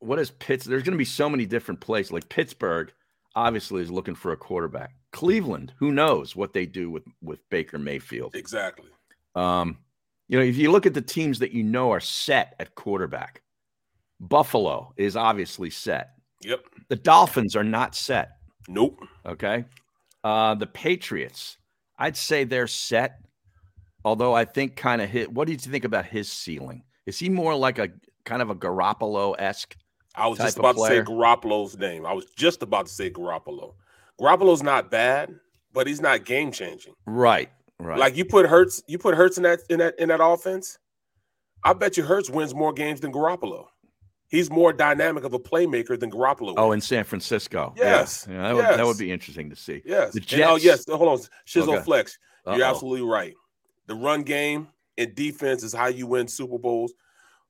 Speaker 1: what is Pitts? There's going to be so many different places. Like Pittsburgh, obviously, is looking for a quarterback. Cleveland, who knows what they do with with Baker Mayfield?
Speaker 2: Exactly.
Speaker 1: Um, you know, if you look at the teams that you know are set at quarterback, Buffalo is obviously set.
Speaker 2: Yep.
Speaker 1: The Dolphins are not set.
Speaker 2: Nope.
Speaker 1: Okay. Uh, the Patriots, I'd say they're set. Although I think kind of hit. What did you think about his ceiling? Is he more like a kind of a Garoppolo esque?
Speaker 2: I was
Speaker 1: Type
Speaker 2: just
Speaker 1: of
Speaker 2: about to say
Speaker 1: player.
Speaker 2: Garoppolo's name. I was just about to say Garoppolo. Garoppolo's not bad, but he's not game changing.
Speaker 1: Right. Right.
Speaker 2: Like you put Hurts, you put Hurts in that in that in that offense. I bet you Hurts wins more games than Garoppolo. He's more dynamic of a playmaker than Garoppolo.
Speaker 1: oh, in San Francisco. Yeah.
Speaker 2: Yes,
Speaker 1: Yeah. that, Would, that would
Speaker 2: yes.
Speaker 1: be interesting to see.
Speaker 2: Yes.
Speaker 1: The
Speaker 2: And- oh,
Speaker 1: Jets-
Speaker 2: yes. Hold on. Shizzle
Speaker 1: Okay.
Speaker 2: Flex. You're
Speaker 1: Uh-oh.
Speaker 2: absolutely right. The run game and defense is how you win Super Bowls.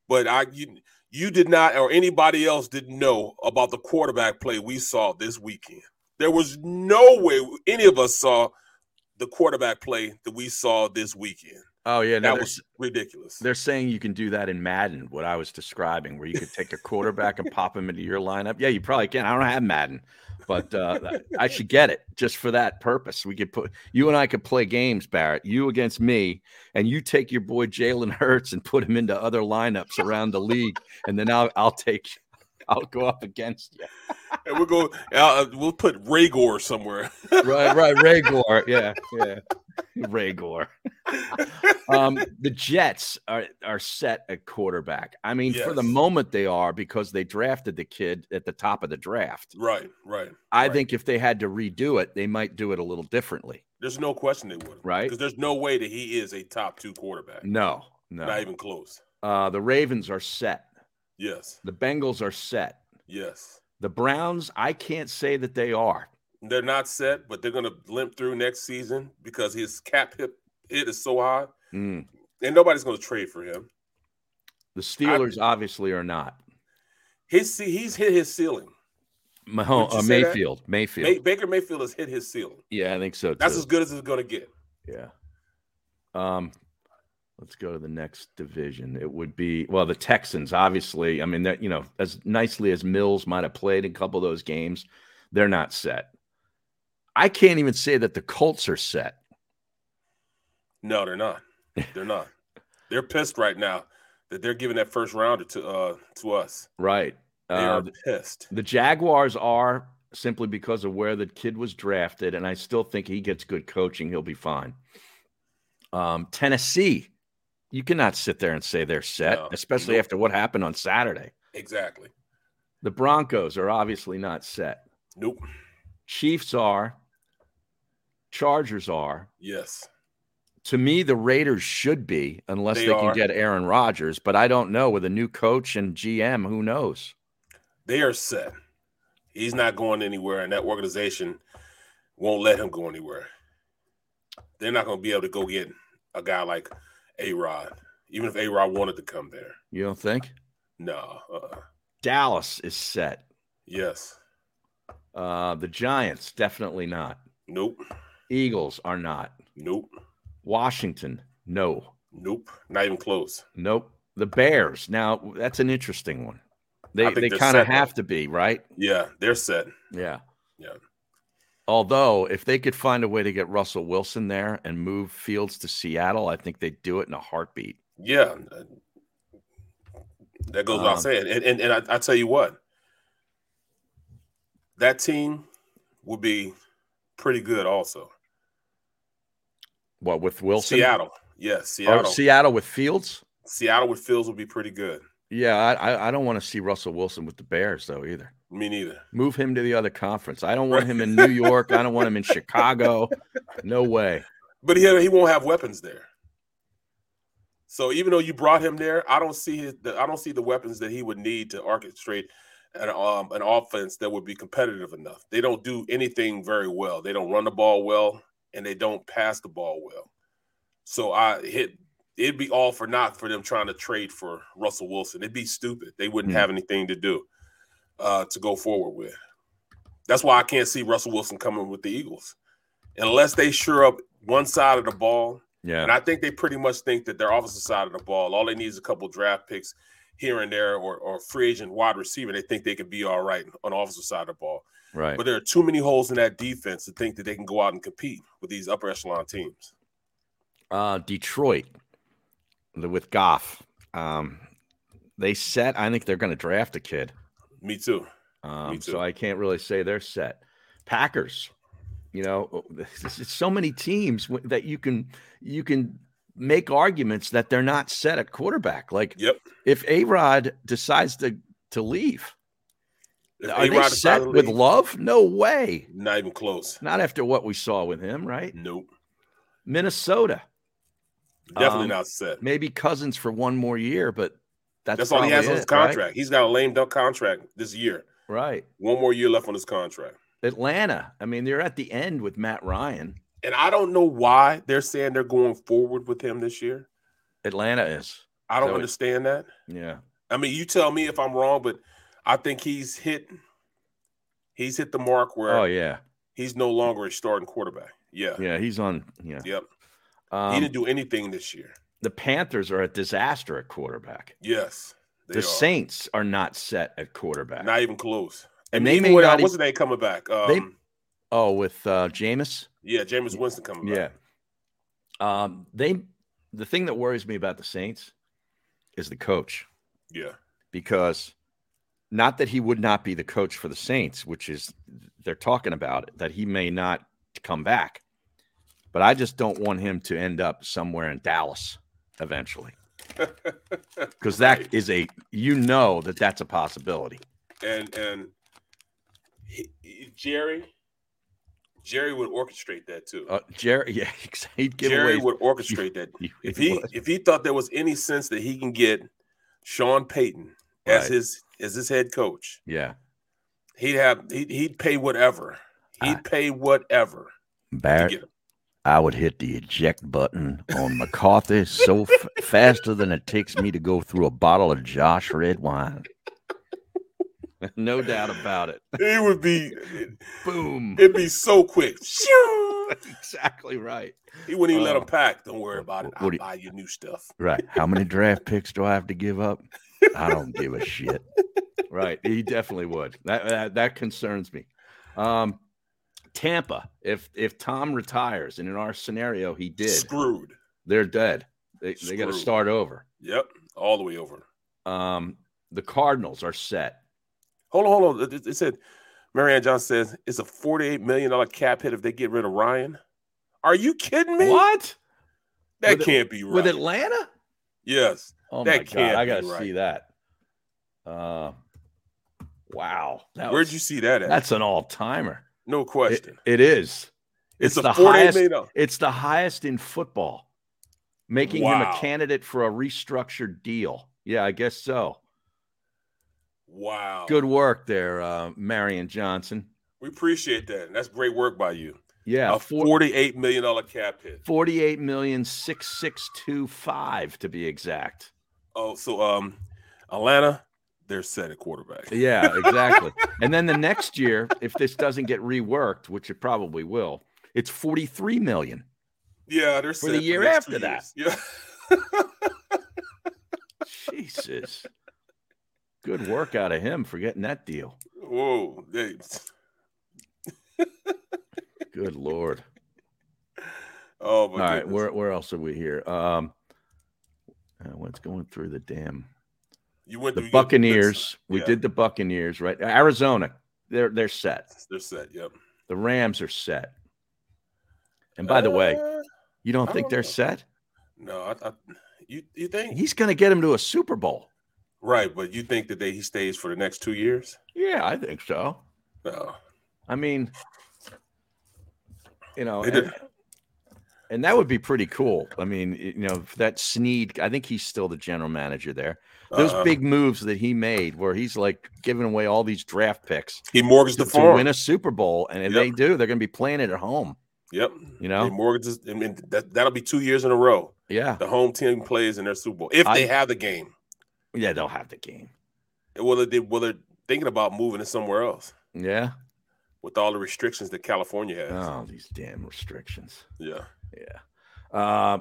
Speaker 2: But I you, you did not or anybody else didn't know about the quarterback play we saw this weekend. There was no way any of us saw the quarterback play that we saw this weekend.
Speaker 1: Oh yeah. No,
Speaker 2: that
Speaker 1: they're,
Speaker 2: was ridiculous.
Speaker 1: they're saying you can do that in Madden. What I was describing, where you could take a quarterback and pop him into your lineup. Yeah, you probably can. I don't have Madden, but uh, I should get it just for that purpose. We could put you and I could play games, Barrett. You against me, and you take your boy Jalen Hurts and put him into other lineups around the league, and then I'll I'll take. I'll go up against you.
Speaker 2: And we'll go. Uh, we'll put Ragor somewhere.
Speaker 1: Right, right. Ray Gore. Yeah, yeah. Ray Gore. um, the Jets are are set at quarterback. I mean, for the
Speaker 2: Yes.
Speaker 1: moment they are because they drafted the kid at the top of the draft.
Speaker 2: right. Right.
Speaker 1: I
Speaker 2: right.
Speaker 1: think if they had to redo it, they might do it a little differently.
Speaker 2: there's no question they would.
Speaker 1: Right.
Speaker 2: Because there's no way that he is a top two quarterback.
Speaker 1: No, no.
Speaker 2: Not even close.
Speaker 1: Uh, the Ravens are set.
Speaker 2: Yes.
Speaker 1: The Bengals are set.
Speaker 2: Yes.
Speaker 1: The Browns, I can't say that they are.
Speaker 2: They're not set, but they're gonna limp through next season because his cap hit, hit is so high,
Speaker 1: Mm.
Speaker 2: and nobody's gonna trade for him.
Speaker 1: The Steelers obviously are not.
Speaker 2: His see, he's hit his ceiling.
Speaker 1: Mahone,
Speaker 2: Would you
Speaker 1: uh,
Speaker 2: say that?
Speaker 1: Mayfield, Mayfield.
Speaker 2: May, Baker Mayfield has hit his ceiling.
Speaker 1: yeah, I think so.
Speaker 2: That's
Speaker 1: too.
Speaker 2: as good as it's gonna get.
Speaker 1: Yeah. Um, let's go to the next division. It would be well the Texans. Obviously, I mean that you know as nicely as Mills might have played in a couple of those games, they're not set. I can't even say that the Colts are set.
Speaker 2: No, they're not. They're not. they're pissed right now that they're giving that first rounder to uh to us.
Speaker 1: Right.
Speaker 2: They
Speaker 1: Uh,
Speaker 2: are pissed.
Speaker 1: the Jaguars are simply because of where the kid was drafted, and I still think he gets good coaching. He'll be fine. Um, Tennessee, you cannot sit there and say they're set,
Speaker 2: No.
Speaker 1: especially
Speaker 2: Nope.
Speaker 1: after what happened on Saturday.
Speaker 2: Exactly.
Speaker 1: The Broncos are obviously not set.
Speaker 2: Nope.
Speaker 1: Chiefs are. Chargers are.
Speaker 2: Yes.
Speaker 1: To me, the Raiders should be, unless they,
Speaker 2: They
Speaker 1: can
Speaker 2: are.
Speaker 1: get Aaron Rodgers. But I don't know with a new coach and GM. Who knows?
Speaker 2: they are set. He's not going anywhere, and that organization won't let him go anywhere. They're not going to be able to go get a guy like A Rod, even if A Rod wanted to come there.
Speaker 1: You don't think?
Speaker 2: No. Uh-uh.
Speaker 1: Dallas is set.
Speaker 2: Yes.
Speaker 1: Uh, the Giants, definitely not.
Speaker 2: Nope.
Speaker 1: Eagles are not.
Speaker 2: Nope.
Speaker 1: Washington, no.
Speaker 2: Nope. Not even close.
Speaker 1: Nope. The Bears. Now that's an interesting one.
Speaker 2: I
Speaker 1: They
Speaker 2: think
Speaker 1: they
Speaker 2: they're
Speaker 1: kind of
Speaker 2: set, though.
Speaker 1: have to be right.
Speaker 2: Yeah, they're set.
Speaker 1: Yeah.
Speaker 2: Yeah.
Speaker 1: Although if they could find a way to get Russell Wilson there and move Fields to Seattle, I think they'd do it in a heartbeat.
Speaker 2: Yeah. That goes without
Speaker 1: Um,
Speaker 2: saying. And and, and I, I tell you what, that team would be pretty good also.
Speaker 1: What with Wilson?
Speaker 2: Seattle. Yeah,
Speaker 1: Or
Speaker 2: Seattle.
Speaker 1: Seattle with Fields?
Speaker 2: Seattle with Fields would be pretty good.
Speaker 1: Yeah, I I, I don't want to see Russell Wilson with the Bears though either.
Speaker 2: Me neither.
Speaker 1: Move him to the other conference. I don't want him in New York. I don't want him in Chicago. No way.
Speaker 2: But he he won't have weapons there. So even though you brought him there, I don't see his, the, I don't see the weapons that he would need to orchestrate an um, an offense that would be competitive enough. They don't do anything very well. They don't run the ball well, and they don't pass the ball well. So I hit. It'd be all for naught for them trying to trade for Russell Wilson. It'd be stupid. They wouldn't
Speaker 1: Hmm.
Speaker 2: have anything to do uh, to go forward with. That's why I can't see Russell Wilson coming with the Eagles, unless they sure up one side of the ball
Speaker 1: Yeah.
Speaker 2: and I think they pretty much think that their offensive side of the ball, all they need is a couple draft picks here and there or, or free agent wide receiver. They think they could be all right on the offensive side of the ball.
Speaker 1: right.
Speaker 2: But there are too many holes in that defense to think that they can go out and compete with these upper echelon teams.
Speaker 1: uh, Detroit the- with Goff. Um, they set. I think they're going to draft a kid.
Speaker 2: Me too.
Speaker 1: Um, so
Speaker 2: too.
Speaker 1: I can't really say they're set. Packers. You know, it's it's so many teams w- that you can you can make arguments that they're not set at quarterback. Like
Speaker 2: Yep.
Speaker 1: if A Rod decides to to leave,
Speaker 2: If
Speaker 1: are they
Speaker 2: A-Rod is out
Speaker 1: set
Speaker 2: of the
Speaker 1: with
Speaker 2: league,
Speaker 1: Love? No way.
Speaker 2: Not even close.
Speaker 1: Not after what we saw with him, right?
Speaker 2: Nope.
Speaker 1: Minnesota,
Speaker 2: Definitely
Speaker 1: Um,
Speaker 2: not set.
Speaker 1: maybe Cousins for one more year, but that's,
Speaker 2: That's all he has
Speaker 1: probably
Speaker 2: on his
Speaker 1: it, right?
Speaker 2: contract. He's got a lame duck contract this year.
Speaker 1: Right.
Speaker 2: One more year left on his contract.
Speaker 1: Atlanta. I mean, they're at the end with Matt Ryan.
Speaker 2: And I don't know why they're saying they're going forward with him this year.
Speaker 1: Atlanta is.
Speaker 2: I don't
Speaker 1: So it-
Speaker 2: understand that.
Speaker 1: Yeah.
Speaker 2: I mean, you tell me if I'm wrong, but I think he's hit he's hit the mark where
Speaker 1: Oh yeah.
Speaker 2: he's no longer a starting quarterback. Yeah.
Speaker 1: Yeah. He's on. Yeah.
Speaker 2: Yep. he
Speaker 1: Um,
Speaker 2: didn't do anything this year.
Speaker 1: the Panthers are a disaster at quarterback.
Speaker 2: Yes. They
Speaker 1: the
Speaker 2: are.
Speaker 1: Saints are not set at quarterback.
Speaker 2: Not even close.
Speaker 1: And
Speaker 2: And
Speaker 1: they
Speaker 2: even
Speaker 1: may
Speaker 2: when
Speaker 1: not
Speaker 2: uh,
Speaker 1: e-
Speaker 2: what's his name coming back? Um,
Speaker 1: They- oh, with uh, Jameis.
Speaker 2: yeah, Jameis Winston coming
Speaker 1: Yeah.
Speaker 2: back.
Speaker 1: Um, they. The thing that worries me about the Saints is the coach
Speaker 2: Yeah. Yeah.
Speaker 1: because not that he would not be the coach for the Saints, which is they're talking about it, that he may not come back. But I just don't want him to end up somewhere in Dallas eventually. Because that is a, you know, that that's a possibility.
Speaker 2: And and he, he- Jerry Jerry would orchestrate that too.
Speaker 1: Uh, Jerry, yeah, he'd give
Speaker 2: Jerry
Speaker 1: away.
Speaker 2: would orchestrate that.
Speaker 1: he
Speaker 2: if he
Speaker 1: would.
Speaker 2: if he thought there was any sense that he can get Sean Payton as
Speaker 1: Right.
Speaker 2: his as his head coach,
Speaker 1: yeah.
Speaker 2: he'd have he'd, he'd pay whatever. He'd pay whatever to
Speaker 1: Barrett,
Speaker 2: get him.
Speaker 1: I would hit the eject button on McCarthy so f- faster than it takes me to go through a bottle of Josh red wine. No doubt about it.
Speaker 2: It would be
Speaker 1: Boom.
Speaker 2: it'd be so quick. Shoo!
Speaker 1: exactly right.
Speaker 2: He wouldn't even let
Speaker 1: Uh,
Speaker 2: him pack. Don't worry about it.
Speaker 1: what
Speaker 2: I'll
Speaker 1: do you-
Speaker 2: buy you new stuff.
Speaker 1: Right. How many draft picks do I have to give up? I don't give a shit. Right. He definitely would. That that, that concerns me. Um Tampa, if if Tom retires, and in our scenario he did,
Speaker 2: Screwed.
Speaker 1: they're dead. They they got to
Speaker 2: Screwed.
Speaker 1: start over.
Speaker 2: Yep, all the way over.
Speaker 1: Um the Cardinals are set.
Speaker 2: Hold on, hold on. It, it said Marianne Johnson says it's a forty-eight million dollar cap hit if they get rid of Ryan. Are you kidding me?
Speaker 1: What?
Speaker 2: That
Speaker 1: With it-
Speaker 2: can't be right.
Speaker 1: With Atlanta?
Speaker 2: yes.
Speaker 1: Oh
Speaker 2: That
Speaker 1: my god,
Speaker 2: can't
Speaker 1: I
Speaker 2: be
Speaker 1: got to
Speaker 2: right.
Speaker 1: see that. Uh Wow. That
Speaker 2: Where'd
Speaker 1: was-
Speaker 2: you see that at?
Speaker 1: That's an all-timer.
Speaker 2: no
Speaker 1: It-
Speaker 2: question.
Speaker 1: it is. It's,
Speaker 2: it's, a
Speaker 1: the
Speaker 2: forty-eight
Speaker 1: highest.
Speaker 2: million dollar.
Speaker 1: It's the highest in football, making him a
Speaker 2: Wow.
Speaker 1: candidate for a restructured deal. Yeah, I guess so.
Speaker 2: Wow.
Speaker 1: Good work there, uh, Marion Johnson.
Speaker 2: We appreciate that. That's great work by you.
Speaker 1: Yeah,
Speaker 2: a forty-eight million dollar cap hit.
Speaker 1: forty-eight million six six two five to be exact.
Speaker 2: Oh, so um, Atlanta, they're set at quarterback.
Speaker 1: Yeah, exactly. and then the next year, if this doesn't get reworked, which it probably will, it's forty-three million.
Speaker 2: Yeah, they're
Speaker 1: For
Speaker 2: set
Speaker 1: the year
Speaker 2: next
Speaker 1: after
Speaker 2: two
Speaker 1: that.
Speaker 2: years.
Speaker 1: Jesus, good work out of him for getting that deal.
Speaker 2: Yeah. Whoa. They,
Speaker 1: Good lord.
Speaker 2: oh my
Speaker 1: All right,
Speaker 2: goodness.
Speaker 1: where where else are we here? Um, uh, what's going through the damn?
Speaker 2: you went
Speaker 1: the
Speaker 2: through- you went through
Speaker 1: Buccaneers. We
Speaker 2: Yeah.
Speaker 1: did the Buccaneers, right? Arizona, they're they're set.
Speaker 2: They're set. Yep.
Speaker 1: The Rams are set. And by the way,
Speaker 2: Uh,
Speaker 1: you don't
Speaker 2: I
Speaker 1: think
Speaker 2: don't
Speaker 1: they're
Speaker 2: know.
Speaker 1: set?
Speaker 2: no, I, I, you you think
Speaker 1: He's going to get him to a Super Bowl.
Speaker 2: right, but you think that they, he stays for the next two years?
Speaker 1: Yeah, I think so.
Speaker 2: No.
Speaker 1: I mean, you know,
Speaker 2: They
Speaker 1: and,
Speaker 2: did-
Speaker 1: and that would be pretty cool. I mean, you know, if that Sneed, I think he's still the general manager there. Those
Speaker 2: Uh-huh.
Speaker 1: big moves that he made, where he's like giving away all these draft picks
Speaker 2: He mortgaged
Speaker 1: to,
Speaker 2: the
Speaker 1: to
Speaker 2: farm.
Speaker 1: win a Super Bowl, and if
Speaker 2: Yep.
Speaker 1: they do, they're going to be playing it at home.
Speaker 2: Yep.
Speaker 1: You know?
Speaker 2: They mortgages. I mean, that that'll be two years in a row.
Speaker 1: Yeah,
Speaker 2: The home team plays in their Super Bowl if they
Speaker 1: I-
Speaker 2: have the game.
Speaker 1: yeah, they'll have the game.
Speaker 2: Well, they well they're thinking about moving it somewhere else
Speaker 1: Yeah.
Speaker 2: with all the restrictions that California has.
Speaker 1: Oh, these damn restrictions.
Speaker 2: Yeah.
Speaker 1: Yeah. Uh,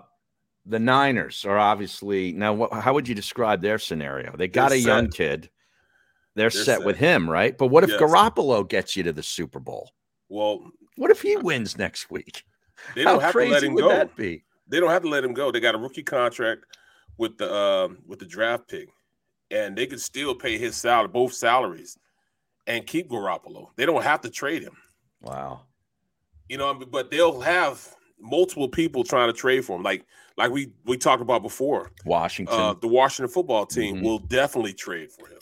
Speaker 1: the Niners are obviously now. What, how would you describe their scenario? They got
Speaker 2: They're
Speaker 1: a young kid. They're,
Speaker 2: They're
Speaker 1: set,
Speaker 2: set.
Speaker 1: with him, right? But what if
Speaker 2: Yes.
Speaker 1: Garoppolo gets you to the Super Bowl?
Speaker 2: Well,
Speaker 1: What if he wins next week?
Speaker 2: they
Speaker 1: how
Speaker 2: don't have to
Speaker 1: crazy
Speaker 2: let him
Speaker 1: would
Speaker 2: go.
Speaker 1: that be?
Speaker 2: They don't have to let him go. They got a rookie contract with the um, with the draft pick, and they could still pay his salary, both salaries, and keep Garoppolo. They don't have to trade him.
Speaker 1: Wow.
Speaker 2: You know, but they'll have multiple people trying to trade for him. Like like we we talked about before.
Speaker 1: Washington.
Speaker 2: Uh, the Washington football team
Speaker 1: Mhm.
Speaker 2: will definitely trade for him.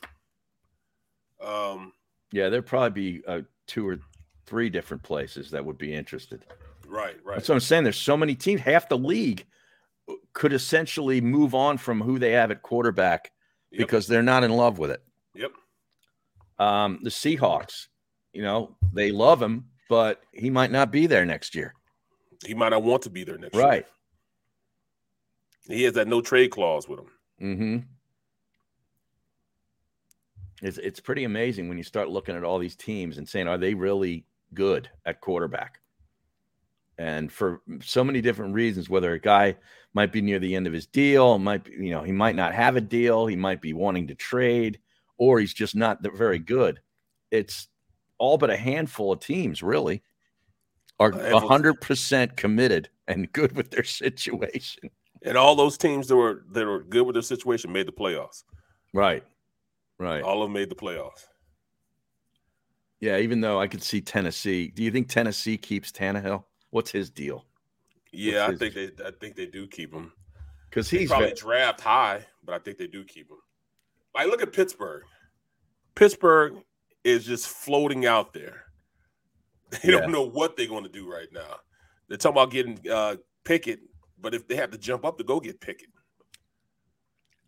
Speaker 2: Um,
Speaker 1: yeah, there'd probably be uh, two or three different places that would be interested.
Speaker 2: right, right.
Speaker 1: That's what I'm saying. There's so many teams. Half the league could essentially move on from who they have at quarterback
Speaker 2: Yep.
Speaker 1: because they're not in love with it.
Speaker 2: Yep.
Speaker 1: Um, the Seahawks, you know, they love him, but he might not be there next year.
Speaker 2: he might not want to be there next year. He has that no trade clause with him.
Speaker 1: Mm-hmm. It's it's pretty amazing when you start looking at all these teams and saying, are they really good at quarterback? And for so many different reasons, whether a guy might be near the end of his deal, might be, you know, he might not have a deal, he might be wanting to trade, or he's just not that very good. It's all but a handful of teams really are
Speaker 2: A handful.
Speaker 1: hundred percent committed and good with their situation.
Speaker 2: And all those teams that were that were good with their situation made the playoffs.
Speaker 1: Right. Right.
Speaker 2: All of them made the playoffs.
Speaker 1: Yeah, even though I could see Tennessee. Do you think Tennessee keeps Tannehill? What's his deal?
Speaker 2: Yeah, I
Speaker 1: Which is-
Speaker 2: think they I think they do keep him.
Speaker 1: Because
Speaker 2: They
Speaker 1: he's
Speaker 2: probably
Speaker 1: ve-
Speaker 2: draft high, but I think they do keep him. Like look at Pittsburgh. Pittsburgh is just floating out there. They
Speaker 1: Yeah.
Speaker 2: don't know what they're going to do right now. They're talking about getting uh Pickett, but if they have to jump up to go get Pickett,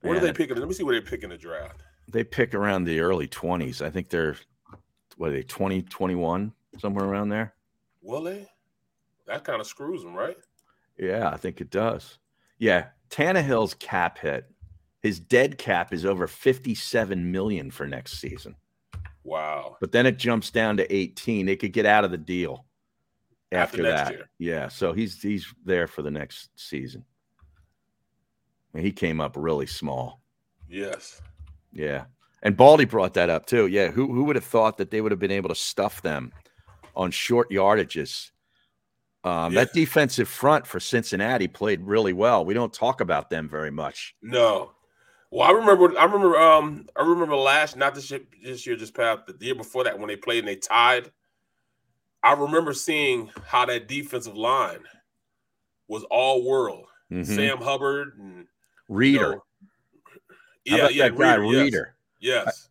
Speaker 2: what are
Speaker 1: Yeah.
Speaker 2: they picking? Let me see where they're picking the draft.
Speaker 1: they pick around the early twenties. I think they're what are they 20, 21, somewhere around there.
Speaker 2: Will they? That kind of screws them, right?
Speaker 1: Yeah, I think it does. Yeah, Tannehill's cap hit, his dead cap is over fifty-seven million for next season.
Speaker 2: Wow.
Speaker 1: But then it jumps down to eighteen. They could get out of the deal
Speaker 2: After
Speaker 1: after,
Speaker 2: next
Speaker 1: that.
Speaker 2: year.
Speaker 1: Yeah, so he's he's there for the next season. And he came up really small.
Speaker 2: Yes.
Speaker 1: Yeah. And Baldy brought that up too. Yeah. Who who would have thought that they would have been able to stuff them on short yardages? Um, That defensive front for Cincinnati played really well. We don't talk about them very much.
Speaker 2: No. Well, I remember. I remember. Um, I remember last, not this year, this year, just past the year before that, when they played and they tied. I remember seeing how that defensive line was all world.
Speaker 1: Mhm.
Speaker 2: Sam Hubbard and you
Speaker 1: Reader.
Speaker 2: know-
Speaker 1: How
Speaker 2: yeah,
Speaker 1: about
Speaker 2: yeah,
Speaker 1: that guy,
Speaker 2: Reader.
Speaker 1: Reader.
Speaker 2: Yes. yes.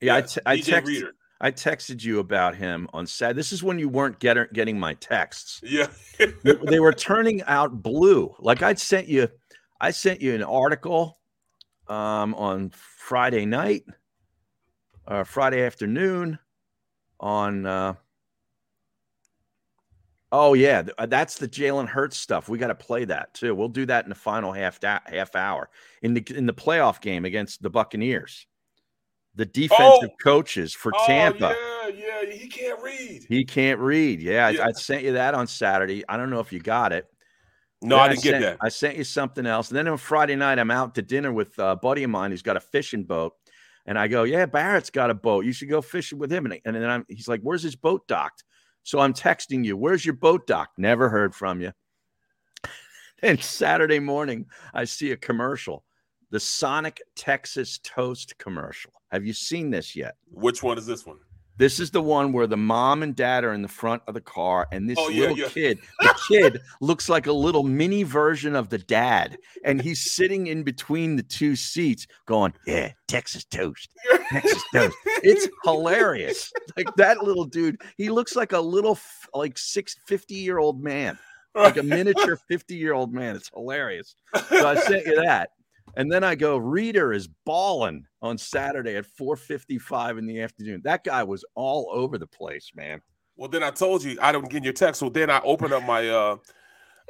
Speaker 1: Yeah, I
Speaker 2: yes.
Speaker 1: te- I
Speaker 2: DJ
Speaker 1: text-
Speaker 2: Reader.
Speaker 1: I texted you about him on Saturday. This is when you weren't get- getting my texts.
Speaker 2: Yeah.
Speaker 1: They- they were turning out blue. Like I'd sent you, I sent you an article um, on Friday night, uh, Friday afternoon, on uh, Oh yeah, th- uh, that's the Jalen Hurts stuff. We got to play that too. We'll do that in the final half da- half hour in the in the playoff game against the Buccaneers. The defensive coaches for Tampa.
Speaker 2: Oh, yeah, yeah. He can't read.
Speaker 1: He can't read. Yeah, I-
Speaker 2: Yeah.
Speaker 1: I, sent you that on Saturday. I don't know if you got it.
Speaker 2: No,
Speaker 1: Then
Speaker 2: I didn't get
Speaker 1: sent-
Speaker 2: that.
Speaker 1: I sent you something else. And then on Friday night, I'm out to dinner with a buddy of mine who's got a fishing boat. And I go, Yeah, Barrett's got a boat. You should go fishing with him. And, and then I'm, he's like, Where's his boat docked? So I'm texting you, Where's your boat docked? Never heard from you. And Saturday morning, I see a commercial, the Sonic Texas Toast commercial. Have you seen this yet?
Speaker 2: Which one is this one?
Speaker 1: This is the one where the mom and dad are in the front of the car, and this
Speaker 2: Oh, yeah,
Speaker 1: little
Speaker 2: yeah.
Speaker 1: kid, the kid looks like a little mini version of the dad, and he's sitting in between the two seats, going, "Yeah, Texas toast, Texas toast." It's hilarious. Like that little dude, he looks like a little, f- like six, 50 year old man, like a miniature fifty year old man. It's hilarious. So I sent you that. And then I go, Reader is balling on Saturday at 4:55 in the afternoon. That guy was all over the place, man.
Speaker 2: Well, then I told you I don't get your text. So then I open up my uh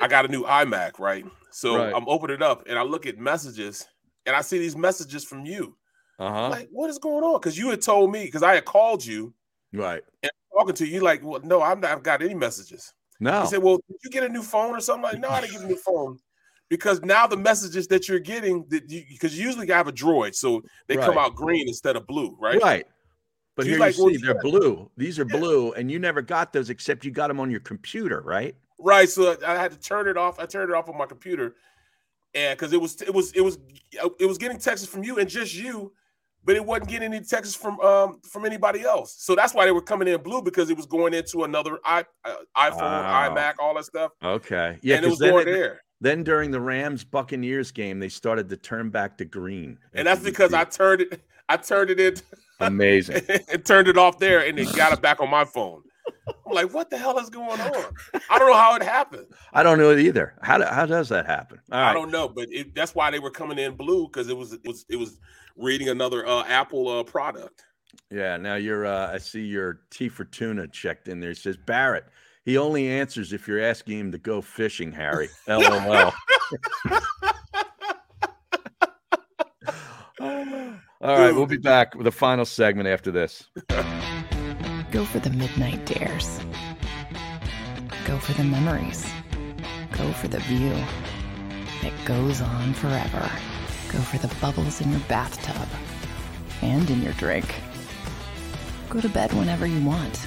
Speaker 2: I got a new iMac, right? So
Speaker 1: Right.
Speaker 2: I'm opening it up and I look at messages and I see these messages from you.
Speaker 1: Uh-huh.
Speaker 2: Like, what is going on? Because you had told me, because I had called you
Speaker 1: right.
Speaker 2: and talking to you, like, well, no, I'm not, I've got any messages.
Speaker 1: No.
Speaker 2: He said, Well, did you get a new phone or something? Like, no, I didn't get a new phone. Because now the messages that you're getting, that you because usually I have a droid, so they come
Speaker 1: Right.
Speaker 2: out green instead of blue, right?
Speaker 1: Right. But
Speaker 2: He's
Speaker 1: here
Speaker 2: like,
Speaker 1: you
Speaker 2: "Well,
Speaker 1: see, they're
Speaker 2: yeah."
Speaker 1: blue. These are blue, and you never got those except you got them on your computer, right?
Speaker 2: Right. So I had to turn it off. I turned it off on my computer, and because it was it was it was uh, it was getting texts from you and just you, but it wasn't getting any texts from um from anybody else. So that's why they were coming in blue because it was going into another i uh, iPhone,
Speaker 1: Wow.
Speaker 2: iMac, all that stuff.
Speaker 1: Okay. Yeah.
Speaker 2: and it
Speaker 1: 'cause
Speaker 2: was
Speaker 1: then,
Speaker 2: going
Speaker 1: it-
Speaker 2: there,
Speaker 1: then during the Rams Buccaneers game, they started to turn back to green.
Speaker 2: and that's because I turned it. I turned it in
Speaker 1: amazing.
Speaker 2: and turned it off there, and it got it back on my phone. I'm like, what the hell is going on? I don't know how it happened.
Speaker 1: I don't know it either. How, do, how does that happen? All
Speaker 2: I
Speaker 1: right.
Speaker 2: don't know, but it, that's why they were coming in blue because it was it was it was reading another uh, Apple uh, product.
Speaker 1: Yeah, now you're uh I see your T for tuna checked in there. It says Barrett. He only answers if you're asking him to go fishing, Harry. LOL. All right, we'll be back with the final segment after this.
Speaker 3: Go for the midnight dares. Go for the memories. Go for the view that goes on forever. Go for the bubbles in your bathtub and in your drink. Go to bed whenever you want.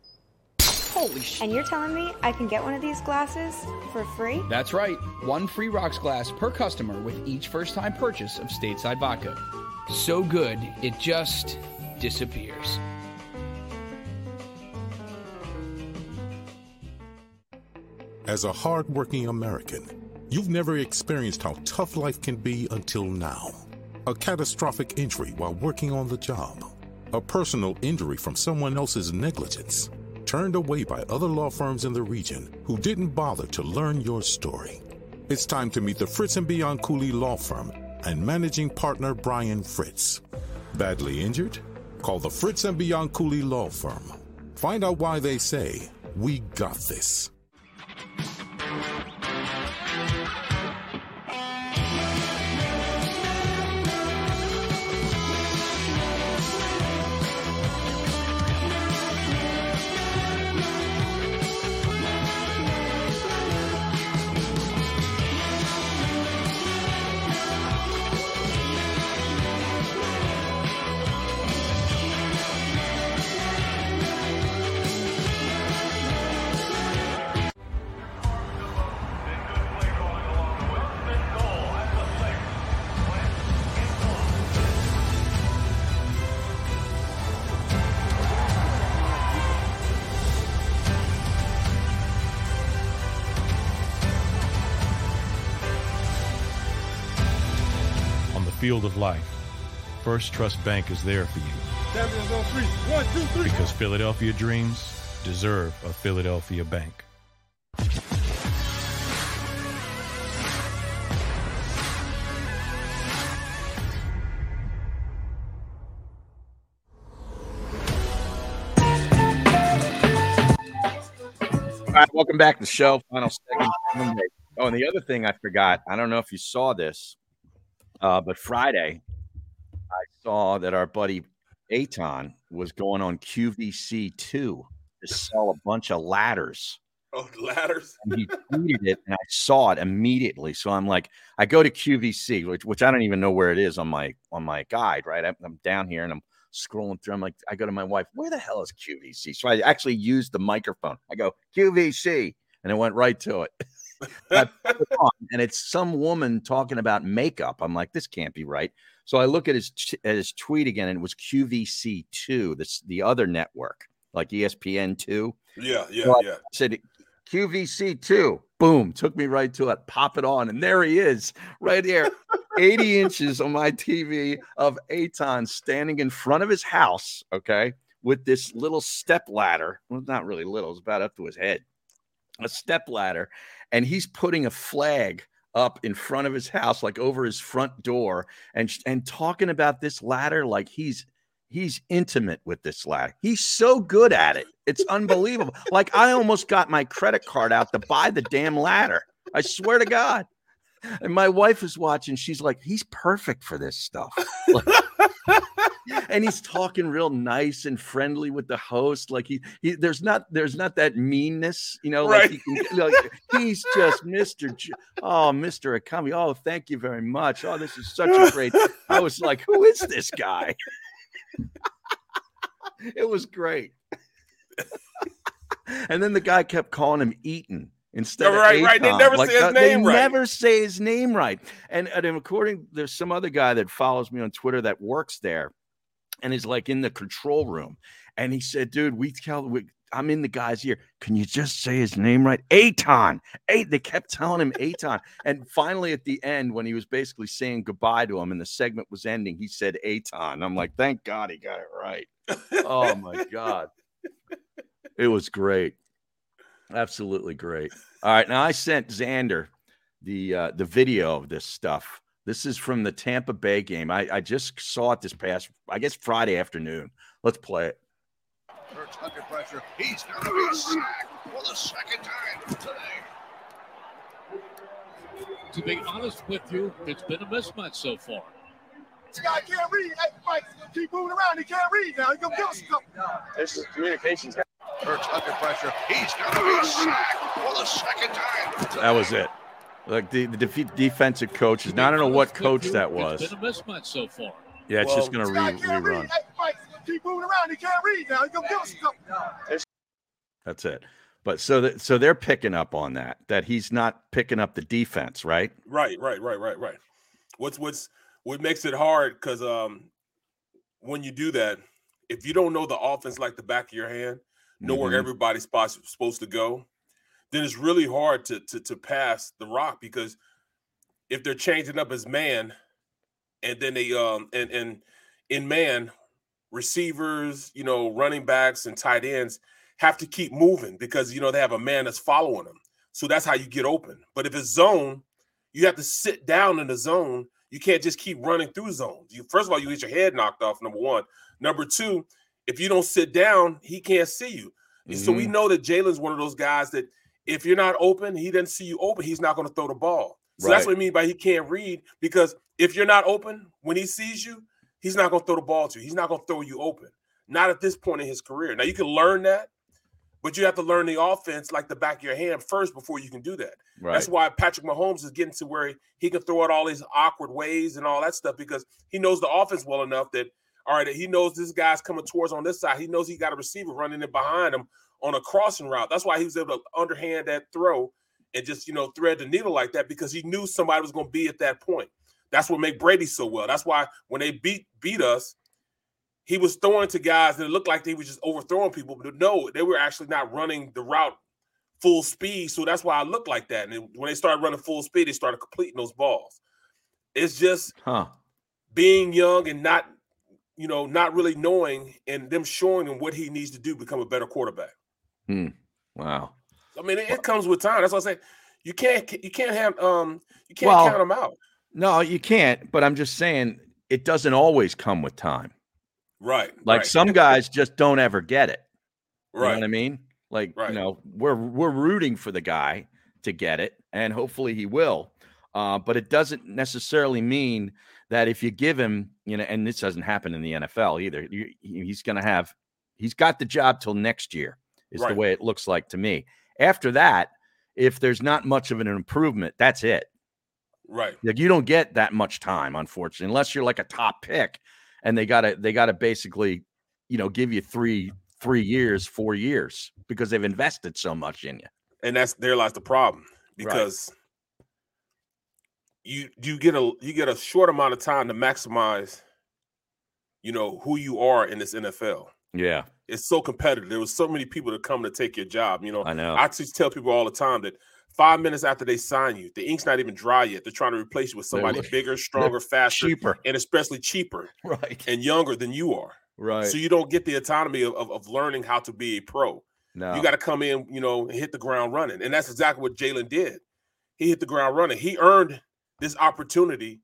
Speaker 6: Holy sh!
Speaker 7: And you're telling me I can get one of these glasses for free?
Speaker 4: That's right, one free rocks glass per customer with each first time purchase of Stateside Vodka. So good, it just disappears.
Speaker 8: As a hardworking American, you've never experienced how tough life can be until now. A catastrophic injury while working on the job, a personal injury from someone else's negligence, turned away by other law firms in the region who didn't bother to learn your story. It's time to meet the Fritz and Beyond Cooley Law Firm and managing partner Brian Fritz. Badly injured? Call the Fritz and Beyond Cooley Law Firm. Find out why they say, We got this.
Speaker 9: field of life, First Trust Bank is there for you
Speaker 2: Champions on three. One, two, three.
Speaker 9: because Philadelphia dreams deserve a Philadelphia bank.
Speaker 1: All right, welcome back to the show. Final segment. Monday. Oh, and the other thing I forgot, I don't know if you saw this, uh, but Friday, I saw that our buddy Aton was going on QVC2 to sell a bunch of ladders.
Speaker 2: Oh, the ladders.
Speaker 1: And he tweeted it, and I saw it immediately. So I'm like, I go to QVC, which, which I don't even know where it is on my on my guide. Right, I'm, I'm down here and I'm scrolling through. I'm like, I go to my wife, where the hell is QVC? So I actually used the microphone. I go QVC, and it went right to it. I put it on, and it's some woman talking about makeup. I'm like, this can't be right. So I look at his t- at his tweet again, and it was QVC2, this the other network, like E ESPN2.
Speaker 2: Yeah, yeah,
Speaker 1: Well,
Speaker 2: yeah.
Speaker 1: said QVC2. Boom, took me right to it. Pop it on, and there he is, right there, 80 inches on my TV of Aton standing in front of his house, okay, with this little step ladder. Well, not really little, it's about up to his head. A step ladder, and he's putting a flag up in front of his house, like over his front door, and sh- and talking about this ladder like he's he's intimate with this ladder. He's so good at it. It's unbelievable. like I almost got my credit card out to buy the damn ladder. I swear to God. And my wife is watching. She's like, he's perfect for this stuff. Like- and he's talking real nice and friendly with the host. Like he, he there's not there's not that meanness, you know. Like,
Speaker 2: Right.
Speaker 1: he can, like he's just Mr. J- oh, Mr. Akami. Oh, thank you very much. Oh, this is such a great I was like, who is this guy? it was great. and then the guy kept calling him Eaton instead of
Speaker 2: Right, right. They
Speaker 1: Acon.
Speaker 2: never say his
Speaker 1: uh, they
Speaker 2: name right.
Speaker 1: never say his name right. And, and then according, there's some other guy that follows me on Twitter that works there and is like in the control room. And he said, dude, we tell, we, I'm in the guy's ear. Can you just say his name right? Aton. Eight. They kept telling him Aton. And finally, at the end, when he was basically saying goodbye to him and the segment was ending, he said Aton. I'm like, thank God he got it right. Oh my God. It was great. Absolutely great. All right. Now I sent Xander the uh, the video of this stuff. This is from the Tampa Bay game. I, I just saw it this past, I guess Friday afternoon. Let's play it.
Speaker 10: Hurts under pressure. He's going to be sacked for the second time today.
Speaker 11: To be honest with you, it's been a mismatch so far.
Speaker 10: This guy can't read. Hey, Mike, he's gonna keep moving around. He can't read now. He's going to give us a This is communications. Hurts under pressure. He's going to be sacked for the second time today.
Speaker 1: That was it. Like the, the defe- defensive coach is, now, I don't know what coach that was.
Speaker 11: It's been a mismatch so far.
Speaker 1: Yeah, it's just
Speaker 2: Well,
Speaker 1: going to
Speaker 10: This guy
Speaker 1: re-
Speaker 10: can't read.
Speaker 1: rerun.
Speaker 10: Hey, Mike, he's going to keep moving around. He can't read now. He's going to give us a
Speaker 1: That's it. But so that so they're picking up on that that he's not picking up the defense, right?
Speaker 2: Right, right, right, right, right. What's what's what makes it hard because um when you do that, if you don't know the offense like the back of your hand, know where
Speaker 1: Mhm.
Speaker 2: everybody's spots supposed to go, then it's really hard to to to pass the rock because if they're changing up as man, and then they um and and in man, receivers, you know, running backs and tight ends have to keep moving because you know they have a man that's following them. So that's how you get open. But if it's zone, you have to sit down in the zone. You can't just keep running through zones. You first of all, you get your head knocked off. Number one. Number two, if you don't sit down, he can't see you. And So we know that Jalen's one of those guys that if you're not open, he doesn't see you open. He's not going to throw the ball. So that's
Speaker 1: Right.
Speaker 2: what I mean by he can't read because if you're not open when he sees you, he's not going to throw the ball to you. He's not going to throw you open. Not at this point in his career. Now you can learn that, but you have to learn the offense like the back of your hand first before you can do that.
Speaker 1: Right.
Speaker 2: That's why Patrick Mahomes is getting to where he, he can throw out all these awkward ways and all that stuff because he knows the offense well enough that all right, he knows this guy's coming towards on this side. He knows he got a receiver running in behind him on a crossing route. That's why he was able to underhand that throw and just you know thread the needle like that because he knew somebody was going to be at that point. That's what made Brady so well. That's why when they beat beat us, he was throwing to guys that it looked like they were just overthrowing people, but no, they were actually not running the route full speed. So that's why I looked like that. And then when they started running full speed, they started completing those balls. It's just
Speaker 1: Huh.
Speaker 2: being young and not, you know, not really knowing and them showing him what he needs to do to become a better quarterback.
Speaker 1: Hmm. Wow.
Speaker 2: I mean, it, it comes with time. That's what I say. You can't you can't have um you can't
Speaker 1: Well,
Speaker 2: count them out.
Speaker 1: No, you can't. But I'm just saying it doesn't always come with time.
Speaker 2: Right.
Speaker 1: Like
Speaker 2: right.
Speaker 1: some guys just don't ever get it. You know
Speaker 2: Right.
Speaker 1: what I mean? Like you know, we're we're rooting for the guy to get it, and hopefully he will. Uh, but it doesn't necessarily mean that if you give him, you know, and this doesn't happen in the NFL either. You, he- he's going to have, he's got the job till next year, is the
Speaker 2: Right.
Speaker 1: way it looks like to me. After that, if there's not much of an improvement, that's it.
Speaker 2: Right.
Speaker 1: Like you don't get that much time, unfortunately, unless you're like a top pick, and they gotta they gotta basically, you know, give you three three years, four years because they've invested so much in you.
Speaker 2: and that's there lies the problem because you you get a you get a short amount of time to maximize you know who you are in this NFL.
Speaker 1: Yeah,
Speaker 2: It's so competitive. There was so many people that come to take your job. You know,
Speaker 1: I know.
Speaker 2: I just tell people all the time that five minutes after they sign you, the ink's not even dry yet. They're trying to replace you with
Speaker 1: They're
Speaker 2: somebody
Speaker 1: look-
Speaker 2: bigger, stronger, faster,
Speaker 1: cheaper.
Speaker 2: and especially cheaper,
Speaker 1: right,
Speaker 2: and younger than you are.
Speaker 1: Right.
Speaker 2: So you don't get the autonomy of, of, of learning how to be a pro.
Speaker 1: No.
Speaker 2: You got to come in, you know, and hit the ground running. And that's exactly what Jalen did. He hit the ground running. He earned this opportunity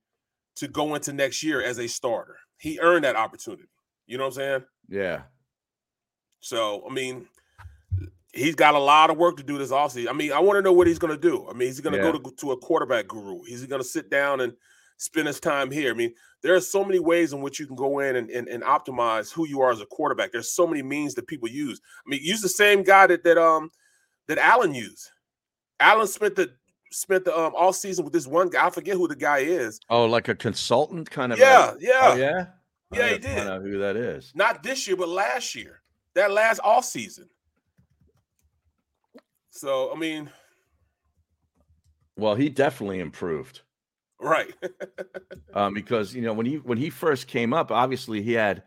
Speaker 2: to go into next year as a starter. He earned that opportunity. You know what I'm saying?
Speaker 1: yeah.
Speaker 2: So, I mean, he's got a lot of work to do this offseason. I mean, I want to know what he's going to do. I mean, he's going to
Speaker 1: Yeah.
Speaker 2: go to, to a quarterback guru. He's going to sit down and spend his time here. I mean, there are so many ways in which you can go in and, and, and optimize who you are as a quarterback. There's so many means that people use. I mean, use the same guy that that um that Allen used. Allen spent the spent the um all season with this one guy. I forget who the guy is.
Speaker 1: Oh, like a consultant kind of. a-
Speaker 2: Yeah, yeah.
Speaker 1: Oh, yeah. I
Speaker 2: Yeah, he
Speaker 1: gotta find
Speaker 2: did.
Speaker 1: out who that is?
Speaker 2: Not this year, but last year. That last off season. So, I mean,
Speaker 1: Well, he definitely improved.
Speaker 2: right.
Speaker 1: um, because you know when he when he first came up, obviously he had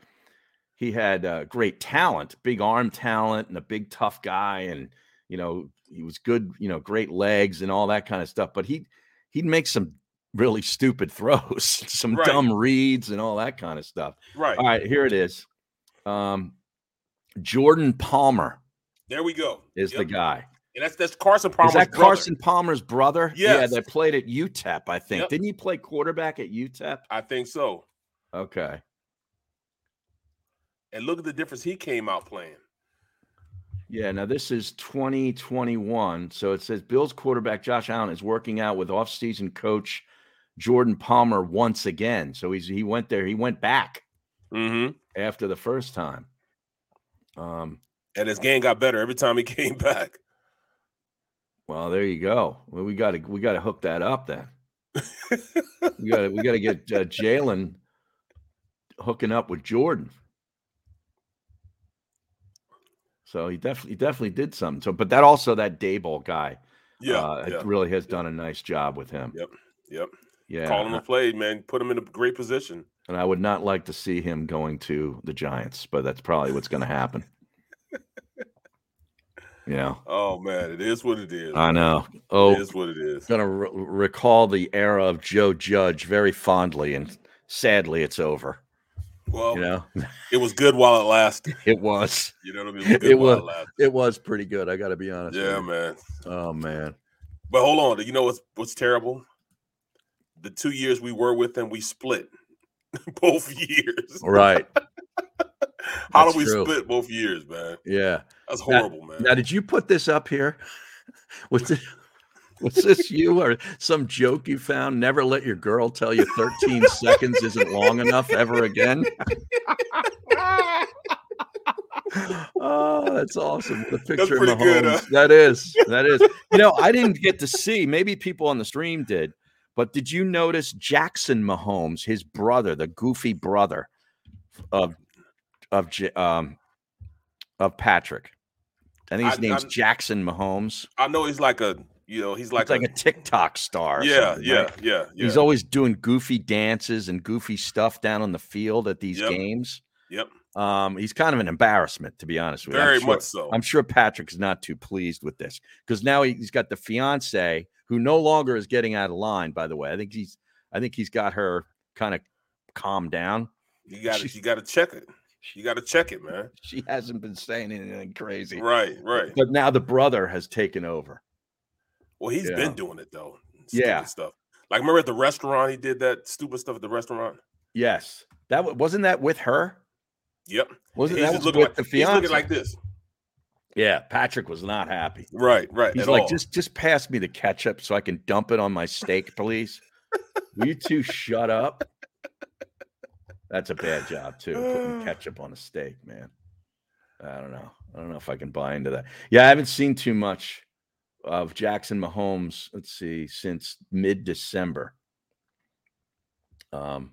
Speaker 1: he had uh, great talent, big arm talent, and a big tough guy, and you know he was good, you know, great legs and all that kind of stuff. But he he'd make some really stupid throws, some
Speaker 2: Right.
Speaker 1: dumb reads, and all that kind of stuff.
Speaker 2: Right.
Speaker 1: All right. Here it is. Um, Jordan Palmer
Speaker 2: There we go.
Speaker 1: is the
Speaker 2: Yep.
Speaker 1: guy.
Speaker 2: And that's that's Carson
Speaker 1: Is
Speaker 2: Palmer's
Speaker 1: that
Speaker 2: brother.
Speaker 1: Carson Palmer's brother? Yeah,
Speaker 2: Yes.
Speaker 1: that played at UTEP, I think.
Speaker 2: Yep.
Speaker 1: Didn't he play quarterback at UTEP?
Speaker 2: I think so.
Speaker 1: Okay.
Speaker 2: And look at the difference he came out playing.
Speaker 1: Yeah, now this is 2021. So it says Bills quarterback Josh Allen is working out with offseason coach Jordan Palmer once again. So he's he went there, he went back Mm-hmm. after the first time. Um,
Speaker 2: and his game got better every time he came back.
Speaker 1: Well, there you go. Well, we got to we got to hook that up then. we got to we got to get uh, Jalen hooking up with Jordan. So he definitely he definitely did something. So, but that also that Dayball guy,
Speaker 2: Yeah,
Speaker 1: uh,
Speaker 2: yeah.
Speaker 1: really has done a nice job with him.
Speaker 2: Yep. Yep.
Speaker 1: Yeah,
Speaker 2: Call him
Speaker 1: I-
Speaker 2: the play, man. Put him in a great position.
Speaker 1: and I would not like to see him going to the Giants, but that's probably what's going to happen. yeah.
Speaker 2: Oh man, it is what it is.
Speaker 1: I
Speaker 2: man.
Speaker 1: know. Oh,
Speaker 2: it is what it is.
Speaker 1: Going to re- recall the era of Joe Judge very fondly, and sadly, it's over.
Speaker 2: Well,
Speaker 1: you know,
Speaker 2: it was good while it lasted.
Speaker 1: It was.
Speaker 2: You know what I mean?
Speaker 1: It,
Speaker 2: Good while
Speaker 1: was.
Speaker 2: it lasted.
Speaker 1: It was pretty good. I got to be honest.
Speaker 2: Yeah,
Speaker 1: with you.
Speaker 2: man.
Speaker 1: Oh man.
Speaker 2: But hold on, you know what's what's terrible? The two years we were with him, we split both years.
Speaker 1: Right.
Speaker 2: How
Speaker 1: Oh, That's
Speaker 2: do we
Speaker 1: true.
Speaker 2: split both years, man?
Speaker 1: Yeah.
Speaker 2: That's
Speaker 1: Now-
Speaker 2: horrible, man.
Speaker 1: Now, did you put this up here? Was this? Was this you or some joke you found? Never let your girl tell you 13 seconds isn't long enough ever again. Oh, that's awesome. The picture of
Speaker 2: pretty good,
Speaker 1: Mahomes.
Speaker 2: huh?
Speaker 1: That is. That is. You know, I didn't get to see, maybe people on the stream did, but did you notice Jackson Mahomes, his brother, the goofy brother of of J- um of Patrick? I think his
Speaker 2: I-
Speaker 1: name's
Speaker 2: I'm-
Speaker 1: Jackson Mahomes.
Speaker 2: I know he's like a you know he's like
Speaker 1: It's like a TikTok star. or
Speaker 2: Yeah,
Speaker 1: something,
Speaker 2: yeah,
Speaker 1: right?
Speaker 2: yeah, yeah.
Speaker 1: He's always doing goofy dances and goofy stuff down on the field at these
Speaker 2: Yep.
Speaker 1: games.
Speaker 2: Yep.
Speaker 1: Um, he's kind of an embarrassment, to be honest with you. I'm
Speaker 2: Very
Speaker 1: sure-
Speaker 2: much so.
Speaker 1: I'm sure Patrick's not too pleased with this because now he- he's got the fiance who no longer is getting out of line. By the way, I think he's, I think he's got her kind of calm down.
Speaker 2: You got to you got to check it. You got to check it, man.
Speaker 1: She hasn't been saying anything crazy.
Speaker 2: Right, right.
Speaker 1: But now the brother has taken over.
Speaker 2: Well, he's
Speaker 1: Yeah.
Speaker 2: been doing it though.
Speaker 1: Yeah.
Speaker 2: stuff. Like remember at the restaurant, he did that stupid stuff at the restaurant.
Speaker 1: Yes, that w- wasn't that with her.
Speaker 2: Yep.
Speaker 1: Wasn't
Speaker 2: He's
Speaker 1: that
Speaker 2: just
Speaker 1: was
Speaker 2: looking
Speaker 1: with
Speaker 2: like
Speaker 1: the
Speaker 2: he's
Speaker 1: fiance?
Speaker 2: looking like this.
Speaker 1: Yeah, Patrick was not happy.
Speaker 2: Right, right,
Speaker 1: He's
Speaker 2: at
Speaker 1: like,
Speaker 2: all.
Speaker 1: just just pass me the ketchup so I can dump it on my steak, please. Will you two shut up? That's a bad job too. Putting ketchup on a steak, man. I don't know. I don't know if I can buy into that. Yeah, I haven't seen too much of Jackson Mahomes. Let's see, since mid December. Um,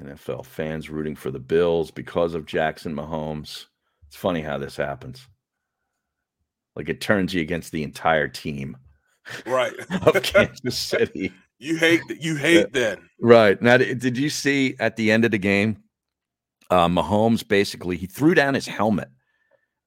Speaker 1: NFL fans rooting for the Bills because of Jackson Mahomes. It's funny how this happens. Like it turns you against the entire team
Speaker 2: Right.
Speaker 1: of Kansas City.
Speaker 2: You hate th- you hate that.
Speaker 1: Right. Now di- did you see at the end of the game uh Mahomes basically he threw down his helmet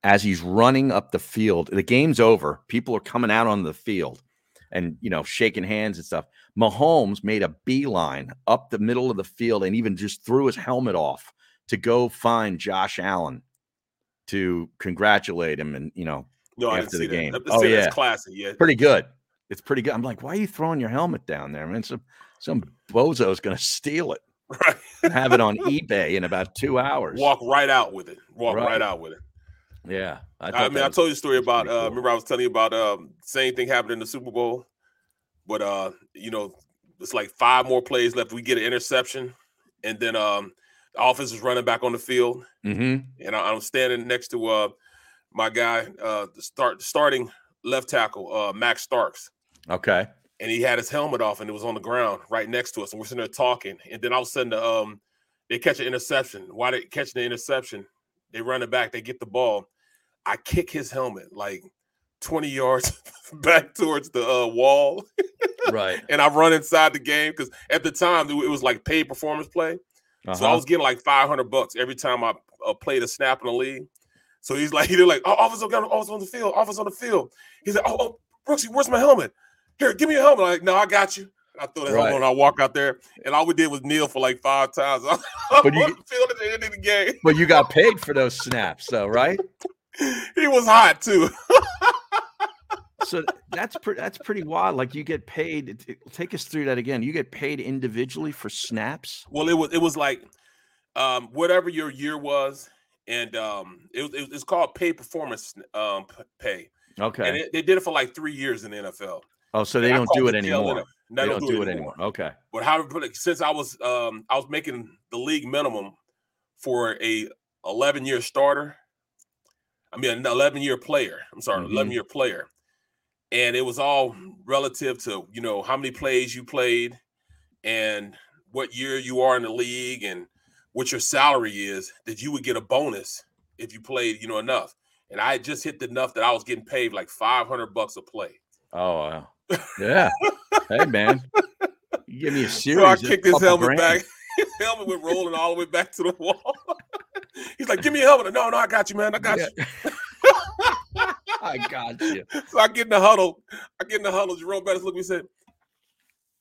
Speaker 1: as he's running up the field. The game's over. People are coming out on the field and you know shaking hands and stuff. Mahomes made a beeline up the middle of the field and even just threw his helmet off to go find Josh Allen to congratulate him and you know
Speaker 2: No, I didn't
Speaker 1: after the
Speaker 2: see that.
Speaker 1: game.
Speaker 2: That-
Speaker 1: Oh
Speaker 2: see, that's
Speaker 1: yeah,
Speaker 2: classy, yeah.
Speaker 1: pretty good. It's pretty good. I'm like, why are you throwing your helmet down there, man? Some some bozo is going to steal it,
Speaker 2: right?
Speaker 1: And have it on eBay in about two hours.
Speaker 2: Walk right out with it. Walk
Speaker 1: Right.
Speaker 2: right, out with it.
Speaker 1: Yeah, I,
Speaker 2: I,
Speaker 1: thought
Speaker 2: mean,
Speaker 1: that
Speaker 2: I
Speaker 1: was-
Speaker 2: told you a story about. Uh, remember, I was telling you about um, same thing happened in the Super Bowl, but uh, you know, it's like five more plays left. We get an interception, and then um, the offense is running back on the field,
Speaker 1: Mhm.
Speaker 2: and I, I'm standing next to uh, my guy, uh, the start starting left tackle, uh, Max Starks
Speaker 1: Okay.
Speaker 2: and he had his helmet off and it was on the ground right next to us and we're sitting there talking and then all of a sudden the, um they catch an interception why they catching the interception they run it back they get the ball i kick his helmet like 20 yards back towards the uh, wall
Speaker 1: right
Speaker 2: and i run inside the game because at the time it was like paid performance play so I
Speaker 1: Uh-huh.
Speaker 2: was getting like 500 bucks every time I uh, played a snap in the league. So he's like, he's like, oh, officer, got officer on the field, officer on the field. He's like, oh, oh Brooksy, where's my helmet? Here, give me your helmet. I'm like, no, I got you. I throw the
Speaker 1: Right.
Speaker 2: helmet on. I walk out there, and all we did was kneel for like five times. I'm
Speaker 1: But you-
Speaker 2: on the field at the end of the game.
Speaker 1: But you got paid for those snaps, though, right?
Speaker 2: He was hot too.
Speaker 1: so that's pretty. That's pretty wild. Like you get paid. t- Take us through that again. You get paid individually for snaps.
Speaker 2: Well, it was it was like um, whatever your year was, and um, it, was- it, was- it's called pay performance um, p- pay.
Speaker 1: Okay.
Speaker 2: and it- they did it for like three years in the NFL.
Speaker 1: oh, so they
Speaker 2: and I
Speaker 1: don't
Speaker 2: caught
Speaker 1: do it
Speaker 2: the tail end
Speaker 1: anymore.
Speaker 2: of- No,
Speaker 1: they don't do it anymore. Okay.
Speaker 2: But however, put it, since I was um I was making the league minimum for a 11 year starter, I mean an 11 year player. I'm sorry,
Speaker 1: Mhm.
Speaker 2: 11 year player, and it was all relative to you know how many plays you played, and what year you are in the league, and what your salary is. That you would get a bonus if you played you know enough. And I had just hit the enough that I was getting paid like 500 bucks a play.
Speaker 1: Oh wow. Yeah. hey man. You give me a series.
Speaker 2: So I
Speaker 1: that's a
Speaker 2: kicked his
Speaker 1: couple
Speaker 2: helmet
Speaker 1: grand.
Speaker 2: back. His helmet went rolling all the way back to the wall. He's like, "Give me your helmet." No, no, I got you, man. I got you.
Speaker 1: I got you.
Speaker 2: So I get in the huddle. I get in the huddle. Jerome Bettis looked at me and said,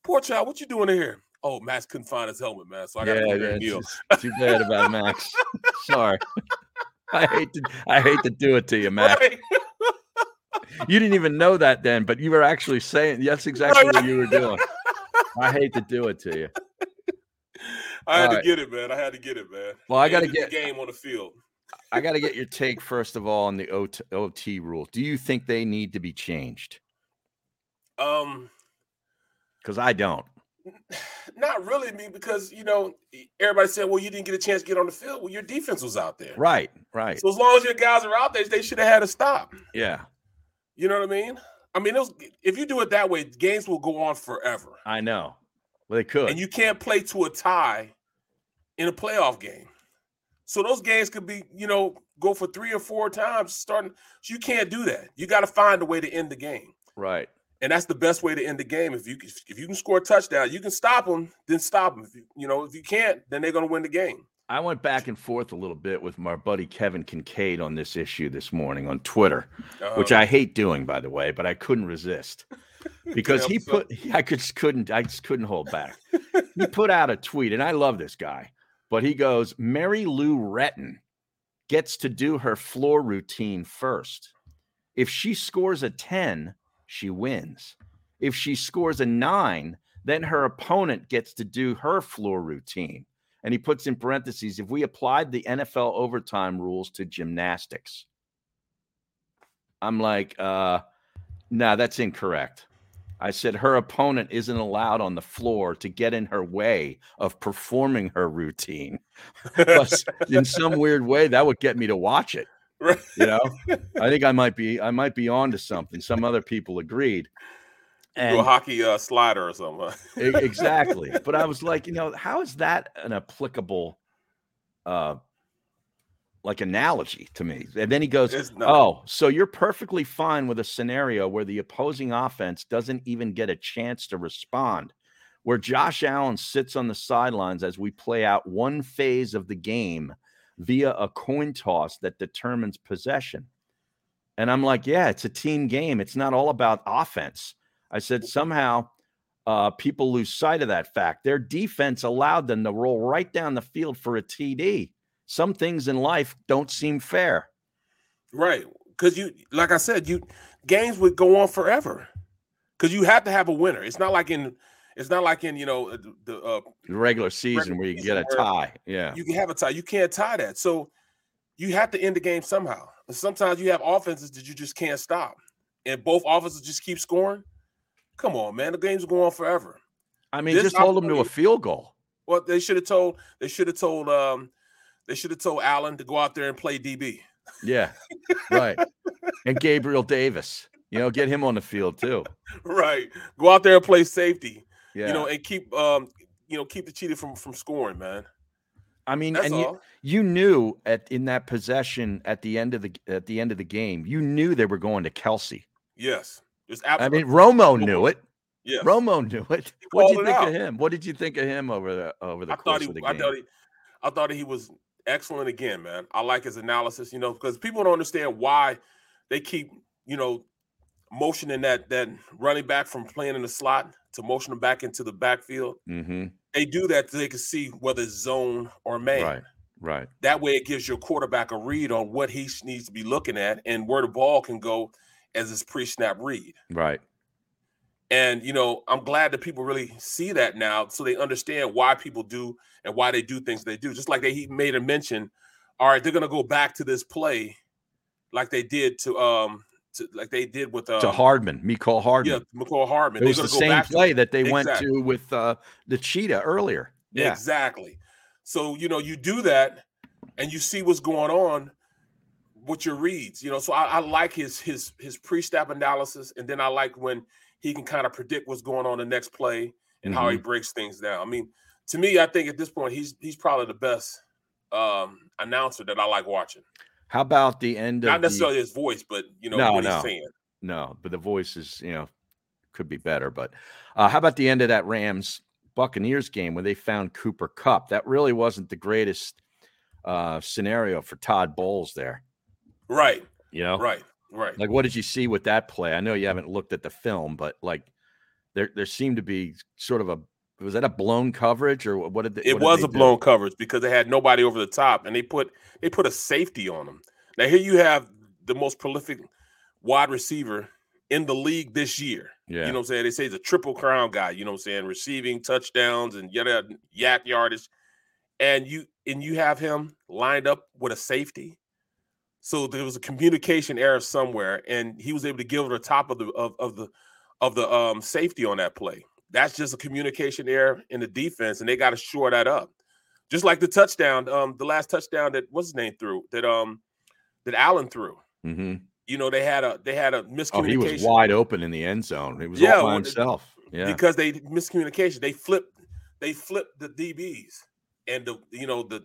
Speaker 2: "Poor child, what you doing in here?" Oh, Max couldn't find his helmet, man. So I got to
Speaker 1: yeah,
Speaker 2: go
Speaker 1: yeah,
Speaker 2: there and
Speaker 1: it's
Speaker 2: kneel.
Speaker 1: just too bad about Max. Sorry. I hate to I hate to do it to you, Max.
Speaker 2: Right.
Speaker 1: You didn't even know that then, but you were actually saying that's exactly what you were doing. I hate to do it to you.
Speaker 2: I had
Speaker 1: All
Speaker 2: to
Speaker 1: right.
Speaker 2: get it, man. I had to get it, man.
Speaker 1: Well, I
Speaker 2: End
Speaker 1: gotta
Speaker 2: of the
Speaker 1: get-
Speaker 2: game on the field.
Speaker 1: I got to get your take first of all on the OT, OT rule. Do you think they need to be changed?
Speaker 2: Um,
Speaker 1: Because I don't.
Speaker 2: not really me because you know e, everybody said, "Well, you didn't get a chance to get on the field." Well, your defense was out there.
Speaker 1: Right, right.
Speaker 2: So as long as your guys are out there, they should have had a stop.
Speaker 1: Yeah,
Speaker 2: You know what I mean? I mean, those if you do it that way, games will go on forever,
Speaker 1: I know. Well, they could.
Speaker 2: and you can't play to a tie in a playoff game. So those games could be, you know, go for three or four times. Starting, so you can't do that. You got to find a way to end the game,
Speaker 1: right.
Speaker 2: and that's the best way to end the game. If you if you can score a touchdown, you can stop them. Then stop them. If you, you know, if you can't, then they're gonna win the game.
Speaker 1: I went back and forth a little bit with my buddy Kevin Kincaid on this issue this morning on Twitter, which
Speaker 2: Uh-huh.
Speaker 1: I hate doing, by the way, but I couldn't resist. because
Speaker 2: Yeah,
Speaker 1: he
Speaker 2: so-
Speaker 1: put I could just couldn't I just couldn't hold back. he put out a tweet, and I love this guy, but he goes, Mary Lou Retton gets to do her floor routine first. If she scores a 10, she wins. If she scores a nine, then her opponent gets to do her floor routine. And he puts in parentheses, if we applied the NFL overtime rules to gymnastics. I'm like, uh, no, that's incorrect. I said her opponent isn't allowed on the floor to get in her way of performing her routine. Plus, in some weird way, that would get me to watch it. You know, I think I might be I might be onto something. Some other people agreed.
Speaker 2: do a hockey uh, slider or something. huh?
Speaker 1: E- exactly. But I was like, you know, how is that an applicable uh like analogy to me? And then he goes,
Speaker 2: It's not.
Speaker 1: "Oh, so you're perfectly fine with a scenario where the opposing offense doesn't even get a chance to respond." Where Josh Allen sits on the sidelines as we play out one phase of the game via a coin toss that determines possession. And I'm like, yeah, it's a team game. It's not all about offense. I said, somehow uh, people lose sight of that fact. Their defense allowed them to roll right down the field for a TD. Some things in life don't seem fair.
Speaker 2: Right. Because you, like I said, you games would go on forever. Because you have to have a winner. It's not like in, it's not like in you know uh, the uh,
Speaker 1: The regular season where you
Speaker 2: Regular
Speaker 1: get a
Speaker 2: season where
Speaker 1: tie. Yeah.
Speaker 2: you can have a tie. You can't tie that. So you have to end the game somehow. And sometimes you have offenses that you just can't stop, and both offenses just keep scoring. Come on, man, the games go on forever.
Speaker 1: I mean,
Speaker 2: this
Speaker 1: just hold them to a
Speaker 2: opportunity-
Speaker 1: field goal.
Speaker 2: Well, they should have told they should have told um they should have told Allen to go out there and play DB.
Speaker 1: Yeah. Right. and Gabriel Davis, you know, get him on the field too.
Speaker 2: right. Go out there and play safety.
Speaker 1: Yeah.
Speaker 2: You know, and keep um you know keep the cheater from from scoring, man.
Speaker 1: I mean,
Speaker 2: That's
Speaker 1: and you,
Speaker 2: all.
Speaker 1: you knew at in that possession at the end of the at the end of the game, you knew they were going to Kelsey.
Speaker 2: Yes. It's
Speaker 1: I mean,
Speaker 2: absolute-
Speaker 1: Romo knew it.
Speaker 2: Yes.
Speaker 1: Romo knew it. What did you
Speaker 2: called it
Speaker 1: think
Speaker 2: out.
Speaker 1: of him? What did you think of him over the over the
Speaker 2: I
Speaker 1: course
Speaker 2: thought he,
Speaker 1: of the game?
Speaker 2: I thought he, I thought he was excellent again, man. I like his analysis, you know, because people don't understand why they keep, you know, motioning that that running back from playing in the slot to motion him back into the backfield.
Speaker 1: mm-hmm.
Speaker 2: They do that so they can see whether it's zone or man.
Speaker 1: Right. Right.
Speaker 2: That way, it gives your quarterback a read on what he sh- needs to be looking at and where the ball can go as his pre-snap read.
Speaker 1: Right.
Speaker 2: And you know, I'm glad that people really see that now, so they understand why people do and why they do things they do. Just like they he made a mention, all right, they're gonna go back to this play, like they did to um, to, like they did with uh,
Speaker 1: to Hardman, Miko Hardman.
Speaker 2: yeah, McCall Hardman.
Speaker 1: It
Speaker 2: They're
Speaker 1: was
Speaker 2: gonna
Speaker 1: the
Speaker 2: go
Speaker 1: same
Speaker 2: back to-
Speaker 1: play that they went
Speaker 2: Exactly.
Speaker 1: to with uh, the cheetah earlier. Yeah.
Speaker 2: Exactly. So, you know, you do that and you see what's going on with your reads. You know, so I, I like his his his pre-snap analysis, and then I like when he can kind of predict what's going on the next play and how he
Speaker 1: Mhm.
Speaker 2: breaks things down. I mean, to me, I think at this point he's he's probably the best um announcer that I like watching.
Speaker 1: How about the end of
Speaker 2: Not
Speaker 1: the-
Speaker 2: necessarily his voice, but you know
Speaker 1: no,
Speaker 2: what
Speaker 1: no,
Speaker 2: he's saying.
Speaker 1: No, but the voice is, you know, could be better. But uh, how about the end of that Rams Buccaneers game when they found Cooper Cup? That really wasn't the greatest uh, scenario for Todd Bowles there.
Speaker 2: Right.
Speaker 1: You know,
Speaker 2: Right. Right.
Speaker 1: Like, what did you see with that play? I know you haven't looked at the film, but like, there there seemed to be sort of a was that a blown coverage or what did they,
Speaker 2: It
Speaker 1: what did
Speaker 2: was
Speaker 1: they
Speaker 2: a
Speaker 1: do?
Speaker 2: blown coverage because they had nobody over the top, and they put they put a safety on them. Now here you have the most prolific wide receiver in the league this year.
Speaker 1: Yeah.
Speaker 2: You know what I'm saying? They say he's a triple crown guy, you know what I'm saying? Receiving touchdowns and yada yak yardage. And you and you have him lined up with a safety. So there was a communication error somewhere, and he was able to give it the top of the of, of the of the um safety on that play. That's just a communication error in the defense, and they got to shore that up. Just like the touchdown, um, the last touchdown that what's his name threw that um that Allen threw.
Speaker 1: Mhm.
Speaker 2: You know, they had a they had a miscommunication
Speaker 1: Oh, he was wide open in the end zone. He was
Speaker 2: Yeah,
Speaker 1: all by
Speaker 2: well, the-
Speaker 1: himself. Yeah.
Speaker 2: because they miscommunication. They flipped they flipped the DBs and the you know the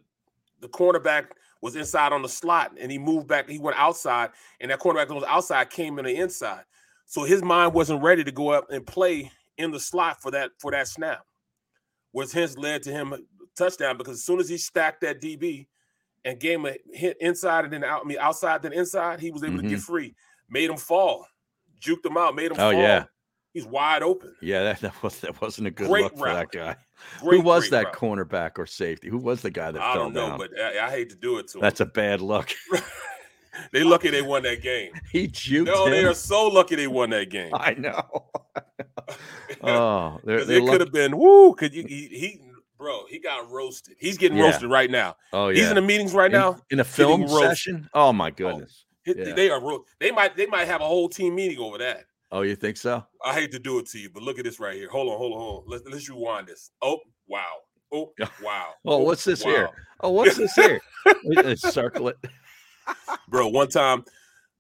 Speaker 2: the cornerback was inside on the slot and he moved back. He went outside and that cornerback that was outside came in the inside. So his mind wasn't ready to go up and play in the slot for that for that snap, which hence led to him a touchdown because as soon as he stacked that DB and gave him a hit inside and then out, I mean outside then inside, he was able to get
Speaker 1: Mhm.
Speaker 2: free, made him fall, juked him out, made him
Speaker 1: Oh
Speaker 2: fall
Speaker 1: yeah.
Speaker 2: He's wide open.
Speaker 1: Yeah, that, that was that wasn't a good
Speaker 2: Great
Speaker 1: look for that
Speaker 2: route.
Speaker 1: guy. Who
Speaker 2: Great,
Speaker 1: was
Speaker 2: great
Speaker 1: that
Speaker 2: route.
Speaker 1: cornerback or safety? Who was the guy that
Speaker 2: I
Speaker 1: fell
Speaker 2: don't know,
Speaker 1: down?
Speaker 2: but I, I hate to do it to him.
Speaker 1: That's a bad look.
Speaker 2: They lucky they won that game.
Speaker 1: He juked
Speaker 2: No, they
Speaker 1: him.
Speaker 2: are so lucky they won that game.
Speaker 1: I know. oh, they're,
Speaker 2: 'Cause
Speaker 1: they're
Speaker 2: it could
Speaker 1: lucky- Mm.
Speaker 2: have been. Woo! Could you? He, he, bro, he got roasted. He's getting
Speaker 1: Yeah.
Speaker 2: roasted right now.
Speaker 1: Oh yeah.
Speaker 2: He's in the meetings right
Speaker 1: In-
Speaker 2: now.
Speaker 1: in a
Speaker 2: getting
Speaker 1: film
Speaker 2: roasted.
Speaker 1: session. Oh my goodness.
Speaker 2: Hit-
Speaker 1: Yeah.
Speaker 2: They are. ro- They might. They might have a whole team meeting over that.
Speaker 1: Oh, you think so?
Speaker 2: I hate to do it to you, but look at this right here. Hold on, hold on, hold on. Let's, let's rewind this. Oh, wow. Oh, wow.
Speaker 1: Oh, what's this here? Oh, what's this here? Uh, Circle it.
Speaker 2: Bro, one time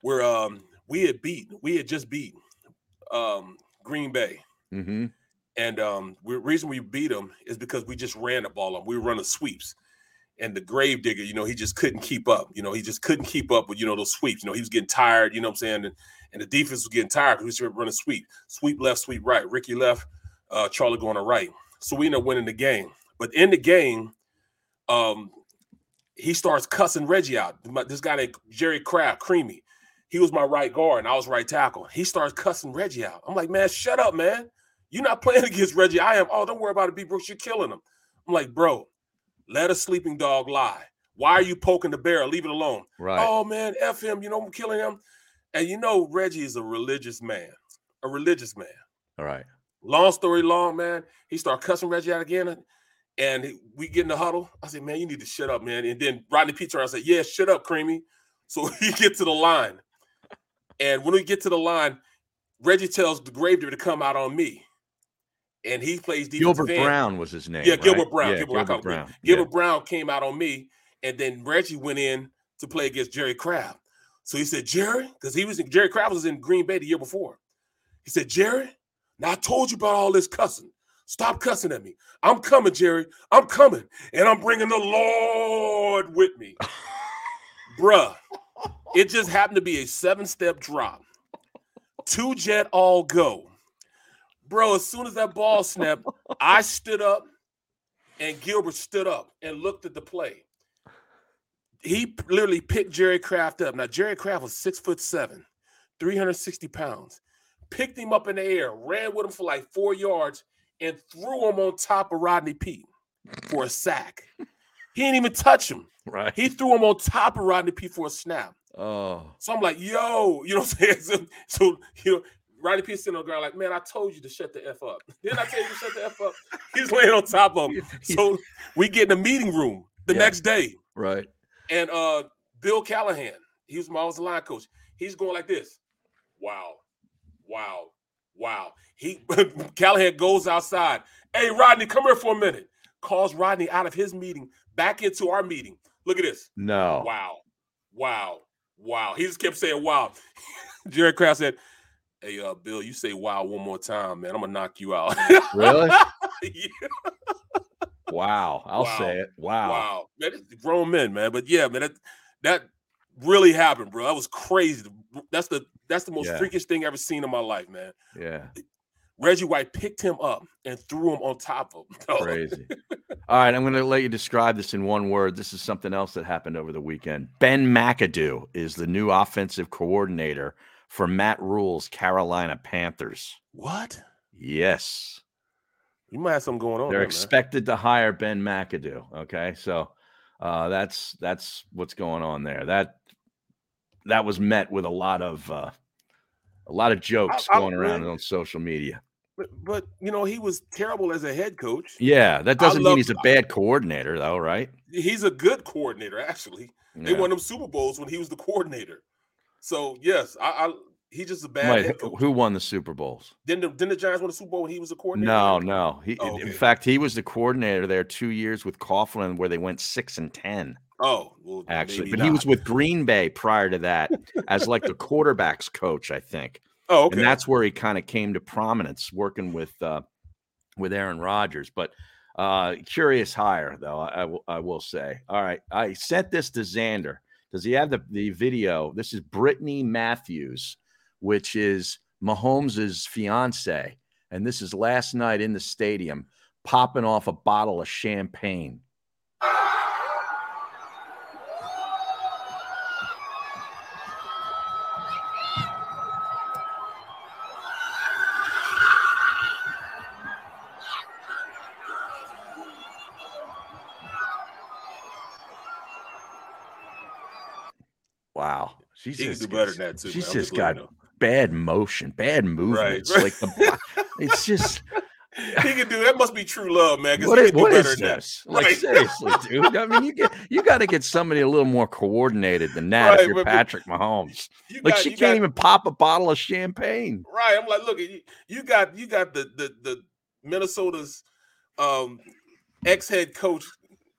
Speaker 2: we're um we had beat, we had just beat um Green Bay.
Speaker 1: Mm-hmm.
Speaker 2: And um, we, reason we beat them is because we just ran the ball on. 'em. We were running sweeps, and the gravedigger, you know, he just couldn't keep up. You know, he just couldn't keep up with you know those sweeps. You know, he was getting tired. You know what I'm saying? And, and the defense was getting tired because we were running sweep, sweep left, sweep right. Ricky left, uh, Charlie going to right. So we end up winning the game. But in the game, um, he starts cussing Reggie out. My- This guy named Jerry Craft, Creamy. He was my right guard, and I was right tackle. He starts cussing Reggie out. I'm like, man, shut up, man. You're not playing against Reggie. I am. Oh, don't worry about it, B Brooks. You're killing him. I'm like, bro, let a sleeping dog lie. Why are you poking the bear? Leave it alone.
Speaker 1: Right.
Speaker 2: Oh man, F him. You know I'm killing him. And you know Reggie is a religious man. A religious man.
Speaker 1: All right.
Speaker 2: Long story long, man. He started cussing Reggie out again. and- And he- we get in the huddle. I said, man, you need to shut up, man. And then Rodney P. Turner said, yeah, shut up, Creamy. So he get to the line. And when we get to the line, Reggie tells the gravedigger to come out on me. And he plays defensive
Speaker 1: Gilbert
Speaker 2: end.
Speaker 1: Brown was his name.
Speaker 2: Yeah,
Speaker 1: right?
Speaker 2: Gilbert Brown.
Speaker 1: Yeah,
Speaker 2: Gilbert, I
Speaker 1: Gilbert
Speaker 2: call him Gilbert.
Speaker 1: Brown.
Speaker 2: Gilbert Brown came out on me, and then Reggie went in to play against Jerry Kraft. So he said, Jerry, because he was in, Jerry Kraft was in Green Bay the year before. He said, Jerry, now I told you about all this cussing. Stop cussing at me. I'm coming, Jerry. I'm coming, and I'm bringing the Lord with me, bruh. It just happened to be a seven-step drop, two jet all go, bro. As soon as that ball snapped, I stood up and Gilbert stood up and looked at the play. He p- literally picked Jerry Kraft up. Now Jerry Kraft was six foot seven, 360 pounds. Picked him up in the air, ran with him for like four yards, and threw him on top of Rodney P for a sack. He didn't even touch him.
Speaker 1: Right.
Speaker 2: He threw him on top of Rodney P for a snap.
Speaker 1: Oh.
Speaker 2: So I'm like, yo, you know what I'm saying? So, so, you know, Rodney P sitting on the ground like, man, I told you to shut the F up. Didn't I tell you to shut the F up? He's laying on top of him. So we get in the meeting room the next day.
Speaker 1: Right.
Speaker 2: And uh Bill Callahan, he was my offensive line coach. He's going like this. Wow. Wow. Wow. He Callahan goes outside. Hey Rodney, come here for a minute. Calls Rodney out of his meeting back into our meeting. Look at this.
Speaker 1: No.
Speaker 2: Wow. Wow. Wow. He just kept saying wow. Jerry Kraft said, Hey uh Bill, you say wow one more time, man. I'm gonna knock you out.
Speaker 1: Really?
Speaker 2: Yeah.
Speaker 1: Wow. I'll
Speaker 2: Wow.
Speaker 1: say it. Wow.
Speaker 2: Wow, man, it's the grown men, man. But yeah, man, that that really happened, bro. That was crazy. That's the that's the most
Speaker 1: Yeah.
Speaker 2: freakish thing I've ever seen in my life, man.
Speaker 1: Yeah.
Speaker 2: Reggie White picked him up and threw him on top of him. dog.
Speaker 1: Crazy. All right, I'm going to let you describe this in one word. This is something else that happened over the weekend. Ben McAdoo is the new offensive coordinator for Matt Rule's Carolina Panthers.
Speaker 2: What?
Speaker 1: Yes.
Speaker 2: You might have something going on.
Speaker 1: They're
Speaker 2: there, man.
Speaker 1: expected to hire Ben McAdoo. Okay, so uh, that's that's what's going on there. That that was met with a lot of uh, a lot of jokes
Speaker 2: I-
Speaker 1: going around
Speaker 2: really-
Speaker 1: on social media.
Speaker 2: But, but you know, he was terrible as a head coach.
Speaker 1: Yeah, that
Speaker 2: I
Speaker 1: doesn't mean
Speaker 2: love-
Speaker 1: he's a bad coordinator, though, right?
Speaker 2: He's a good coordinator, actually. They
Speaker 1: Yeah.
Speaker 2: won them Super Bowls when he was the coordinator. So yes, I, I he just a bad
Speaker 1: Wait,
Speaker 2: head
Speaker 1: who-
Speaker 2: coach.
Speaker 1: who won the Super Bowls?
Speaker 2: Didn't the, didn't the Giants win the Super Bowl when he was the coordinator?
Speaker 1: No, no. He,
Speaker 2: Oh,
Speaker 1: in
Speaker 2: okay.
Speaker 1: fact, he was the coordinator there two years with Coughlin, where they went six and ten.
Speaker 2: Oh, well,
Speaker 1: actually,
Speaker 2: maybe
Speaker 1: but he was
Speaker 2: not.
Speaker 1: with Green Bay prior to that as like the quarterbacks coach, I think.
Speaker 2: Oh, okay.
Speaker 1: And that's where he kind of came to prominence, working with uh, with Aaron Rodgers. But uh, curious hire, though, I, I will- I will say. All right, I sent this to Xander. Does he have the, the video? This is Brittany Matthews, which is Mahomes' fiance, and this is last night in the stadium, popping off a bottle of champagne.
Speaker 10: Wow.
Speaker 1: She's
Speaker 2: He can
Speaker 1: just
Speaker 2: do better than that, too,
Speaker 1: She's
Speaker 2: man. I'm
Speaker 1: just
Speaker 2: just letting
Speaker 1: got bad motion, bad movement. It's
Speaker 2: right.
Speaker 1: like the, it's just
Speaker 2: he can do that. Must be true love, man. 'cause
Speaker 1: what
Speaker 2: he
Speaker 1: is,
Speaker 2: can do
Speaker 1: what
Speaker 2: better
Speaker 1: is
Speaker 2: than that.
Speaker 1: this? Like
Speaker 2: Right.
Speaker 1: seriously, dude. I mean, you get you got to get somebody a little more coordinated than that
Speaker 2: Right,
Speaker 1: if you're
Speaker 2: but- but
Speaker 1: Patrick Mahomes.
Speaker 2: you
Speaker 1: Like
Speaker 2: got-
Speaker 1: she
Speaker 2: you
Speaker 1: can't
Speaker 2: got-
Speaker 1: even pop a bottle of champagne.
Speaker 2: Right. I'm like, look, you, you got you got the the the Minnesota's um ex head coach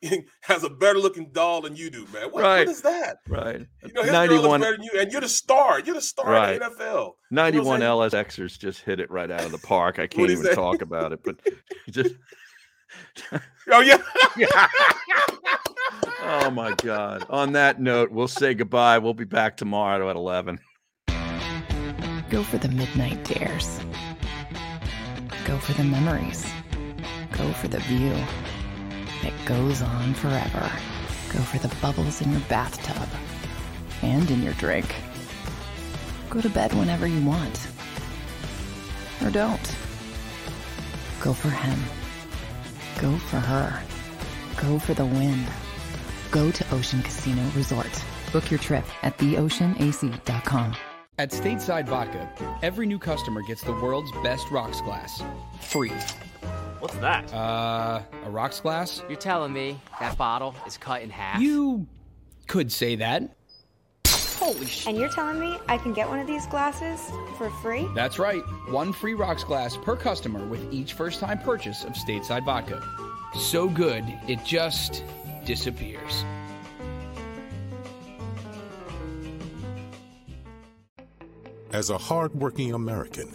Speaker 2: has a better looking doll than you do, man. What,
Speaker 1: Right.
Speaker 2: what is that?
Speaker 1: Right.
Speaker 2: You know, his girl looks
Speaker 1: 91
Speaker 2: better than you, and you're the star. You're the star
Speaker 1: Right.
Speaker 2: in the NFL.
Speaker 1: 91 LSXers just hit it right out of the park. I can't
Speaker 2: What'd he
Speaker 1: even
Speaker 2: say?
Speaker 1: talk about it, but just
Speaker 2: Oh yeah.
Speaker 1: oh my god. On that note, we'll say goodbye. We'll be back tomorrow at 11.
Speaker 3: Go for the midnight dares. Go for the memories. Go for the view that goes on forever. Go for the bubbles in your bathtub and in your drink. Go to bed whenever you want. Or don't. Go for him. Go for her. Go for the win. Go to Ocean Casino Resort. Book your trip at theoceanac.com.
Speaker 4: At Stateside Vodka, every new customer gets the world's best rocks glass, free.
Speaker 6: What's that?
Speaker 4: Uh, a rocks glass?
Speaker 6: You're telling me that bottle is cut in half?
Speaker 4: You could say that.
Speaker 7: Holy shit. And you're telling me I can get one of these glasses for free?
Speaker 4: That's right, one free rocks glass per customer with each first-time purchase of Stateside Vodka. So good, it just disappears.
Speaker 8: As a hardworking American,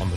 Speaker 9: on the